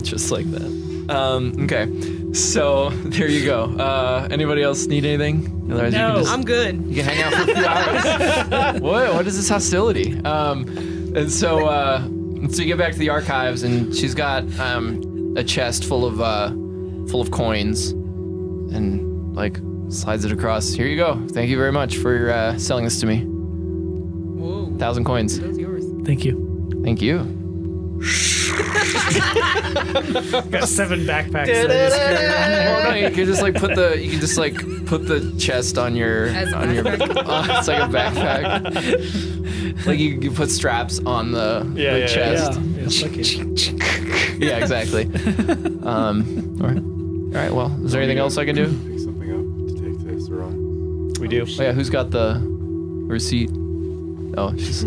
A: just like that. Um, okay, so there you go. Uh, anybody else need anything? Otherwise, you can
B: No.
A: just
G: I'm good.
A: you can hang out for a few hours. what? What is this hostility? Um, and so, uh, so you get back to the archives, and she's got um, a chest full of uh, full of coins, and like slides it across. Here you go. Thank you very much for uh, selling this to me.
G: Whoa.
A: Thousand coins.
G: That was yours.
B: Thank you.
A: Thank you.
B: Got seven backpacks. that I just carry.
A: Well, no, you can just like put the you can just like put the chest on your
G: As a
A: on your
G: backpack.
A: on- it's like a backpack. like you can put straps on the,
D: Yeah,
A: the
D: yeah,
A: chest.
B: Oh, Yeah, yeah, fuck it.
A: Yeah, exactly. um, all right, all right. Well, is there anything else I can do?
E: Pick something up to take to Sarah.
D: We do.
A: Oh yeah, who's got the receipt? Oh, she's.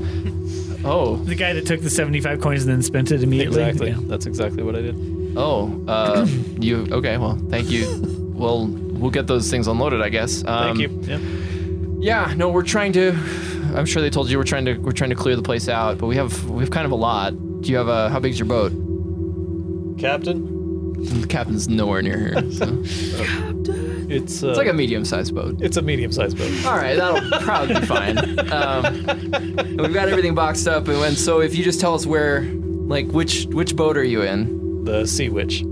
A: Oh,
B: The guy that took the 75 coins and then spent it immediately.
D: Exactly.
B: Yeah.
D: That's exactly what I did.
A: oh. Uh, you okay? Well, thank you. Well, we'll get those things unloaded, I guess. Um,
D: Thank you. Yeah.
A: Yeah, no, we're trying to. I'm sure they told you we're trying to we're trying to clear the place out, but we have we have kind of a lot. Do you have a how big's your boat?
D: Captain,
A: The captain's nowhere near here. so. It's
D: it's uh,
A: like a medium sized boat.
D: it's a medium sized boat.
A: All right, that'll probably be fine. Um, we've got everything boxed up, and, and so if you just tell us where, like which which boat are you in?
D: The Sea Witch.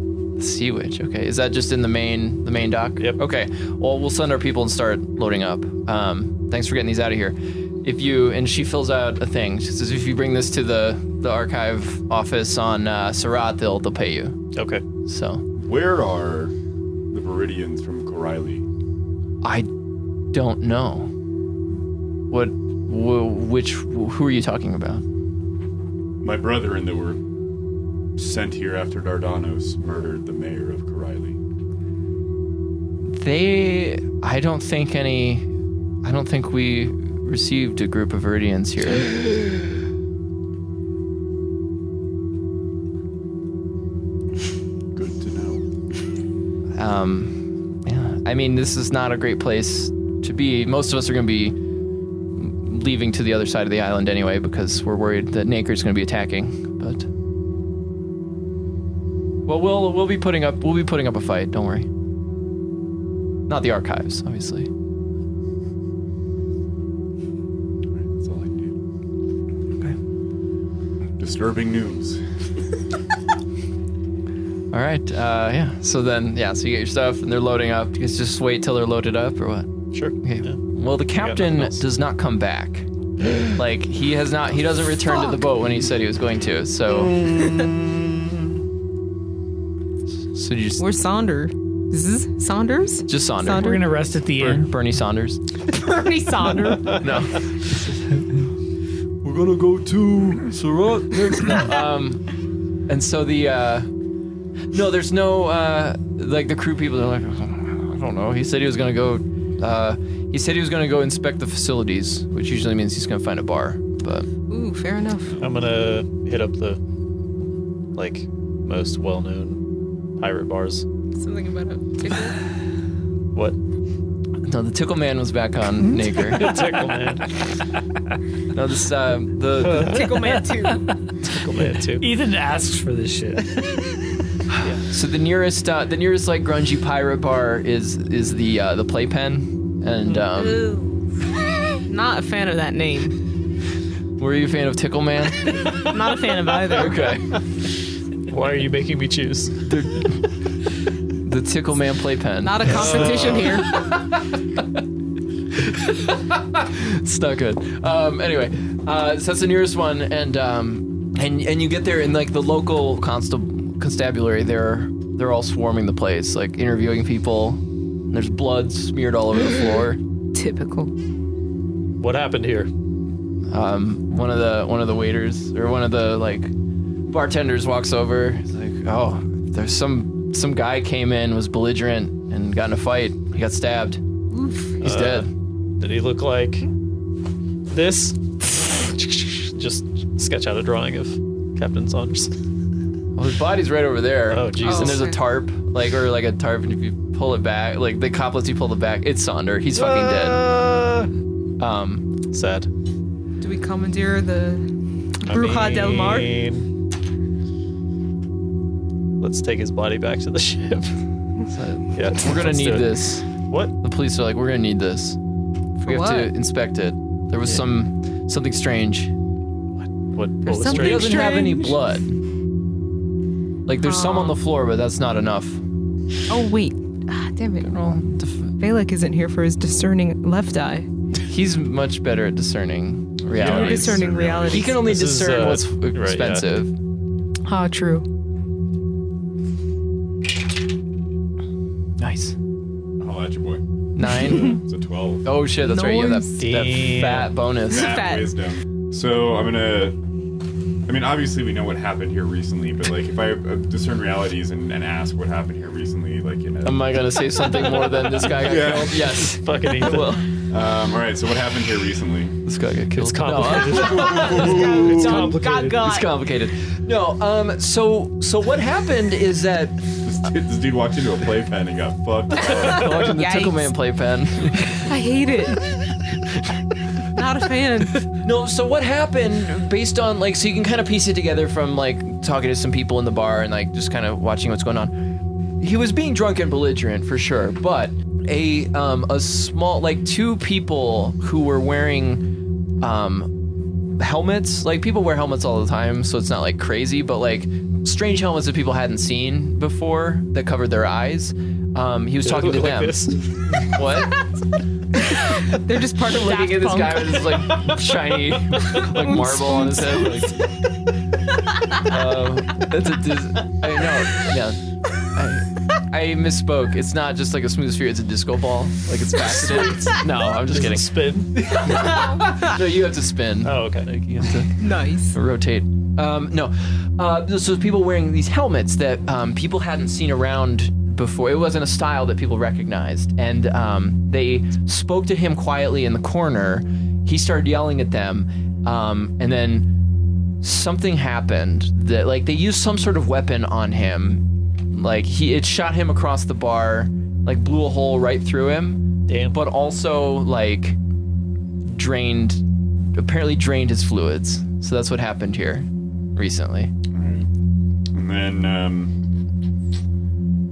A: Sea Witch. Okay, is that just in the main the main dock?
D: Yep.
A: Okay. Well, we'll send our people and start loading up. Um, thanks for getting these out of here. If you and she fills out a thing, she says if you bring this to the the archive office on uh, Surat, they'll they'll pay you.
D: Okay.
A: So
E: Where are the Viridians from Corelli?
A: I don't know. What? Wh- which? Who are you talking about?
E: My brethren that were sent here after Dardanos murdered the mayor of Corelli.
A: They. I don't think any. I don't think we received a group of Viridians here.
E: Good to know.
A: Um, yeah. I mean, this is not a great place to be. Most of us are going to be leaving to the other side of the island anyway because we're worried that Naker's going to be attacking. But well, we'll we'll be putting up we'll be putting up a fight. Don't worry. Not the archives, obviously.
E: That's all I need. Disturbing news.
A: All right. Uh, yeah. So then, yeah. So you get your stuff, and they're loading up. You guys just wait till they're loaded up, or what?
D: Sure.
A: Okay.
D: Yeah.
A: Well, the captain
D: nothing else.
A: does not come back. like he has not. He doesn't return to the boat when he said he was going to. So. so you just
C: Or Saunders. Zzz, Saunders?
A: just Saunders.
B: We're gonna rest at the
A: Bern-
B: end.
A: Bernie Saunders.
C: Bernie Saunders.
A: No.
F: We're gonna go to Surat next.
A: um, and so the uh, no, there's no uh, like the crew people. They're like, I don't know. He said he was gonna go. Uh, he said he was gonna go inspect the facilities, which usually means he's gonna find a bar. But
C: Ooh, fair enough.
D: I'm gonna hit up the like most well-known pirate bars.
G: Something about a tickle.
D: What?
A: no, the tickle man was back on Naker.
D: Tickle man.
A: no, this uh, the,
G: tickle man too.
D: Tickle man too.
B: Ethan asks for this shit.
A: the so the nearest uh, the nearest like grungy pirate bar is is the uh, the playpen. And
C: Mm.
A: um,
C: Not a fan of that name.
A: were you a fan of Tickle Man?
C: Not a fan of either.
A: Okay.
D: Why are you making me choose?
A: The Tickle Man playpen.
C: Not a competition here.
A: it's not good. Um, anyway, uh, so that's the nearest one, and um, and and you get there, and like the local constable constabulary, they're they're all swarming the place, like interviewing people. And there's blood smeared all over the floor.
C: Typical.
D: What happened here?
A: Um, one of the one of the waiters or one of the like bartenders walks over. He's like, "Oh, there's some some guy came in was belligerent and got in a fight. He got stabbed. He's
D: Uh,
A: dead.
D: Did he look like this? Just sketch out a drawing of Captain Saunders.
A: Well, his body's right over there.
D: Oh, Jesus.
A: And there's a
C: Okay.
A: tarp, like or like a tarp, and if you pull it back, like the cop lets you pull it back, it's Sonder. He's fucking dead. Um,
D: Uh, Sad.
C: Do we commandeer the
D: I
C: Bruja del Mar?
D: mean, Let's take his body back to the ship.
A: so
D: Yeah,
A: we're gonna
D: let's do
A: need
D: it.
A: this.
D: What?
A: The police are like, we're gonna need this. we have to
C: what?
A: inspect it. There was some something strange.
D: What? What was
C: something-
A: He
D: strange?
A: doesn't have any
C: Strange.
A: blood. Oh. Like there's some on
C: Aw.
A: the floor, but that's not enough.
C: Oh wait. Ah, damn it.
A: Well, def-
C: Balak isn't here for his discerning left eye.
A: He's much better at discerning
C: Or
A: reality.
C: discerning reality.
A: He can only
D: This is,
A: discern
D: uh,
A: what's
D: right, yeah.
A: expensive.
C: Ah, true.
A: Nice.
E: I'll at you, boy.
A: Nine.
E: It's a 12.
A: oh shit, that's right. You have
C: Nice.
A: that, that
D: Damn.
A: fat bonus.
E: Fat
C: fat.
E: wisdom. So I'm gonna. I mean, obviously we know what happened here recently, but like if I uh, discern realities and, and ask what happened here recently, like you know.
A: Am I gonna say something more than this guy got
E: Yeah.
A: killed? Yes.
D: Fucking Ethan.
A: Well,
E: Um, all right. So what happened here recently?
A: this guy got killed.
D: it's complicated.
E: Ooh.
D: complicated.
A: it's complicated. No. Um. So so what happened is that
E: This, dude, this dude walked into a playpen and got fucked. up.
A: I'm watching the
C: Yikes.
A: Tickle Man playpen.
C: I hate it. Not a fan.
A: No, so what happened based on like so you can kind of piece it together from like talking to some people in the bar and like just kind of watching what's going on. He was being drunk and belligerent for sure, but a um a small like two people who were wearing um helmets, like people wear helmets all the time, so it's not like crazy, but like strange helmets that people hadn't seen before that covered their eyes. Um, he was talking to
D: Look
A: them.
D: like this.
A: What?
C: They're just part of
A: looking at
C: Daft
A: this
C: Punk.
A: guy with his like shiny like marble on his head. Like, um, that's a dis- I know. Yeah. I, I misspoke. It's not just like a smooth sphere. It's a disco ball. Like it's faceted. no, I'm just
D: Does it
A: kidding.
D: Spin.
A: No, you have to spin.
D: Oh, okay.
A: You have to
C: Nice.
A: rotate. Um, no, uh, so people wearing these helmets that um, people hadn't seen around before. It wasn't a style that people recognized, and um, they spoke to him quietly in the corner. He started yelling at them, um, and then something happened that like they used some sort of weapon on him. Like he, it shot him across the bar, like blew a hole right through him.
D: Damn.
A: but also like drained, apparently drained his fluids. So that's what happened here recently.
E: And then, um,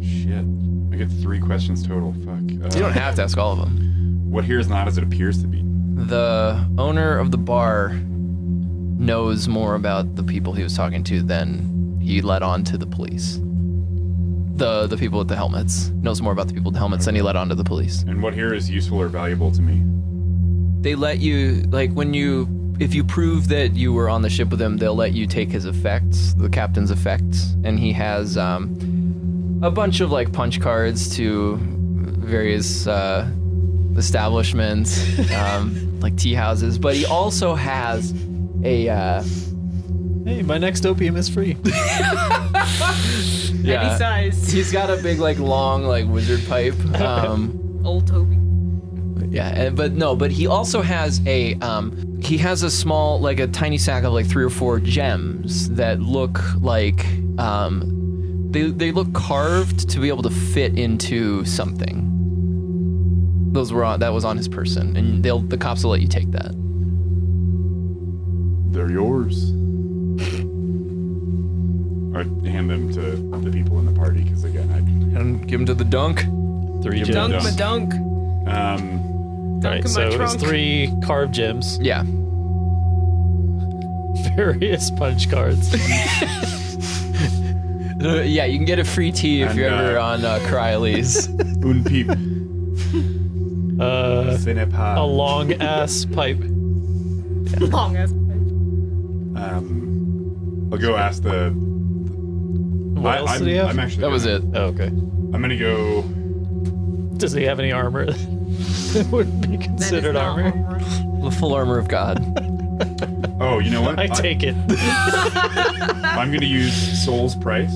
E: shit. I get three questions total. Fuck. Uh,
A: You don't have to ask all of them.
E: what here is not as it appears to be.
A: the owner of the bar knows more about the people he was talking to than he let on to the police. The the people with the helmets knows more about the people with the helmets than he let on to the police.
E: And what here is useful or valuable to me?
A: They let you like when you if you prove that you were on the ship with him, they'll let you take his effects, the captain's effects, and he has um, a bunch of like punch cards to various uh, establishments, um, like tea houses. But he also has a uh,
D: Hey, my next opium is free.
A: yeah.
G: Any size.
A: He's got a big like long like wizard pipe. Um,
G: Old Toby.
A: yeah, and, but no, but he also has a um, he has a small like a tiny sack of like three or four gems that look like um, they they look carved to be able to fit into something. Those were on, that was on his person, and they'll the cops will let you take that.
E: They're yours. I hand them to the people in the party because again, I
A: And give him to the dunk.
D: Three gems.
G: Dunk
E: dunk.
G: ma dunk.
E: um
D: All right,
G: in my
D: so it's
G: trunk.
D: three carved gems,
A: Yeah,
D: various punch cards.
A: Uh, yeah. You can get a free tea if
E: And,
A: you're ever
E: uh,
A: on uh, Cryolese.
E: un peep
D: Uh,
E: cinepa.
D: a long ass pipe.
G: Long ass.
E: Um, I'll go ask the.
D: What
E: I,
D: else
E: I'm,
D: did he have?
E: I'm actually.
A: that was
E: gonna-
A: it.
D: oh, okay.
E: I'm gonna go.
D: Does he have any armor that would be considered armor?
A: The full armor of God.
E: Oh, you know what?
D: I take it.
E: I'm gonna use Soul's Price.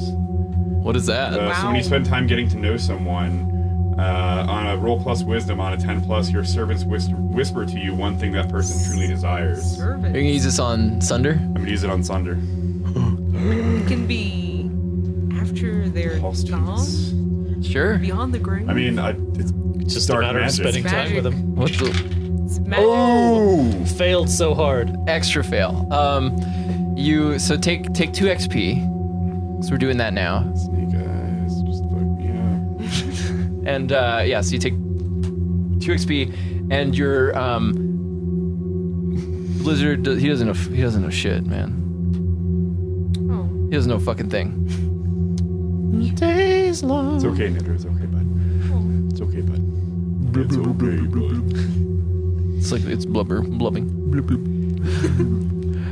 A: What is that?
E: Uh, So when you spend time getting to know someone, uh, on a roll plus wisdom on a ten plus, your servants whisper, whisper to you one thing that person truly desires. I'm
A: Are you gonna use this on Sunder?
E: gonna use it on Sunder.
G: can be after their
E: All
G: knob,
E: students.
A: Sure.
G: beyond the grave.
E: I mean, I, it's
D: It's just a
E: Dark
D: matter
E: magic.
D: of spending time
G: Magic.
D: with him.
A: What's the
G: It's magic.
E: oh,
D: Failed so hard.
A: extra fail? Um, you so take take two XP. So we're doing that now,
E: snake eyes, just fuck me up.
A: and uh, yeah, so you take two XP, and your um, Blizzard do- he doesn't know f- he doesn't know shit, man.
G: Oh.
A: He doesn't know a fucking thing.
D: Days long.
E: It's okay, Nitter. It's okay, bud. It's okay, bud. It's okay, bud.
A: It's like it's blubber blubbing.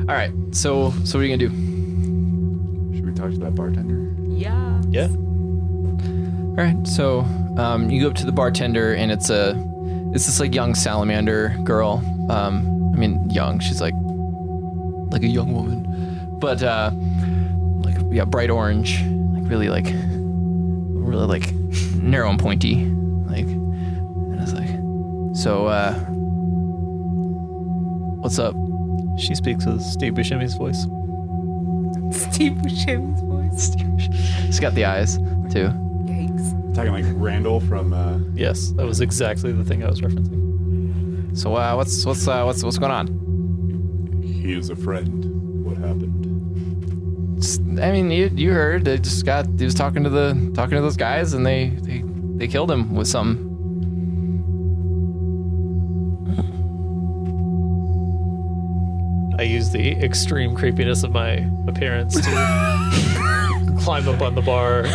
A: All right, so so what are you gonna do?
E: Should we talk to that bartender?
G: Yeah.
D: Yeah.
A: All right, so um, you go up to the bartender, and it's a it's this like young salamander girl. Um, I mean, young. She's like like a young woman, but uh, like yeah, bright orange, like really like really like narrow and pointy, like. And I was like, so uh, what's up?
D: She speaks with Steve Buscemi's voice.
G: Steve Buscemi's voice.
A: She's got the eyes too.
G: Yikes.
E: Talking like Randall from. Uh,
D: Yes, that was exactly the thing I was referencing.
A: So uh, what's what's uh, what's what's going on?
E: he is a friend. What happened?
A: Just- I mean, you you heard they just got he was talking to the talking to those guys and they they, they killed him with something.
D: I used the extreme creepiness of my appearance to climb up on the bar,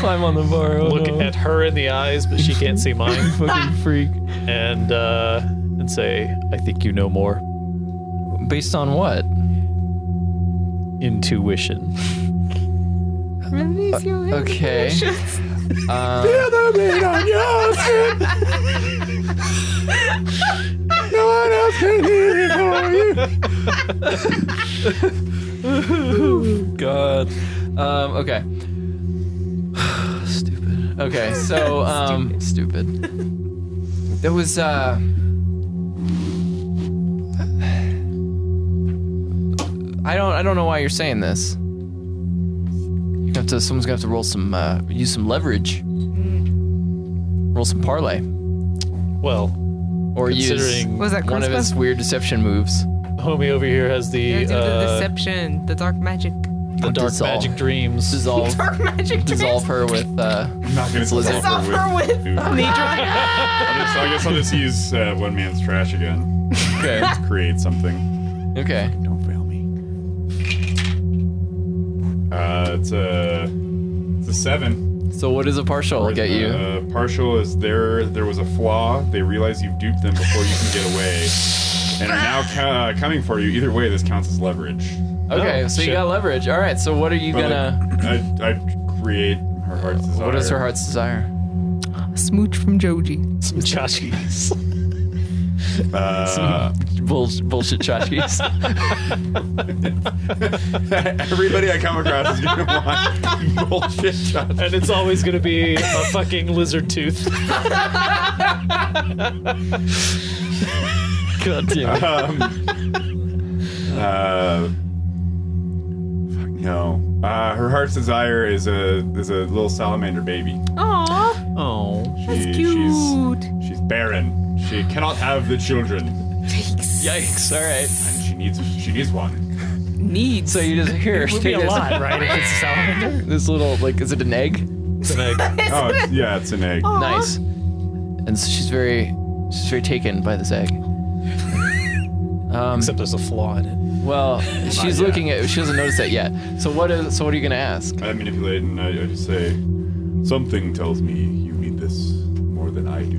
A: Climb on the bar.
D: look at her in the eyes, but she can't see mine,
A: fucking freak.
D: and uh, and say, "I think you know more."
A: Based on what?
D: Intuition.
G: Release your
A: Uh, Okay.
G: inhibitions.
A: Uh, God. Um, okay. stupid. Okay, so um, stupid. There was uh. I don't. I don't know why you're saying this. You have to. Someone's gonna have to roll some. Uh, use some leverage. Roll some parlay.
D: Well,
A: Or use
D: Considering-
C: Was that
A: one of
C: Christmas?
A: his weird deception moves.
D: homie over here has
C: Yeah,
D: the
C: do the
D: uh,
C: deception, the dark magic.
D: the dark
A: Dissolve.
D: magic dreams.
A: Dissolve,
C: Dark magic
A: dissolve her with. Uh,
E: I'm not gonna
A: Blizzard.
E: dissolve her with. food. so I guess I'll just use uh, one man's trash again.
A: okay.
E: Create something.
A: Okay.
E: Don't fail me. Uh, it's a it's a seven.
A: So what does a partial get you?
E: Uh, partial is there. There was a flaw. They realize you've duped them before you can get away, and are now ca- uh, coming for you. Either way, this counts as leverage.
A: Okay,
D: Oh,
A: so you
D: shit.
A: got leverage. All right. So what are you
E: But
A: gonna?
E: I, I I'd create her heart's desire.
A: What is her heart's desire?
C: Smooch from Joji.
D: Some tchotchkes.
E: Uh,
A: Bullsh- bullshit tchotchkes.
E: everybody I come across is gonna want bullshit shots.
D: and it's always gonna be a fucking lizard tooth. God damn it.
E: Um, Uh, fuck no. Uh, her heart's desire is a is a little salamander baby.
C: Aww,
D: Oh.
E: She,
C: that's cute.
E: She's she's barren. She cannot have the children,
A: Yikes! All right.
E: and she needs she needs one.
C: Needs.
A: So you just here.
B: Would be a
A: take this-
B: lot, right? If it's a salamander.
A: This little like, is it an egg?
D: It's an egg.
E: Oh it's, yeah, it's an egg.
C: Oh.
A: Nice. And so she's very, she's very taken by this egg. Um,
D: Except there's a flaw in it.
A: well, she's
E: yet.
A: looking at. She doesn't notice that yet. So what is? So what are you gonna ask?
E: I manipulate and I, I just say, something tells me you need this more than I do.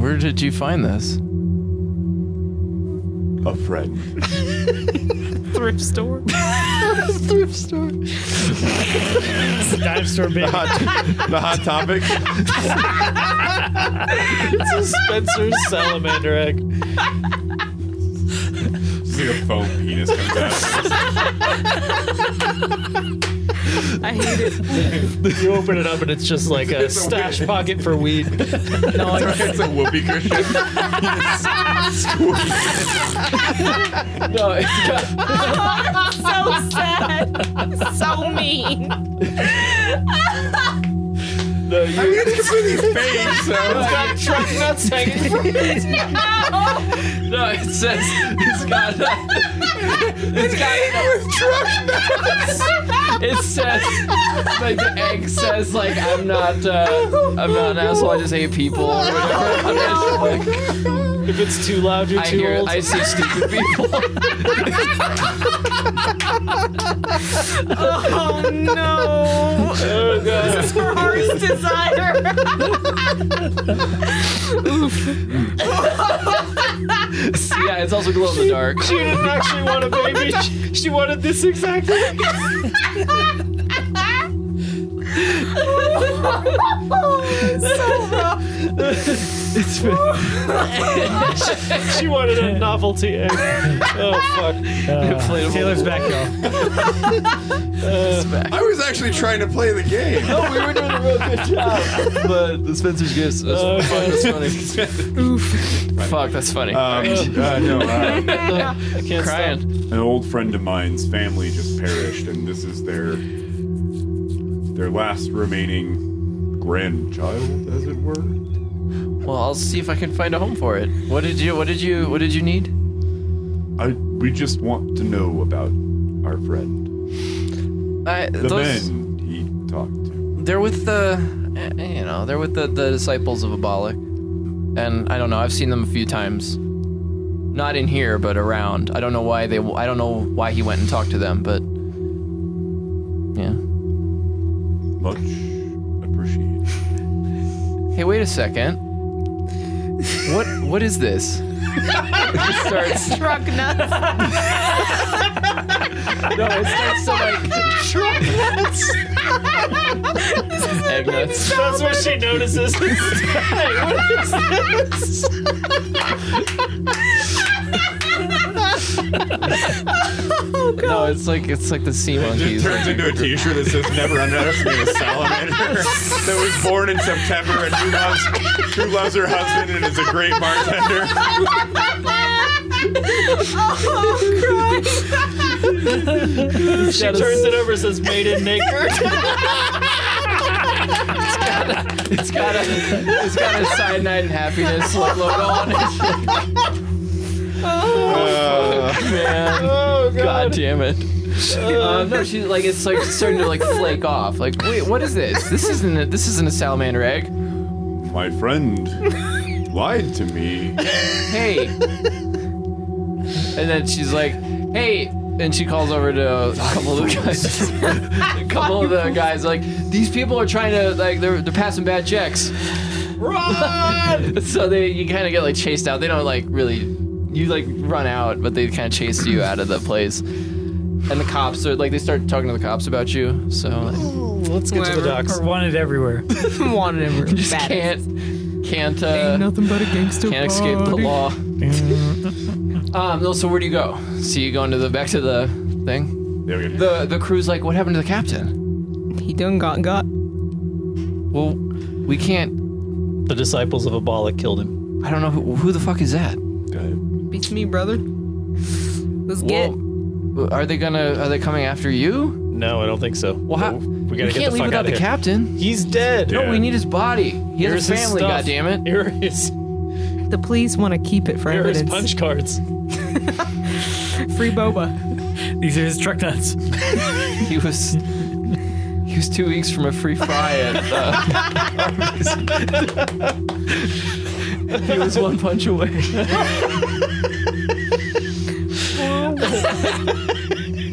A: Where did you find this?
E: A friend.
C: thrift store.
A: Thrift store.
B: It's a dive store baby.
E: the hot topic.
D: It's a Spencer's salamander egg.
E: See a foam penis comes out.
C: I hate it.
D: You open it up and it's just like a stash pocket for weed.
E: No, it's a whoopee cushion.
A: No, it's got,
C: so sad. So mean.
A: no, you,
E: it's completely fake, so.
D: Got truck nuts hanging from
A: no, it says it's got. it's got. It says like the egg says like I'm not. Uh, I'm not an asshole. I just hate people or whatever. Like,
D: If it's too loud, you're
A: I
D: too
A: hear.
D: old.
A: I see stupid people.
C: Oh no.
D: oh, God.
C: Her heart's desire.
A: yeah, it's also glow in the dark.
D: She didn't actually want a baby. She, she wanted this exactly. She wanted a novelty egg. Oh fuck.
B: Uh,
A: Inflatable.
B: Taylor's back, y'all.
E: I was actually trying to play the game.
A: No, we were doing a real good job. But the Spencer's gifts. That's,
D: Oh,
A: fuck, that's
D: God.
A: funny. Fuck, that's funny.
E: Um, uh, no, uh,
D: I can't
A: Crying.
E: an old friend of mine's family just perished, and this is their their last remaining grandchild, as it were.
A: Well, I'll see if I can find a home for it. What did you? What did you? What did you need?
E: I we just want to know about our friend,
A: I,
E: the
A: those,
E: man he talked to.
A: They're with the, eh, you know, they're with the, the disciples of Abalik, and I don't know. I've seen them a few times, not in here, but around. I don't know why they. I don't know why he went and talked to them, but yeah.
E: Much appreciated.
A: Hey, wait a second. What? What is this? it starts.
C: Truck nuts.
A: No, it starts to like
D: Truck nuts.
A: egg nuts.
D: That's what she notices. hey, what is this?
A: No, it's like it's like the sea monkeys.
E: It turns into a T-shirt that says "Never underestimate a salamander" that was born in September and who loves who loves her husband and is a great bartender.
C: Oh,
D: She turns it over and says, "Made in naked."
A: It's got a it's got a cyanide and happiness like logo on it.
E: Uh,
A: Man,
D: Oh
A: god. damn it. Um, no, she's like it's like starting to like flake off. Like, wait, what is this? This isn't a, this isn't a salamander egg.
E: My friend lied to me.
A: hey. and then she's like, hey. And she calls over to a couple of the guys. a couple of the guys like, these people are trying to like they're they're passing bad checks. Run! so they you kind of get like chased out. They don't like really you like run out, but they kind of chase you out of the place. And the cops are like they start talking to the cops about you. So
D: Let's get to the
C: Whatever.
D: docks.
B: Or wanted everywhere.
C: wanted him.
A: you just can't can't uh,
C: Ain't nothing but a gangster.
A: can't escape the
C: party.
A: law. um, no, so where do you go? So you go into the back to the thing.
E: There we go.
A: The the crew's like, what happened to the captain?
C: He done got got.
A: Well, we can't.
D: The disciples of Abala killed him.
A: I don't know who, who the fuck is that.
C: Beats me, brother. Let's get.
A: Well, are they gonna? Are they coming after you?
D: No, I don't think so.
A: Well, how,
D: we gotta get
A: can't leave
D: the fuck
A: without
D: out of
A: the
D: here.
A: captain.
D: He's dead.
E: Yeah.
A: No, we need his body. He has
D: Here's
A: a
D: his
A: family.
D: stuff.
A: God damn it.
D: Here is
C: The police want to keep it for
D: here is
C: evidence.
D: punch cards.
C: Free boba.
B: These are his truck nuts.
A: He was. He was two weeks from a free fry at. Uh, Arby's. he was one punch away.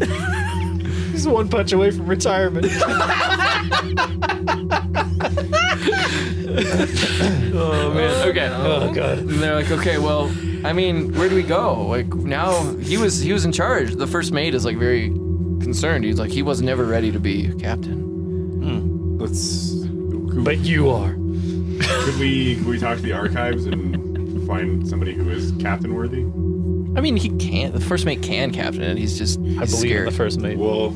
D: He's one punch away from retirement.
A: Oh man. Okay.
D: oh god.
A: And they're like, okay, well, I mean, where do we go? Like now, he was he was in charge. The first mate is like very concerned. He's like, he was never ready to be a captain.
E: Let's. Could,
D: But you are.
E: could we could we talk to the archives and find somebody who is captain worthy?
A: I mean, he can't. The first mate can captain it. He's just he's
D: I believe in
A: scared.
D: the first mate.
E: Well,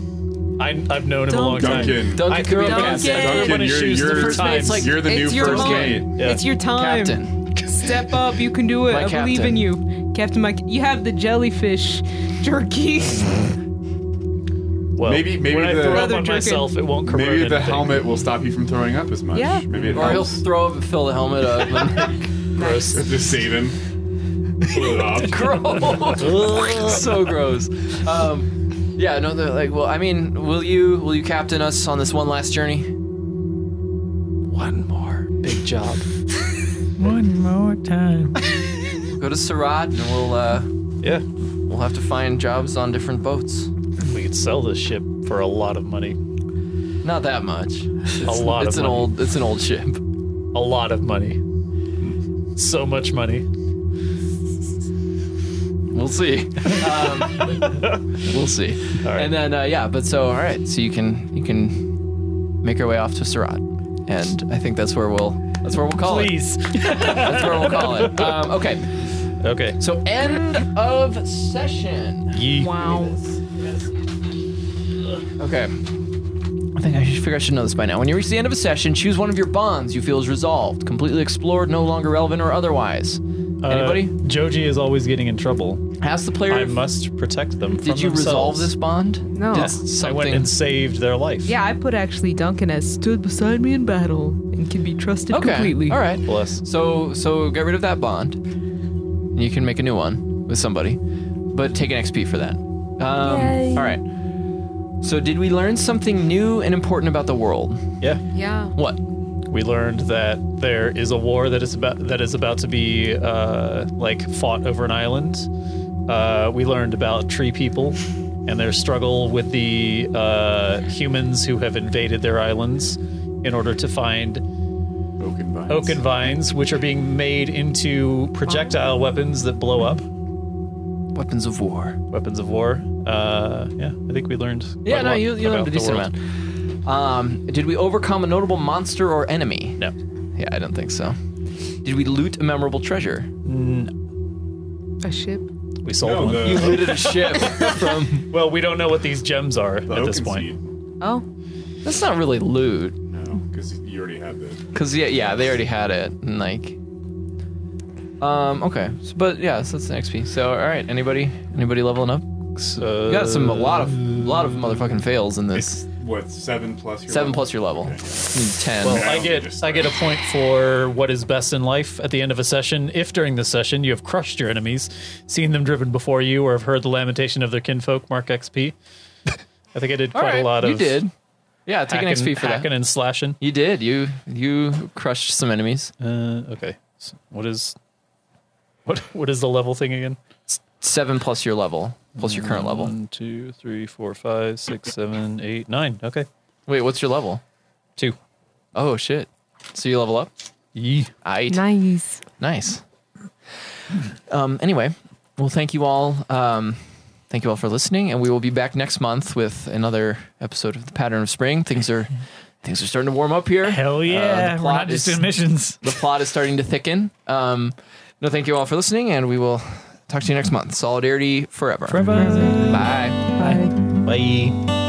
D: I, I've known him a long time.
E: Duncan.
A: Duncan
D: I
A: could be a
D: grew up in-
A: captain.
D: I grew up in
E: Duncan,
D: his
E: you're-
D: shoes
E: you're-
D: the
E: first
D: first
A: mate's
D: time.
A: like-
E: You're the
C: It's
E: new
C: your
E: first
C: mom.
E: mate.
D: Yeah.
C: It's your time.
A: Captain.
C: Step up. You can do it.
A: My
C: I believe
A: captain.
C: in you, Captain Mike. You have the jellyfish jerky.
D: Well,
E: Maybe- maybe
D: when I
E: the-
D: throw up
C: Brother
D: on
C: Duncan.
D: myself, it won't corrode
E: Maybe the
D: anything.
E: helmet will stop you from throwing up as much.
C: Yeah.
E: Maybe it
A: Or he'll
E: helps.
A: throw up and fill the helmet up. And
D: Gross.
E: Just save him. Pull it off.
A: gross. so gross. Um, yeah. No. They're like, well, I mean, will you will you captain us on this one last journey? One more.
D: Big job.
B: One more time.
A: Go to Surat and we'll uh,
D: Yeah.
A: we'll have to find jobs on different boats.
D: We could sell this ship for a lot of money.
A: Not that much. It's,
D: A lot
A: It's
D: of
A: an
D: money.
A: old. It's an old ship.
D: A lot of money. So much money.
A: We'll see. Um, we'll see.
D: All right.
A: And then uh, yeah, but so all right. So you can you can make your way off to Surat, and I think that's where we'll that's where we'll call it.
B: Please.
A: That's where we'll call it. Um, okay.
D: Okay.
A: So end of session.
D: Ye.
C: Wow.
A: Okay. I think I should figure I should know this by now. When you reach the end of a session, choose one of your bonds you feel is resolved, completely explored, no longer relevant or otherwise. Anybody?
D: Uh, Joji is always getting in trouble.
A: Ask the player.
D: I
A: if-
D: must protect them.
A: did you resolve this bond?
C: No.
A: Did
C: Yeah.
D: I
A: something?
D: went and saved their life.
C: Yeah, I put actually Duncan as stood beside me in battle and can be trusted
A: okay.
C: completely.
A: All right.
D: Bless.
A: So so get rid of that bond, and you can make a new one with somebody, but take an XP for that. Um,
G: Yay.
A: All right. So did we learn something new and important about the world?
D: Yeah.
G: Yeah.
A: What?
D: We learned that there is a war that is about that is about to be uh, like fought over an island. Uh, we learned about tree people and their struggle with the uh, humans who have invaded their islands in order to find
E: Oaken vines.
D: oak and vines, which are being made into projectile weapons that blow up.
A: Weapons of war.
D: Weapons of war. Uh, yeah, I think we learned. quite
A: Yeah,
D: a
A: no,
D: lot
A: you, you
D: about
A: learned a
D: the
A: decent
D: world.
A: amount. Um, did we overcome a notable monster or enemy?
D: No,
A: Yeah, I don't think so. Did we loot a memorable treasure?
C: A ship.
D: we sold
E: No,
D: one.
E: the-
A: You looted a ship from.
D: Well, we don't know what these gems are
E: the
D: at this
E: oaken
D: point.
E: seed.
C: Oh,
A: That's not really loot,
E: No, because you already had the.
A: cause yeah, yeah, they already had it, and like. Um. Okay. So, but yeah, so that's the XP. So all right, anybody, anybody leveling up?
D: So
A: We got some a lot of a lot of motherfucking fails in this.
E: It's what seven plus your
A: Seven
E: level?
A: plus your level. I mean, Ten.
D: Well,
E: Yeah,
D: I
E: we
D: get
E: just-
D: I get a point for what is best in life at the end of a session if during the session you have crushed your enemies, seen them driven before you, or have heard the lamentation of their kinfolk. Mark XP. I think I did quite a lot of
A: you did. Yeah, take an
D: hacking,
A: XP for that.
D: hacking and slashing.
A: You did. You you crushed some enemies.
D: Uh, okay, so what is what what is the level thing again?
A: Seven plus your level, plus your current level.
D: One, two, three, four, five, six, seven, eight, nine. Okay,
A: Wait, what's your level?
D: two.
A: Oh shit! So you level up.
D: Yee.
A: Aight.
C: Nice.
A: Nice. Um, anyway, well, thank you all. Um, thank you all for listening, and we will be back next month with another episode of the Pattern of Spring. Things are things are starting to warm up here.
B: Hell yeah. We're
A: Uh, plot
B: not just
A: is-
B: doing missions.
A: The plot is starting to thicken. Um, no, thank you all for listening, and we will talk to you next month. Solidarity forever.
B: Forever.
A: Bye.
C: Bye.
D: Bye.